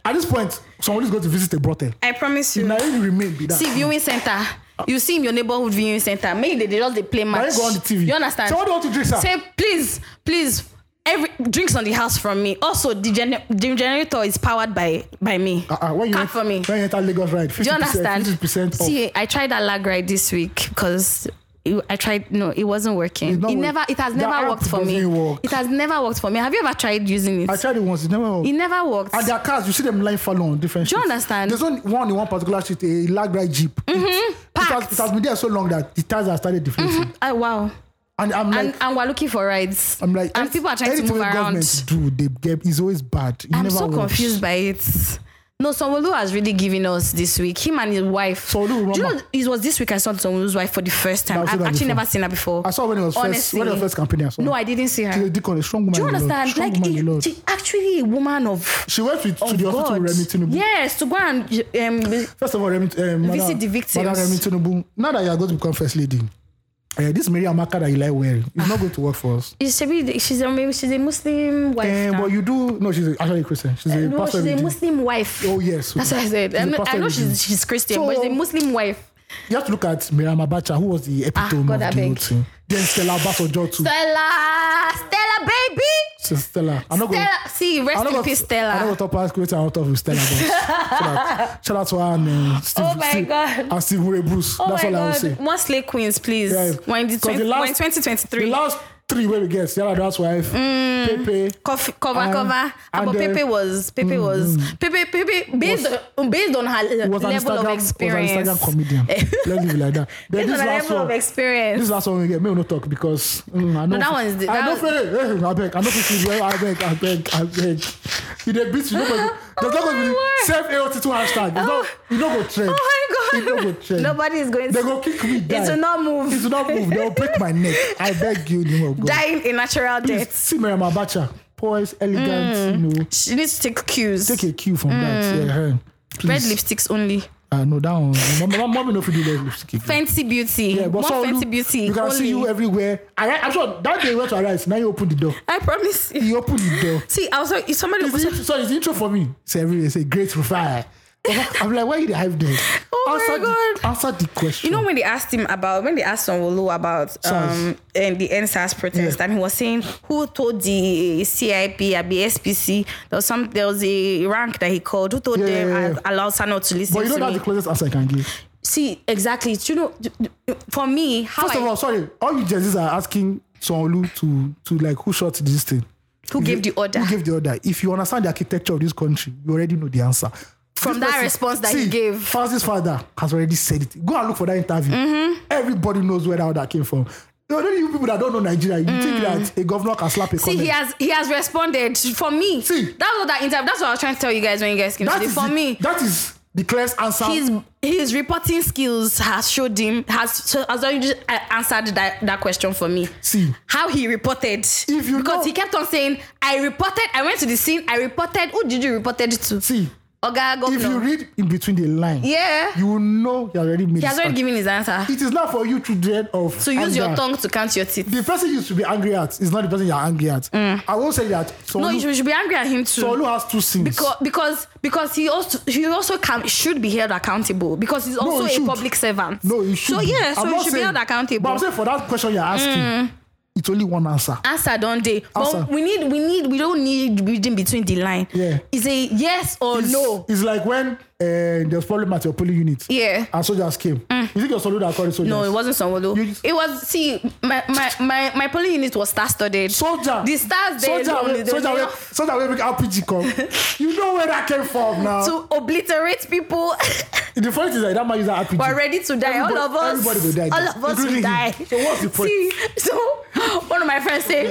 At this point, somebody's going to visit a brothel.
I promise
You
you.
now you remain be that.
See viewing center. You see in your neighborhood viewing center. Maybe they, they just they play
Now
match.
you go on the TV.
You understand?
So what do you want to drink, sir?
Say please, please. Every drinks on the house from me. Also, the, gener- the generator is powered by by me.
uh-uh, when you
Clap for me.
When you enter Lagos, right? 50%,
Do you understand?
50% off.
See, I tried that lag ride this week because it- I tried. No, it wasn't working.
It's not
it
work-
never. It has
the
never
app
worked for me.
doesn't work.
It has never worked for me. Have you ever tried using it?
I tried it once. It never.
it never worked.
and their cars, you see them lying falling on different.
Do you
streets.
understand? Mm-hmm,
There's only one in one particular street, a lag ride jeep. It, it, has,
packed.
it has been there so long that the tires have started deflating.
Ah, wow.
And I'm like,
and and we're looking for rides.
I'm like,
and people are trying to
anything
move
the
around.
Government do they get is always bad. It
I'm
never
so
works.
confused by it. No, Sonwolu has really given us this week. Him and his wife.
Sanwo-Olu,
Do you
Rama.
know it was this week I saw Sonwolu's wife for the first time.
I've seen
I've
her
actually
before.
never seen her before.
I saw when it was first
Honestly.
when it was first campaigning. I saw.
No, I didn't see
She's a
her.
deacon, a strong woman.
Do you
in the Lord,
understand?
Strong
Like,
woman in the
it-
Lord.
she actually a woman of,
She went with, to
of
the
God.
hospital with Remy Tinubu.
Yes, to go and um,
First of all, Remi, um,
Visit
Madam-
the victims.
Madam Remi Tinubu, now that you are going to become first lady, uh, this Mary Amaka that you like wearing is not going to work for us.
she's a, she's a, maybe she's a Muslim wife.
Eh,
now.
but you do no, she's a- actually a Christian. She's a
Eh, no,
pastor.
she's a
in-
Muslim wife.
Oh yes,
That's what I said.
She's a
I'm- I
pastor
know
in-
she's, she's Christian,
So-
but she's a Muslim wife.
You have to look at Miriam Abacha, who was the epitome
Ah, God, I
of the
beg.
whole thing. Then Stella Abasojo too.
Stella, Stella, baby.
So Stella, I'm not going.
Stella, see, rest in peace, Stella.
I don't go top ass creator. I don't talk with Stella. But shout, out, shout out to her and uh, Steve.
Oh my
Steve,
God.
And Steve Murray Bruce.
Oh
That's
my
all I will
God.
say.
More Slay Queens, please.
Yeah.
We're in the
'Cause
20,
the last-
we're in 2023.
The last three where we get Stella That's wife,
Mm.
Pepe.
Coffee, cover,
Um,
cover. Ah,
and,
but
uh,
Pepe was, Pepe was, Pepe, Pepe, based, on, based on her
Was an,
level
Instagram,
of
was an
experience.
Instagram comedian. Let's leave it like that. Then
Based
this
on her
last
level of
one,
experience.
this last one we get, may we not talk because mm, I know.
that one's the-
I
that
know.
was-
Fere, eh, I beg, I know people. well, I beg, I beg, I beg. You dey beat you. Nobody. There's not going to be
Oh my
self AOT2 hashtag. It's not. You don't go trend.
Oh my
You
God.
don't go trend.
Nobody is going
They
to.
go kick me down.
It will not move.
It will not move. They will break my neck. I beg you, you know. God.
Dying a natural death.
See Miriam Abacha, poised,
Mm.
elegant, you know.
She needs to take cues.
Take a cue from that. Yeah, eh.
Mm. Red
Please.
lipsticks only.
Uh, no, that one. My- my- my Mommy no fit do that lipstick. again.
Fancy beauty.
Yeah,
More
but so
fancy
you-
beauty.
You can see you
only.
everywhere. Ari- I'm sure that day you went to arise. Now you open the door.
I promise you.
You open the door.
See, I was like, if somebody
It's
was
the intro, sorry, it's the intro for me. It's everywhere. It's a great profile. I'm like, why you have this?
Oh my
answer
God.
The, answer the question.
You know when they asked him about when they asked Sonwolo about um and the NSAS protest and he was saying who told the CIP at the SPC there was some there was a rank that he called who told
Yeah,
them
yeah, yeah.
"I- allow Sana not to listen
but you know
to
that's
me.
the closest answer I can give.
See exactly. Do You know, d- d- for me, how
First
I,
of all, sorry, all you judges are asking Sonolu to to like who shot this thing.
who
If
gave
you-
the order?
Who gave the order? If you understand the architecture of this country, you already know the answer.
From that response that
see,
he gave.
Francis' father has already said it. Go and look for that interview.
Mm-hmm.
Everybody knows where that order came from. The only you people that don't know Nigeria, you think that a governor can slap a
Mm. See,
comment.
he has he has responded for me.
See.
that was that interview. That's what I was trying to tell you guys when you guys came
That
today.
is
For
the-
me,
That is the clearest answer.
his his reporting skills has showed him has so as though you just uh, answered that that question for me.
See.
how he reported.
If you
because
know-
he kept on saying, "I reported. I went to the scene. I reported. Who did you reported it to?
See,
Oga governor.
if you read in between the lines,
yeah,
you will know you already made
he has
this
already
act.
given his answer.
It is not for you to dread of.
So use your
anger.
tongue to count your teeth.
The person you should be angry at is not the person you are angry at. I won't say that.
Mm. No,
Solu,
you should, you should be angry at him too.
Solu has two sins.
because because because he also he also can should be held accountable because he's also
he
a
should.
public servant.
no, you should.
So
be.
yeah,
I'm
so
not
he should be
saying-
held accountable.
But I'm saying for that question you're asking,
Mm.
it's only one answer.
answer don't they?
Answer.
But we need we need we don't need reading between the line.
Yeah.
Is a yes or
It's-
Oh, no.
It's like when uh, there was problem at your polling unit.
Yeah. Mm.
And soldiers came. You think your Solu that called the soldiers?
No, it wasn't Sonwolo.
You-
It was see my my my, my polling unit was star studded.
soldier.
The stars there,
soldier,
they-
wey-
they-
soldier, wey- soldier, wey make RPG come. you know where that came from now.
to obliterate people
the funny thing is that that man use that RPG.
we're ready to die. all of
Everybody-
us,
everybody will die,
all of us
including
will
him.
die.
So what's the point?
See, so one of my friends say,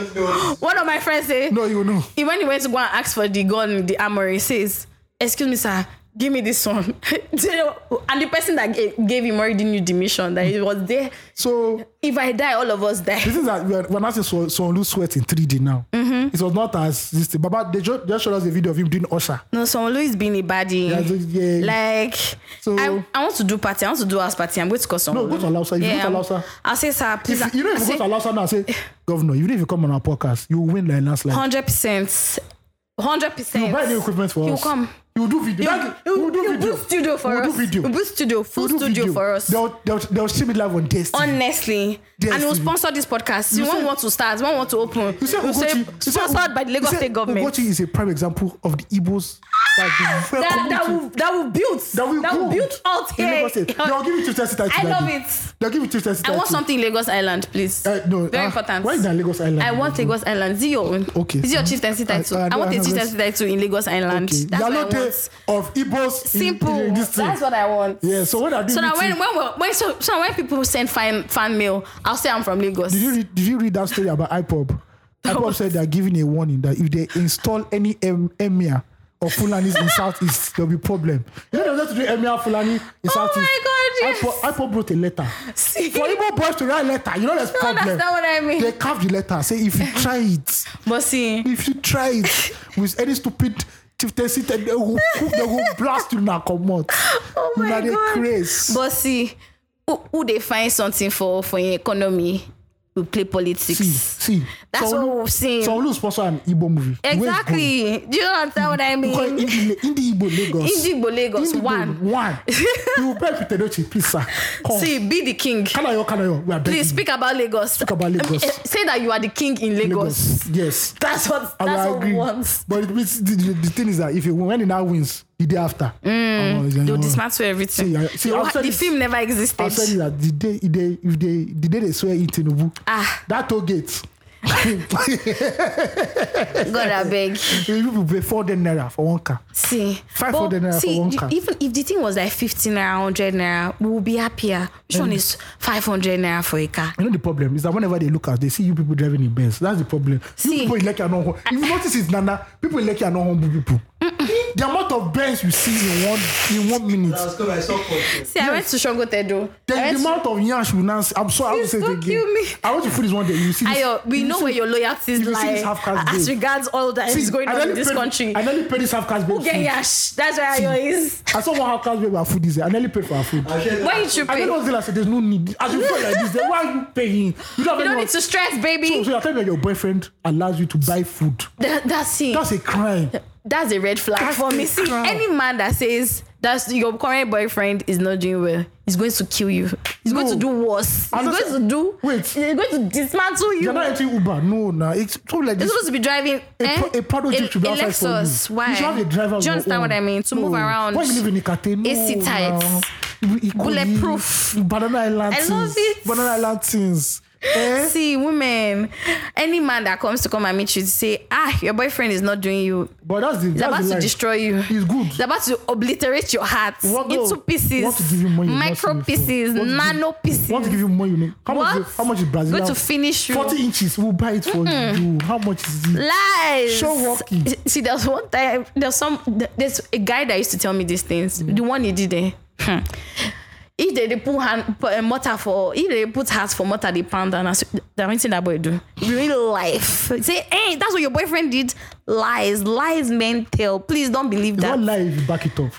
one of my friends say,
No, you know.
he, when he went to go and ask for the gun in the armory, he says, Excuse me, sir, give me this one. Do you know- and the person that gave, gave him already knew the mission that it was there.
So
If I die, all of us
the
die.
thing is that we're, we're not seeing Son- Sonlu sweat in 3D now. Mm-hmm. It was not as this thing. Baba, they just, just showed us a video of him doing Usher.
No, so Louis being a baddie.
Yeah, so, yeah.
Like,
So-
I, I want to do party. I want to do house party. I'm going to call someone.
go to Alausa. If you go to Alausa-
I'll say, sir, please.
If, you know,
I'll
if you
say-
go to Alausa now and say, Governor, even if you come on our podcast, you will win like last line.
hundred percent, hundred
You buy new
percent.
equipment for
You
us.
come.
You do video.
You,
Thank you.
you,
We'll do
you
video.
boot studio for
we'll
us.
Do video.
You boot studio, full
We'll do
studio
video.
for us.
They'll, they'll, they'll stream it live on Destiny.
Honestly,
Yes,
and we'll
you-
sponsor this podcast. You,
you
one
said-
want to start, one want to open.
You said
We'll say
Ugochi. you said
sponsored
Ug-
by the Lagos
you said
State government.
Ugochi is a prime example of the Igbos that, we
that,
welcome
that
to-
will that will build
that will grow
build out
in
here.
Lagos State. They'll give you two title.
I love
daddy.
it.
They'll give you two title.
I want something in Lagos Island, please.
Uh, no,
very
uh,
important.
Why is that Lagos Island?
I want Lagos Island. Is it your own?
Okay.
Is it your chieftaincy title?
I- I
I, want a
don't have
chieftaincy title in Lagos Island.
Okay.
That's what I
Yalote
want.
of Igbos. in-
simple.
In, this thing.
That's what I want.
Yeah, so when I do
So now
meeting-
when when, we're- when so, so when people send fan fan mail, I'll say I'm from Lagos.
Did you read, did you read that story about IPOB? IPOB said they're giving a warning that if they install any em- emir or Fulanis in Southeast, there'll be problem. You know they're going to do emir Fulani in Southeast.
Oh my God, yes.
IPOB, IPOB wrote a letter.
See?
For Igbo boys to write letter, you know there's
don't
problem.
understand what I mean.
They carved the letter, say if you try it,
But see,
if you try it with any stupid chieftaincy, then they will, they will blast you now, come out.
oh
You
my
know, they
god.
craze.
But see, who, who they find something for for your economy? We play politics.
See, see.
That's
Sanwo-Olu-
what we've seen.
Sanwo-Olu sponsor an Igbo movie. The way it's going.
exactly. Do you understand what I
Call
mean?
it Indi, Indi Igbo Lagos.
Indigbo Lagos
Indi
one.
Igbo, One. you beg Peter Dochi, please, sir. Come. See.
See, be the king.
Kanayo, Kanayo, we are begging.
Please speak about Lagos. Speak
about Lagos.
Say that you are the king in
you.
Lagos.
Lagos. Yes.
That's what.
I will
That's what
agree.
we want.
But it means, the, the, the thing is that if you when he now wins, the day after, mm,
They'll dismantle everything.
See, I- see,
It
I've
wa-
said
the
it-
film never existed.
I'll tell you that the day, the day, if they, the day they swear in Tinubu,
Ah.
that toll gate,
God, I beg.
you will pay 400 naira for one car.
See,
Five
but
hundred naira for
see,
one
you-
car.
Even if the thing was like fifteen naira, hundred naira, we would be happier. Which
Mm.
one is five hundred naira for a car?
You know the problem is that whenever they look at, they see you people driving in Benz. That's the problem.
See.
you people in Lekki are not. hum- If you notice it's Nana, people in Lekki are not humble people. the amount of burns you see in one in one minute,
Now, come, I saw content.
See, I went to Shango Tedo.
the,
I
the
went to-
amount of yansh you now. see- I'm sorry, I will
Please
say it
don't
again.
kill me.
I want to put this one day. You see, this,
Ayo, we
you
know
see-
where your loyalties
you see
lie
this half-caste
as
babe.
regards all that
see,
is going
I
on in
nearly
this
paid-
country.
I nearly paid this half caste babe.
Get
food.
yash. That's where Ayo is.
I saw one half caste babe at food this year. I nearly paid for her food.
I'll share that.
Why you should
I
pay?
don't know
You
what I said. There's no need. As you feel like this, then why are you paying? You don't have
don't
anyone.
need to stress,
So
baby.
you're telling me that your boyfriend allows you to buy food.
That, that's it.
That's a crime.
That's a red flag
That's
for me.
a
See,
crime.
any man that says that's your current boyfriend is not doing well, he's going to kill you. He's going
No.
to do worse. He's
I'm not
going
saying-
to do.
Wait.
He's going to dismantle you.
You're not entering Uber. No, nah. It's probably like
You're
this.
supposed to be driving
A,
eh?
pro- a Prado Jeep
A-
should be
a
outside for you.
Lexus. Why?
You should have a driver.
Do you
on your
understand what
own.
I mean? To move
No.
around.
Why you live in Ikate? No,
AC tight.
now. You be equally-
Bulletproof.
Banana Island
I
things.
love it.
Banana Island things. Eh?
See, women, any man that comes to come and meet you to say, ah, your boyfriend is not doing you.
But that's the.
He's
that's
about
the
to
life.
destroy you.
He's good.
They're about to obliterate your heart
What the-
into pieces,
want to give you money, not to
micro
give you phone.
pieces,
Want to
nano pieces.
Want to give you more you need. How much?
What?
Is, how much is Brazil?
Going to finish you.
Forty inches. We'll buy it for you. How much is it?
Lies.
Sure walking.
See, there's one time. There's some. There's a guy that used to tell me these things.
Mm.
The one he did there. Hmm. If they, they put hand put a mortar for if they put hands for mortar they pound and that's the only thing that boy do. Real life. Say, hey, that's what your boyfriend did. Lies, lies men tell. Please don't believe
It's
that.
not lie if you back it up.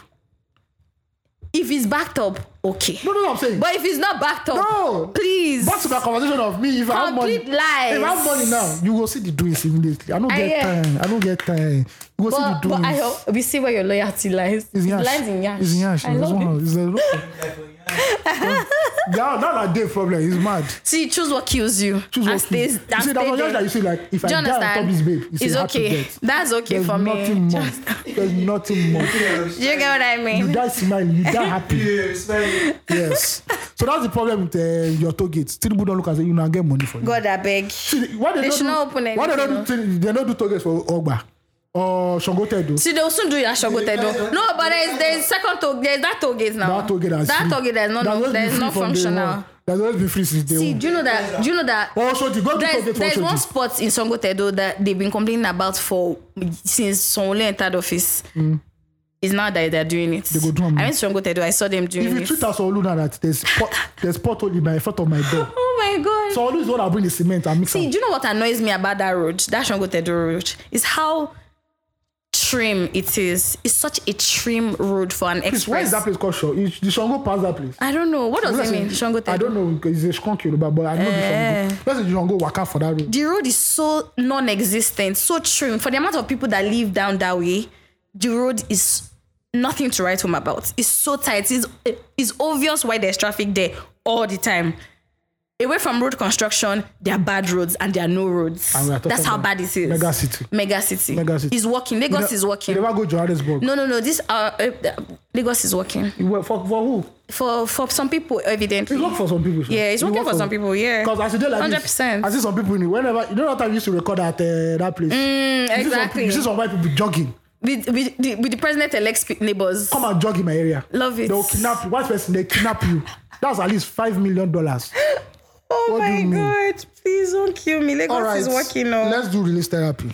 If he's backed up, okay.
No, no, no. I'm saying.
But if he's not backed up,
No.
please.
back to that conversation of me if I have money.
Complete lies.
If I have money now, you will see the doings immediately. I don't
Ah,
get
yeah.
time. I don't get time. You will see the
but,
doings.
but I hope we see where your loyalty lies.
it's
It
Yash.
lies in Yash.
It's Yash.
I love it.
it. It's a lot. now, now that day problem is mad.
See, choose what kills you.
Choose
and
what
stay,
you-
and
you see
stay
that one
there.
that you see like if I
Do
die
you
on top
understand?
of this babe, it's,
It's
a happy
okay.
death.
That's okay
There's
for me.
nothing more. There's nothing more.
Do you get what I mean?
You die smiling. You die happy.
Yeah, smile.
yes. So that's the problem with uh, your target. Tinubu don't look as if you now get money for you.
God, I beg.
why they,
They
don't
should
do,
not open
why they
anything,
don't do,
no.
thing- they don't do targets for Ogba or Shango Tedo
See, they'll soon do your shop though. No, but there's there's second toll. There's that toll gate now.
that target has
That
free.
toll gate is not
That's always been
there's
free
not
from day
functional.
one. that's always been free since day
See,
one
do you know that? Do you know that?
also the go to target
There's,
for
there's one
Shodi
spot in Songo Tedo that they've been complaining about for since Sonole entered office. It's now that they're doing it. They
Mm. go do am now.
I went to Songo Tedo. I saw them doing
if you
it.
tweet us or Luna that there's pot, there's pot only by in front of my door
oh my god!
so always what I bring the cement and mix
See,
am
do you know what annoys me about that road, that Shangotedo road, is how trim it is. It's such a trim road for an
please why is
express.
that place called Shaw Is- the Shango pass that place
I don't know. What does it mean,
I
Shangotedo?
don't know because it's a skunk Yoruba but I know the
Eh.
Shango let's say the Shango waka for that road
The road is so non-existent, so trim. For the amount of people that live down that way, the road is nothing to write home about. It's so tight. It's, it's obvious why there's traffic there all the time. Away from road construction, there are bad roads and there are no roads.
And we are talking
That's how
about
bad it is.
mega city.
Mega city.
Mega city.
Is working. Lagos is working.
you never go Johannesburg
No, no, no. This uh, uh, Lagos is working
You work for, for who
for for some people,
It's
evidently.
work for some people.
Yeah, it's working for some people. Yeah,
Because as you do like this,
100%.
I see some people in it. Whenever you know that time you used to record at uh, that place.
Mm,
You see some-
exactly.
You see some white people jogging.
With, with, the, with the president elect neighbors.
Come and jog in my area.
Love it.
They will kidnap you. One person they kidnap you. That's at least five million dollars.
Oh
What do you mean?
god! Please don't kill me. Lagos
All right.
now.
Let's do release therapy.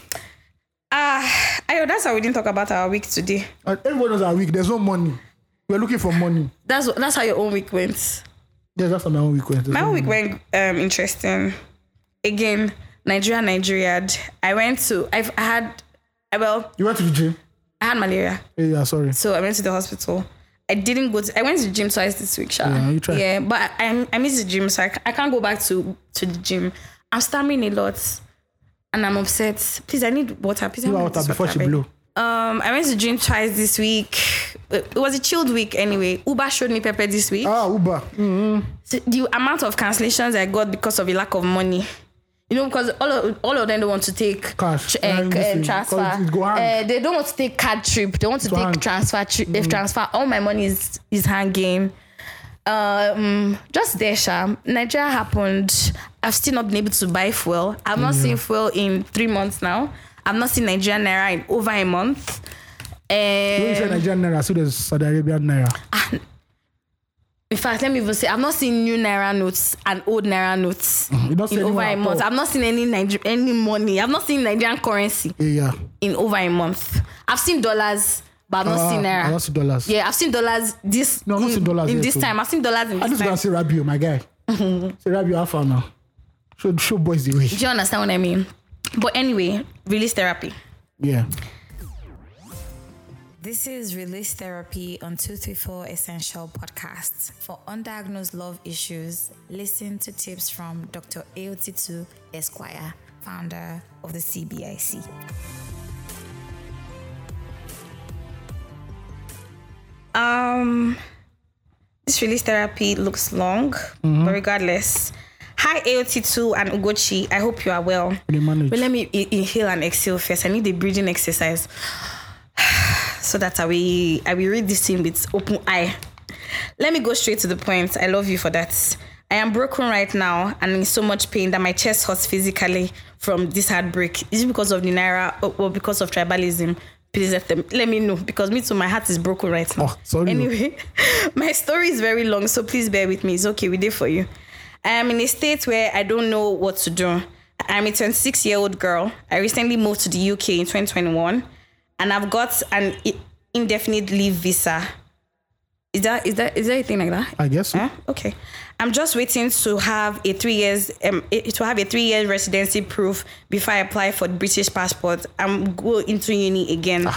Ah, I that's how we didn't talk about our week today.
And everyone knows our week. There's no money. We're looking for money.
That's that's how your own week went.
Yes, that's on my own weekend.
My own week went um interesting. Again, Nigeria, Nigeria. I went to. I've I had. I well,
You went to the gym.
I had malaria.
Eh, Yeah, sorry.
So I went to the hospital. I didn't go to. I went to the gym twice this week, Sha.
Yeah, you tried.
Yeah, but I, I I miss the gym, so I, ca- I can't go back to to the gym. I'm stammering a lot, and I'm upset. Please, I need water. Please, I
Give her
need
water
this
before she
babe.
blow.
Um, I went to the gym twice this week. It it was a chilled week anyway. Uber showed me Pepe this week.
Ah, Uber. Mm.
So the amount of cancellations I got because of a lack of money. You know, because all of, all of them don't want to take
Cash.
uh,
Yeah,
c- uh,
listen, 'cause
transfer.
it go hang.
Uh, they don't want to take card trip. They want to
To
take
hang. Mm.
transfer trip. If transfer, all my money is is hanging. Um, just there, Sha. Nigeria happened. I've still not been able to buy fuel. I've not seen fuel in three months now. I've not seen Nigerian naira in over a month.
When you
Um,
say Nigerian naira, so there's Saudi Arabian naira.
In fact, let me even say, I've not seen new naira notes and old naira notes
Mm-hmm. You don't see
in over
anyone
a
at
month.
all.
I've not seen any Niger- any money. I've not seen Nigerian currency
Eh, Yeah.
in over a month. I've seen dollars,
but I've not
Ah,
seen
I
naira.
lost dollars.
Yeah, I've seen dollars this
No, I've not
in,
seen dollars
in
yet,
this
oh.
time. I've seen dollars in
I
this
just
time.
gonna say Rabio, my guy. say Rabio, how far now? Show, show boys the way.
Do you understand what I mean? But anyway, release therapy.
Yeah.
This is Release Therapy on 234 Essential Podcast. For undiagnosed love issues, listen to tips from Dr. AOT2 Esquire, founder of the CBIC.
Um, this release therapy looks long,
Mm-hmm.
but regardless. Hi AOT2 and Ugochi. I hope you are well.
Really manage.
But let me i- inhale and exhale first. I need a breathing exercise. so that I will I will read this thing with open eye. Let me go straight to the point. I love you for that. I am broken right now and in so much pain that my chest hurts physically from this heartbreak. Is it because of the naira or, or because of tribalism? Please let them let me know because me too my heart is broken right now.
Oh, sorry.
Anyway, my story is very long, so please bear with me. It's okay, we're there for you. I am in a state where I don't know what to do. I'm a 26 year old girl. I recently moved to the UK in 2021 and I've got an i- indefinite leave visa. Is that is that is there anything like that?
I
É?
guess so.
Huh? Eh? Okay. I'm just waiting to have a three years um, eh, to have a three year residency proof before I apply for the British passport. I'm go into uni again. I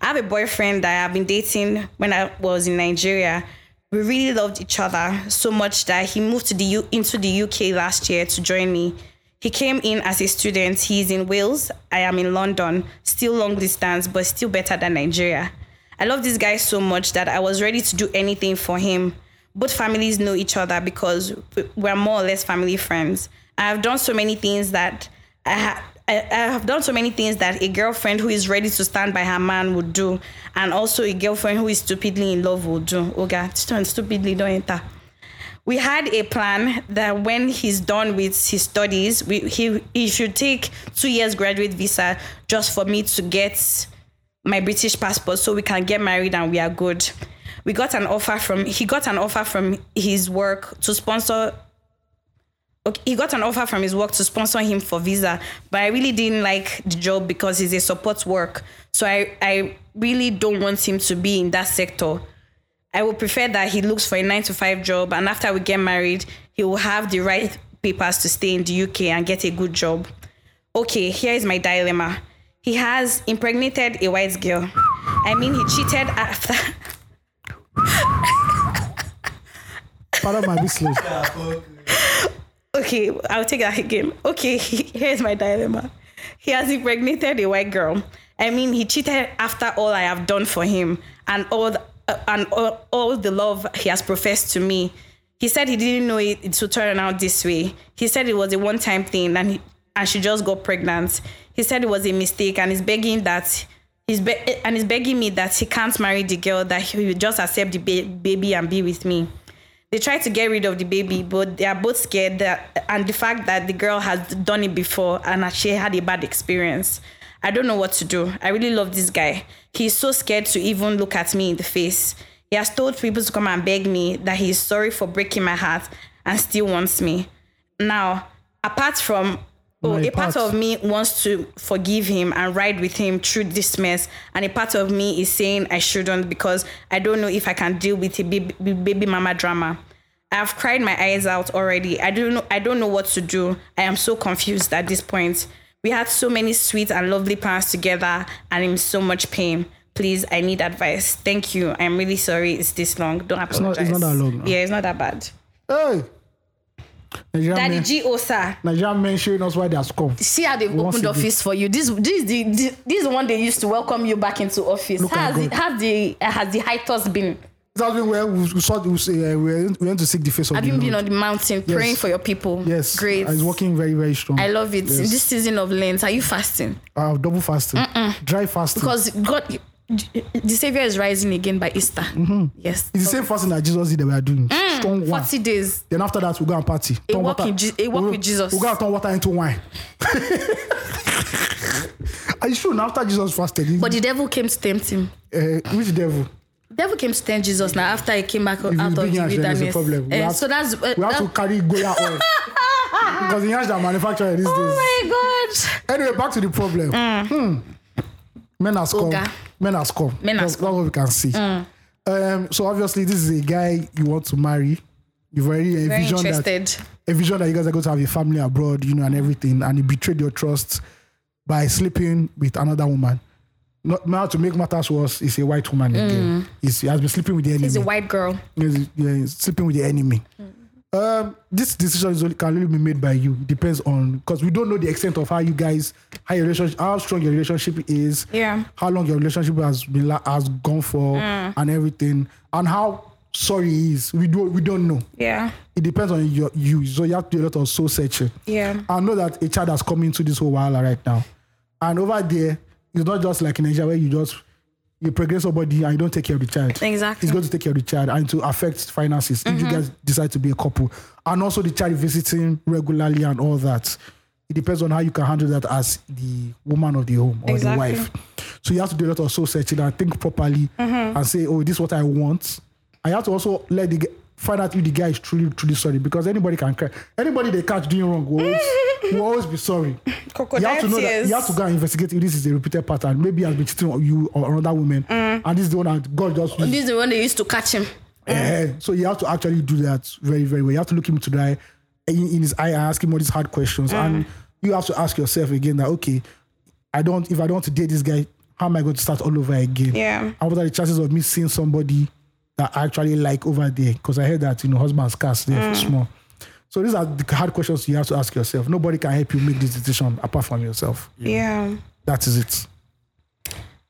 have a boyfriend that I've been dating when I was in Nigeria. We really loved each other so much that he moved to the U- into the UK last year to join me. He came in as a student. He's in Wales. I am in London. Still long distance, but still better than Nigeria. I love this guy so much that I was ready to do anything for him both families know each other because we- we're more or less family friends. I have done so many things that I, ha- I, I have done so many things that a girlfriend who is ready to stand by her man would do, and also a girlfriend who is stupidly in love would do. Oga, st- stupidly don't enter. We had a plan that when he's done with his studies, we, he he should take two years graduate visa just for me to get my British passport so we can get married and we are good. We got an offer from he got an offer from his work to sponsor okay, he got an offer from his work to sponsor him for visa, but I really didn't like the job because it's a support work. So I I really don't want him to be in that sector. I would prefer that he looks for a nine to five job and after we get married, he will have the right papers to stay in the UK and get a good job. Okay, here is my dilemma. He has impregnated a white girl. I mean, he cheated after.
Pardon my business.
Okay, I'll take that again. Okay, here's my dilemma. He has impregnated a white girl. I mean, he cheated after all I have done for him and all the, uh, and all, all the love he has professed to me. He said he didn't know it, it would turn out this way. He said it was a one-time thing and he, and she just got pregnant. He said it was a mistake and he's begging that he's be- and he's begging me that he can't marry the girl that he will just accept the ba- baby and be with me they tried to get rid of the baby, but they are both scared that, and the fact that the girl has done it before and that she had a bad experience. I don't know what to do. I really love this guy. He is so scared to even look at me in the face. He has told people to come and beg me that he is sorry for breaking my heart and still wants me. Now, apart from oh,
My
a part
part.
of me wants to forgive him and ride with him through this mess, and a part of me is saying I shouldn't because I don't know if I can deal with a baby, baby mama drama. I've cried my eyes out already. I don't know. I don't know what to do. I am so confused at this point. We had so many sweet and lovely plans together, and I'm in so much pain. Please, I need advice. Thank you. I'm really sorry. It's this long. Don't
not-
apologize.
it's not that long, no.
Yeah, it's not that bad.
hey! Nigerian
Daddy
men,
G oh, Osa.
Nigerian men showing us why they have come.
See how they've
Once
opened
again.
office for you. This this is the this, this is the one they used to welcome you back into office.
Look at
Has it,
God.
has the uh, has the hiatus been?
That's when we, were- we saw we, uh, we went- we went to seek the face of
Have
the
you
Lord.
been on the mountain praying for your people?
yes,
great.
It's working very very strong.
I love it. In
Yes.
this season of Lent, are you fasting?
uh, double fasting, dry fasting.
Because God, the Savior is rising again by Easter. Yes,
Mm-hmm. it's the same fasting that Jesus did that we are doing. Strong one.
forty days.
Then after that, we go and party.
Mm, A
Turn
walk
water-
in Je- a walk
we-
with Jesus.
We go and turn water into wine. Are you sure? now After Jesus fasted, he-
But the devil came to tempt him.
eh, which devil?
The devil came to tempt Jesus now after he came back
If
out
it's
of
big
the
yash, then there's a
wilderness.
problem. We
Eh,
have-
so that's uh,
We have
that-
to carry Goya oil because the yash that manufacturer these days.
oh my God.
Mm.
Anyway, back to the problem. Hmm. Men has come.
Oga.
men has come.
Men
that's,
has Mm.
that's what we can see. Um, so obviously, this is a guy you want to marry. You've already
Very
envisioned that,
interested.
envisioned that you guys are going to have a family abroad, you know, and everything, and you betrayed your trust by sleeping with another woman. Not now to make matters worse, it's a white woman
Mm.
again. He's, he has been sleeping with the enemy.
He's a white girl.
He's- yeah, he's sleeping with the enemy. Um, this decision is only, can only be made by you. Depends on because we don't know the extent of how you guys, how your relationship, how strong your relationship is.
Yeah.
How long your relationship has been la- has gone for, and everything, and how sorry he is. We do we don't know.
Yeah.
It depends on your you. So you have to do a lot of soul searching.
Yeah.
I know that a child has come into this whole wala right now, and over there, it's not just like in Nigeria where you just you pregnant somebody and you don't take care of the child
Exactly. Mm-hmm.
it's going to take care of the child and to affect finances if you guys decide to be a couple and also the child visiting regularly and all that it depends on how you can handle that as the woman of the home or
Exactly.
the wife so you have to do a lot of soul searching and think properly and say oh this is what i want i have to also let the g- find out if the guy is truly truly sorry because anybody can cry anybody they catch doing wrong will always, will always be sorry you have to know that you have to go and investigate if this is a repeated pattern maybe he has been cheating on you or another woman and this is the one that god just used
This is the one they used to catch him.
Eh, so you have to actually do that very, very well. You have to look him to the eye, in, in his eye, and ask him all these hard questions.
Mm.
And you have to ask yourself again that okay, I don't. If I don't want to date this guy, how am I going to start all over again?
Yeah.
And what are the chances of me seeing somebody that I actually like over there? Because I heard that you know husbands cast there
Mm.
for small. So these are the hard questions you have to ask yourself. Nobody can help you make this decision apart from yourself.
Yeah.
That is it.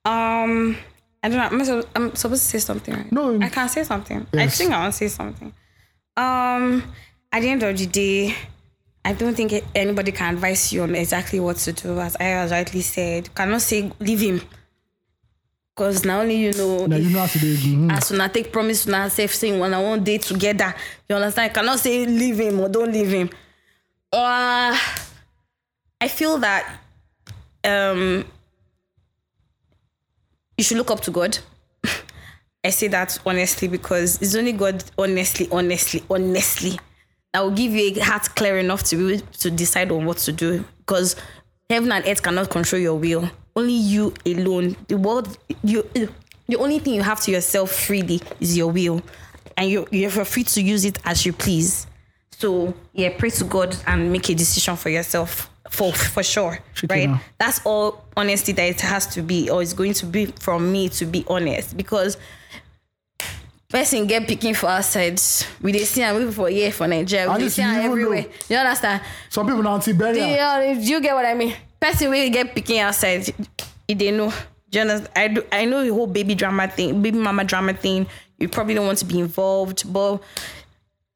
Um, I don't know. I'm, supposed- I'm supposed to say something, right?
No.
I can't say something.
Yes.
I think I want to say something. Um, at the end of the day, I don't think anybody can advise you on exactly what to do. As I has rightly said, cannot say leave him, because now only you know.
Now
if-
you know how to do it. Mhm.
as una take promise una sef say una wan dey together you understand you cannot say leave him or don leave him uh, i feel that um, you should look up to god i say that honestly because it's only god honestly honestly honestly that will give you a heart clear enough to be able to decide on what to do because heaven and earth cannot control your will only you alone the world you the only thing you have to yourself freely is your will and you you're free to use it as you please so yeah pray to god and make a decision for yourself for for sure right
Shekina.
that's all honesty that it has to be or it's going to be from me to be honest because person get picking for outside we dey see am even for here for nigeria
At
we dey
least
see
you
am
even
everywhere
know.
you understand
Some people now anti-burial.
do you, uh, do you get what i mean person wey get picking outside e dey know do you understand i do i know the whole baby drama thing baby mama drama thing you probably don't want to be involved but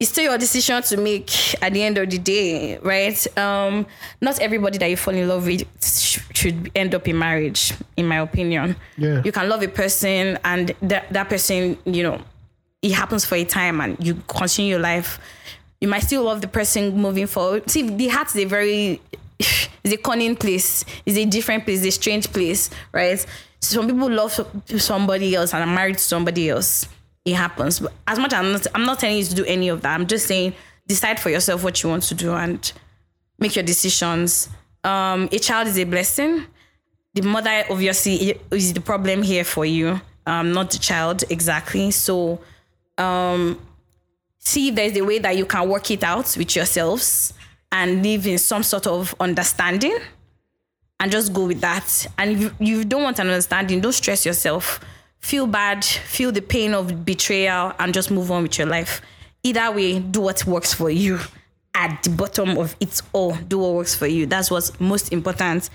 it's still your decision to make at the end of the day, right? Um, not everybody that you fall in love with sh- should end up in marriage, in my opinion.
Yeah.
You can love a person and that, that person, you know, it happens for a time and you continue your life. You might still love the person moving forward. See, the heart is a very, it's a cunning place. It's a different place, a strange place, right? Some people love somebody else and are married to somebody else it happens. But as much as I'm not, I'm not telling you to do any of that. I'm just saying decide for yourself what you want to do and make your decisions. Um, a child is a blessing. The mother obviously i- is the problem here for you, um, not the child exactly. So um, see if there's a way that you can work it out with yourselves and live in some sort of understanding and just go with that. And if you- you don't want an understanding, don't stress yourself. Feel bad, feel the pain of betrayal, and just move on with your life. Either way, do what works for you. At the bottom of it all, do what works for you. That's what's most important.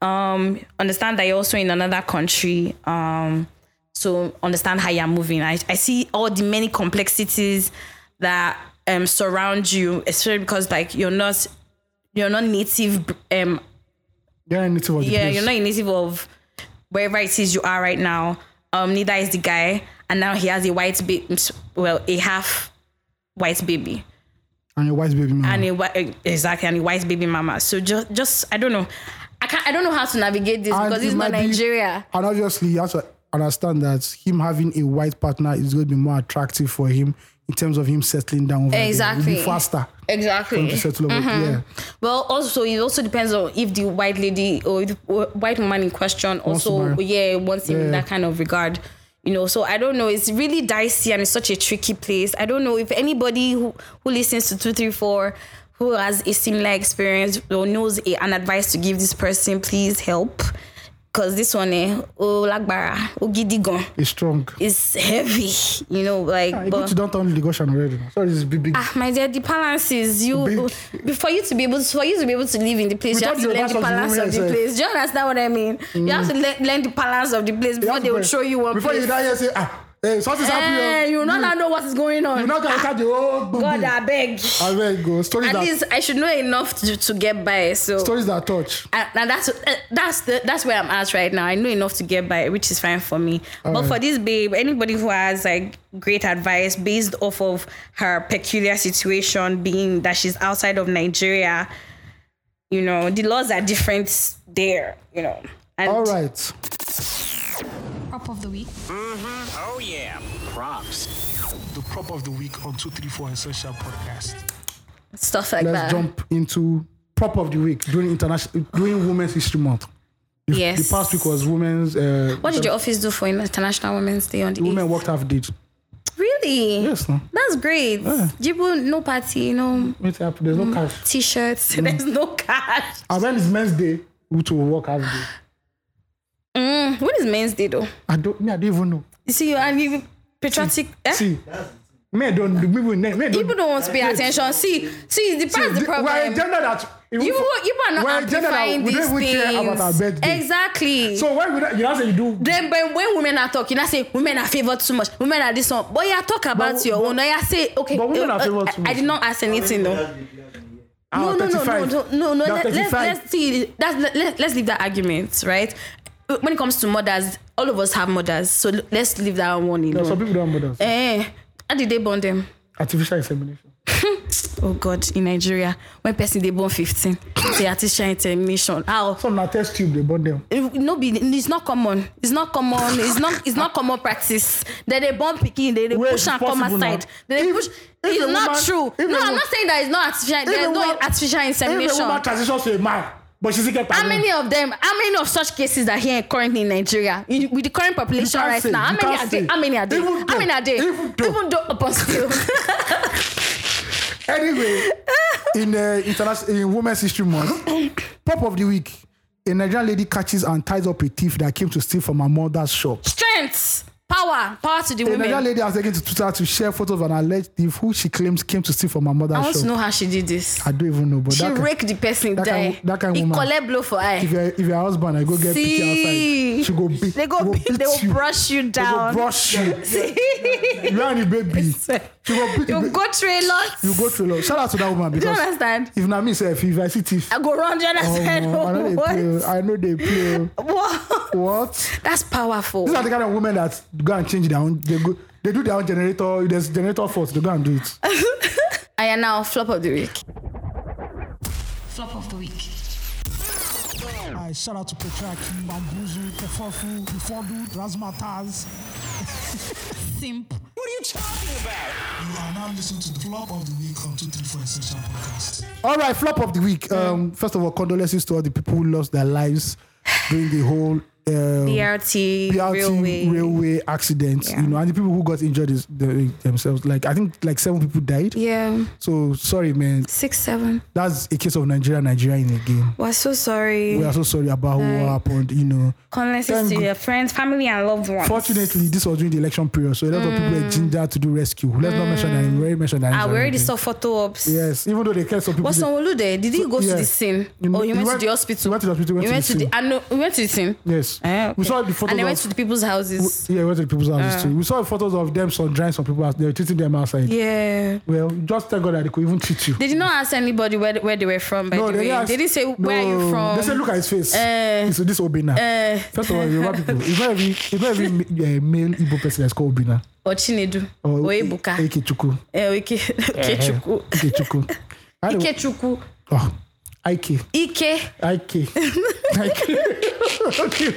Um, understand that you're also in another country. Um, so understand how you're moving. I, I see all the many complexities that um, surround you, especially because like you're not you're not native um,
They're a native of the
yeah,
place.
you're not initiative of wherever it is you are right now. Um, neither is the guy, and now he has a white baby, well, a half white baby,
and your wife's baby mm-hmm. mama.
and a white exactly, and a white baby mama. So just, just I don't know, I can't, I don't know how to navigate this
And
because
it
it's not
might be-
Nigeria.
And obviously, you have to understand that him having a white partner is going to be more attractive for him in terms of him settling down. Over there.
Exactly.
It'll be faster for him
Exactly. Mm-hmm.
to settle over there.
Well, also it also depends on if the white lady or if the wh- white woman in question
to
also
marry.
yeah wants him in
Yeah.
that kind of regard. You know, so I don't know. It's really dicey and it's such a tricky place. I don't know if anybody who, who listens to two three four who has a similar experience or knows a, an advice to give this person, please help. Cause this one, eh, oh lagbara, ogidigon,
It's strong.
is heavy. You know, like
I
but-
go to downtown Ligoshan already. Sorry, this is big. big.
Ah, my dear, the balance is you.
Big.
E For you to be able, to, for you to be able to live in the place,
We
you have
thought you-
to learn
that's
the
what you
balance
mean,
of the
sir.
place. Do you understand what I mean? You have to le- learn the balance of the place before
Mm. have
they
to
will
pray.
show you one
Before
place.
you die here, say, ah, hey, something's
Eh,
happening. oh." Mm.
you not now know what is going on.
You're not going to cut the whole boom.
God,
boom.
I beg.
oh, I will go. Stories
At
that,
least I should know enough to, to get by. So.
stories that touch.
and, and that's uh, that's the that's where I'm at right now. I know enough to get by, which is fine for me. but
Alright.
for this babe, anybody who has like great advice based off of her peculiar situation, being that she's outside of Nigeria, you know, the laws are different there, you know. And
All right.
Prop of the week.
Oh yeah, props.
The prop of the week on 234 Essential Podcast.
stuff like
Let's
that.
jump into prop of the week during international during Women's History Month. The,
Yes.
The past week was Women's. Uh,
What did your office do for International Women's Day on the
Women
8th?
worked half did.
Really?
Yes, no.
That's great. Jibu, no party, no
Wait, There's
Mm.
no cash.
t-shirts. There's no cash.
And when is Men's Day? We to work half day.
Mm, what is Men's Day though?
I don't. Me, I don't even know.
You see, you are you patriotic. Eh?
See, me don't. Me, we- me, me
People
don't.
don't want to pay attention. See, see, the
See,
part the
the- We're
problem.
a gender that even
You,
for-
you are not
we're a gender that
amplifying
we
these
don't even care about our
things.
birthday.
Exactly.
So why would I, you know say you do?
then when, when women are talking, I say women are favored too much. Women are this one. But yeah, talk about
But-
your
but-
own. I say okay.
but women
eh,
are
eh,
favored
I-
too
I,
much.
did not ask anything though.
Ah,
no, no, no, no,
35.
no, no, no.
They're
Let, let's,
35.
let's see. That's, let, let, let's leave that argument, right? When it comes to mothers, all of us have mothers, so l- let's leave that one alone.
No, some people don't have mothers.
Eh, how did they bond them?
Artificial insemination.
oh god in nigeria when person dey born fifteen say artificial insemination how
Some na test tube they born them.
Eh, no be it's not common it's not common it's not it's not common practice dem dey born pikin dem dey
Where
push
is
am
it
come
possible now?
outside dem dey
If-
push
if
it's
a
not
woman-
true
if a
no i'm
woman-
not saying that it's not artificial
a
there's no
woman-
artificial
If a woman
insemination
transitions to a man, but she still get
how
pregnant.
many of them how many of such cases are here currently in nigeria in, with the current population
can't
right
say,
now how
you
many
can't
are there
say.
how many are there
Even
how many
though-
are there
even though-
even though upon still
Anyway, in uh, international in Women's History Month, pop of the week, a Nigerian lady catches and ties up a thief that came to steal from her mother's shop.
strength power power to the
A
women
Nigerian lady has taken to Twitter to share photos of an alleged thief who she claims came to steal from her
i
mother's
want to
shop.
know how she did this
I don't even know, but
she
that can,
rake the person
that
die
kind- that kind
he
woman.
collect blow for
if
eye
your if your husband I go get picky
See.
outside, she go beat.
they go
she go
beat, they will
you.
brush you
They go
down
brush you. you and the baby. She go beat. the
you
ba-
go trailers
You go through. Shout out to that woman
do you
because
understand
if na me sef if I see thief.
i go run do you
Oh,
understand
I know they play.
what
I know they play.
what
What?
that's powerful
These are the kind of women that go and change their own. They go. They do their own generator. If There's generator fault. They go and do it.
i am now flop of the week
Flop of the week.
I shout out to Petraki, Bambuzu, Kefofu, Ifodu, Razmataz.
Simp.
You are now listening to the flop of the week on 234 Essential Podcast.
All right, flop of the week. Um, first of all, condolences to all the people who lost their lives during the whole um,
brt,
PRT
railway
railway accident. You know, and the people who got injured is the, themselves. Like I think like seven people died.
yeah
So sorry, man.
six seven
That's a case of Nigeria, Nigeria in a game.
we're so sorry
We are so sorry about what happened. You know,
condolences
Thank
to
God.
your friends family and loved ones
Fortunately, this was during the election period, so a lot of people
Mm.
were gingered to do rescue. Let's not mention that. We already mentioned that.
i
It's
Mm. Ah, already
okay.
saw photo ops
Yes, even though they care some people.
What's
they-
on Olude? Did he go
yeah.
to the scene?
You
or
know-
he
he
went,
went-
to the hospital?
he went to the hospital, he went
You
to
went
the
to the.
scene.
I know. We went to the scene.
Yes.
Eh, okay.
We saw the photos
And they went
of-
to the Ah. people's houses.
Yeah, we went to the people's houses too. We saw photos of them sundrying some people. out- They were treating them outside.
yeah.
Well, just thank God that they could even treat you.
They did not ask anybody where, where they were from. By the way,
asked-
they didn't say where are you
No.
from.
They said, look at his face.
Eh.
It's this Obina.
Eh.
First of all, Yoruba people. It's not every, it's not every uh, male Igbo person that's called Obina.
or Chinedu.
Or
Or Ebuka. Eh,
Ikechuku.
Ike-
Eh,
Ikechuku.
Ikechuku.
Eh,
I don't-
Ikechuku.
Oh, Ike.
Ike.
Ike. Ike. okay.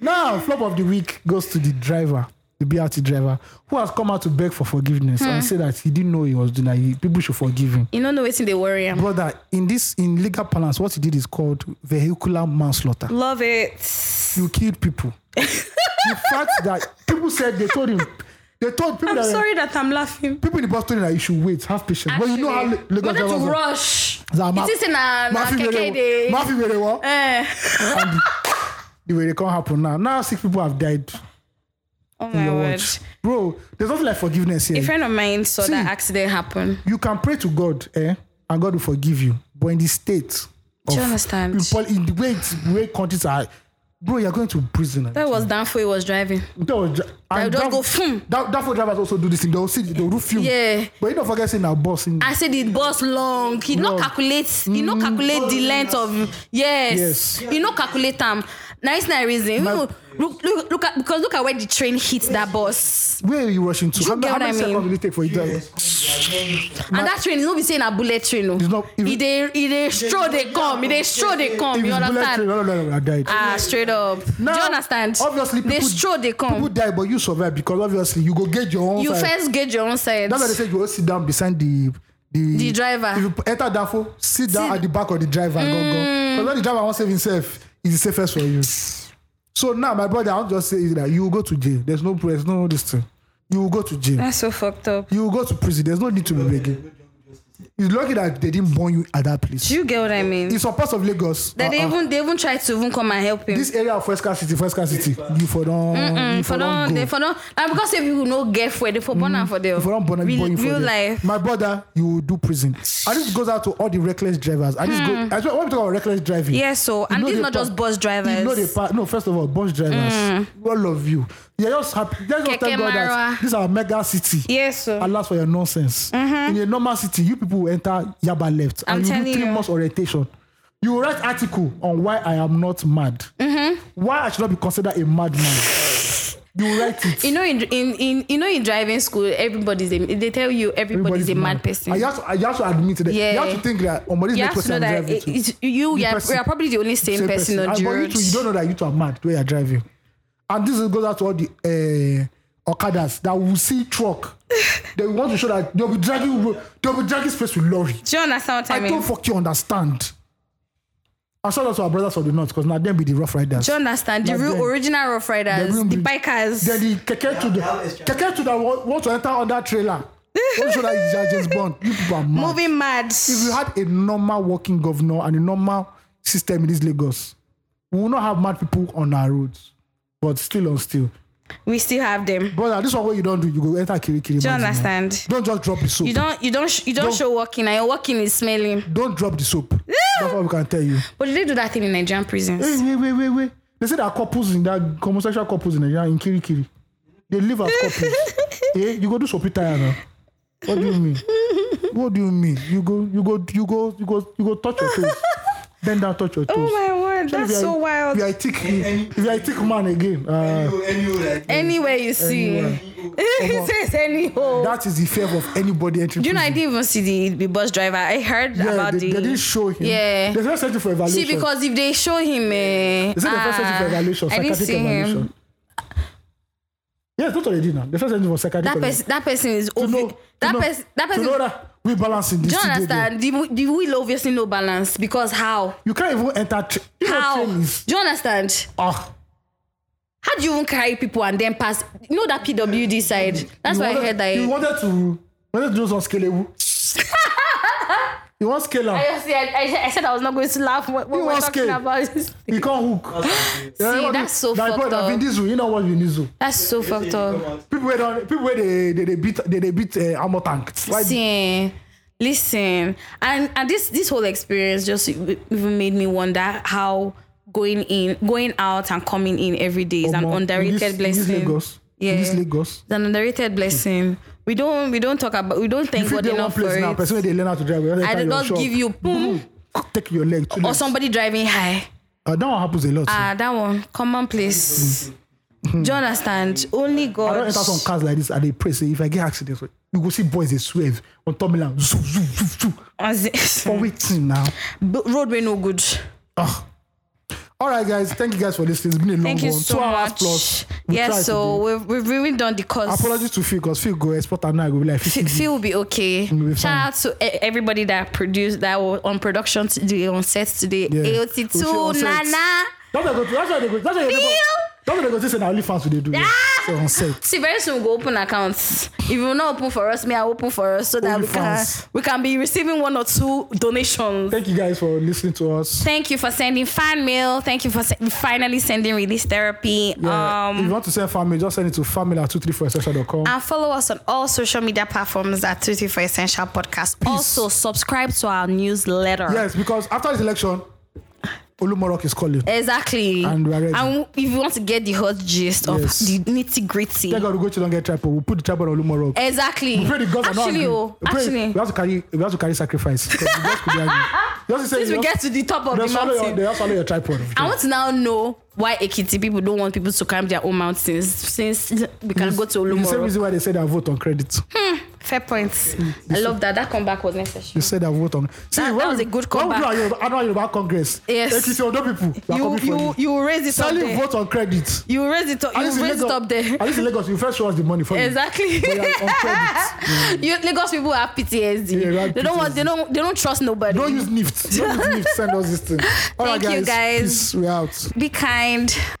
Now, flop of the week goes to the driver, the the BRT driver, who has come out to beg for forgiveness
Hmm.
and say that he didn't know he was doing that. He, people should forgive him.
You don't know what's in the worry. am.
Brother, in this in legal parlance, what he did is called vehicular manslaughter.
Mm.
Love it.
You killed people. the fact that people said they told him, they told people
I'm
that
sorry that I'm laughing.
people in the bus told him that you should wait, have patience. but you know how le-
Actually,
legal
wanted
drivers
to
are.
rush.
Zama.
It is in
uh,
a na
Mafi
keke Eh.
Werewo.
dey.
Mafi Werewo. And the way they can't happen now. Now six people have died.
Oh
in
my
your
word.
watch. Bro, there's nothing like forgiveness here.
A friend of mine saw that accident happen.
you can pray to God, eh? And God will forgive you. But in the state of
Do you understand?
in, pol- in the way it's way countries are bro, you're going to prison.
That was Danfo he was driving.
That was dr- and
just
that-
go, "Fum."
That, that for drivers also do this thing. They will see they will do film.
Yeah.
But you don't forget saying our boss in
I said the bus long. He
Long. Mm.
not calculate. He not calculate the length of yes.
Yes.
He not calculate am. Nice, nice reason.
Ma-
look, look, look at because look at where the train hit that bus.
where are you rushing to?
you
How, many-
get
how
what I
many
mean?
seconds will it take for you to
and that train is not be saying a bullet train o.
It's not- if-
e dey e dey stroll dey come e dey stroll dey come
If
you
it's bullet train,
understand.
all of them have died.
ah straight up. do you understand.
Obviously, people,
dey stroll dey
People
come.
die, but you survive because obviously you go get your own.
you
side.
first gauge your own side.
That's why they say you go sit down beside the the,
The driver.
If you enter Danfo, sit down
Sit- Mm.
at the back of the driver. and Go go. Because when the driver wants save himself, it's the safest for you. So now, my brother, I'll just say is that you will go to jail. There's no there's no this thing. You will go to jail.
that's so fucked up.
you will go to prison. There's no need to be begging. It's lucky that they didn't burn you at that place.
do you get what i mean.
In some parts of Lagos,
that they
uh-uh.
even they even try to even come and help him.
this area of Fuesca City, Fuesca City, you for don, you
Mm, for don they
go. Mm.
for don na because say people no get fuel they for burn am for there.
If you don't burn it,
real,
burn it for
real
them.
life.
My brother, you will do prison. And this goes out to all the reckless drivers. And this go, as well, when we talk about reckless driving,
Mm. yes so
you
and
know
this
they
not
pa-
just bus
You know the
drivers.
part. No, first of all, bus drivers,
Mm.
all of you. You're just happy. Let's just
Keke
thank God that
Marwa.
this is our mega city.
yes so.
Alas for your nonsense. In a normal city, you people will enter Yaba left
Mm-hmm. I'm
and you do
telling
three
you.
months orientation. You will write article on why I am not mad.
Mm-hmm.
Why I should not be considered a madman. you will write it.
you know in in in you know in driving school everybody's a they tell you everybody's, a mad person.
I have to, I have to admit that. You
Yeah.
have to think that um, this
you
next
have to
person
know
I'm
that
driving
it,
to.
it's, you
The
you are,
person-
you are probably the only sane
same
person on
And
the
but you
road.
too, you don't know that you two are mad where you're driving. And this is- goes out to all the uh, Okadas that will see truck. they want to show that they'll be dragging ro- they'll be dragging space with lorry.
Do you understand what
I,
I, mean?
don't fucking understand. I saw that to our brothers of the north because now them be the rough riders.
Do you understand? The
Like
real
them.
original rough
The
riders,
real
the
big-
bikers.
Then the keke to the keke to that want, want to enter on that trailer. Want to show that it's James Bond. You people are mad.
moving mad.
if you had a normal working governor and a normal system in this Lagos, we will not have mad people on our roads. But still on still.
We still have them.
Brother, this one what you don't do, you go enter Kirikiri.
Do you
maximum.
understand?
Don't just drop the soap.
You don't you don't sh- you don't,
Don't-
show walking and your walking is smelling.
Don't drop the soap. That's what we can tell you.
But do they do that thing in Nigerian prisons?
Hey, wait, wait, wait, wait. They say there are couples in that homosexual couples in Nigeria in Kirikiri. They live as couples. eh, you go do soapy tire now. What do you mean? What do you mean? You go, you go, you go, you go, you go touch your toes. Bend down, touch
Oh
your toes.
word,
If you are- If you are a thick, if you are a thick man again, uh,
Anywhere you see. It says anyhow.
that is the fear of anybody entering.
Do you know I
prison.
didn't even see the, the bus driver. I heard
yeah,
about
they,
the
they didn't show him.
Yeah.
they just sent him for evaluation.
See, because if they show him, eh,
they said they first sent him for
ah,
evaluation,
I didn't
psychiatric
see
evaluation.
him.
Yes, that's what they did now. They first sent him for psychiatric
That
evaluation.
person, that person is
To know-
obvi-
to
that
know-
person, that person.
To know that we balancing this.
do you
today,
understand? The, the wheel obviously no balance because how?
though. You can't even enter. Tra- you know,
How?
train is-
Do you understand?
ah.
How do you even carry people and then pass? You know that PWD side. That's
You
why I
wanted-
heard that.
You wanted to, wanted to do some scalable. you want scale up.
I, see, I, I- I said I was not going to laugh when, when
You
we're
want
talking
scale?
about this.
You can't hook.
See, that's so
Like,
fucked
I've been
up.
this way. You know what you need to.
That's so fucked up.
People were done. People were they they, they beat they, they beat uh, armor tank. Why?
Listen, listen, and and this this whole experience just e- even made me wonder how going in, going out, and coming in every day is an
Omo, in
underrated
this- in this
blessing.
Lagos.
Yeah.
In this Lagos.
It's an underrated blessing. We don't we don't talk about we don't thank
If you
God
dey one
enough for
place now,
it.
person wey dey learn how to drive. you
I
enter
did
your
not
shop,
give you boom
Take your leg. Two
or
legs.
somebody driving high.
Uh, that one happens a lot.
Ah, that one commonplace. Do you understand? Only
Mm-hmm. I
God.
don't enter some cars like this and they pray say if I get accident, you go see boys they swerve on top Milan. Zoo, zoo, zoo, zoo.
As in-
For waiting now.
B- roadway no good.
Ugh. All right, guys. Thank you guys for listening. It's been a long
Thank you
one.
so
Two hours
much.
plus. We tried
yes, so
today.
we've, we've really done the course.
apologies to Phil because Phil go export and now I go be like
Fe-
50
Feel will be okay.
be fine.
Shout out to e- everybody that produced that were on production today, on set today.
Yeah.
AOT
We feel
two,
on set.
Nana.
That's what they go. That's what they go. That's what they go. That's what they go. This is an OnlyFans we dey do.
Ah!
So on set.
See, very soon we'll open accounts. If you're not open for us, may I open for us so that we can,
OnlyFans.
we can be receiving one or two donations.
Thank you guys for listening to us.
Thank you for sending fan mail. Thank you for se- finally sending release therapy.
Yeah,
Um,
if you want to send family, just send it to family at 234essential.com.
and follow us on all social media platforms at 30 for Essential Podcast. Also, subscribe to our newsletter.
Yes, because after this election, Olumorok is calling.
Exactly.
And we are ready.
if you want to get the hot
Yes.
gist of the nitty gritty.
Thank God we go to don't get tripod. We'll put the tripod on Olumorok.
Exactly.
We Pray the gods are not
actually,
angry.
oh,
We pray-
actually.
we have to carry we have to carry sacrifice. 'cause the gods could be angry. Just to say,
Since we
just-
get to the top of
they
the
swallow your,
mountain.
they just swallow your tripod.
I want to now know why Ekiti people don't want people to climb their own mountains since we can go to
the same
Olumoro.
reason why they said I vote on credit.
Fair point. I love that. That comeback was necessary.
You said I vote on. See,
That-
when
that
we-
was a good
when we do
comeback.
our Yoruba- annual Yoruba Congress.
Yes.
Ekiti Odo people. they are
You
coming for
you you raise it up
Sally
there.
vote on credit.
You raise it up.
At least
You
in
raise it
Lagos-
up there.
At least in Lagos, you first show us the money for
Exactly.
you. But you are on credit.
You Lagos people have PTSD.
Yeah, we have
they don't want. They
PTSD.
don't. They don't trust nobody.
Don't use NIFT. Don't use NIFT. Send us this thing. All right,
Thank you, guys.
Peace. We're out.
Be kind.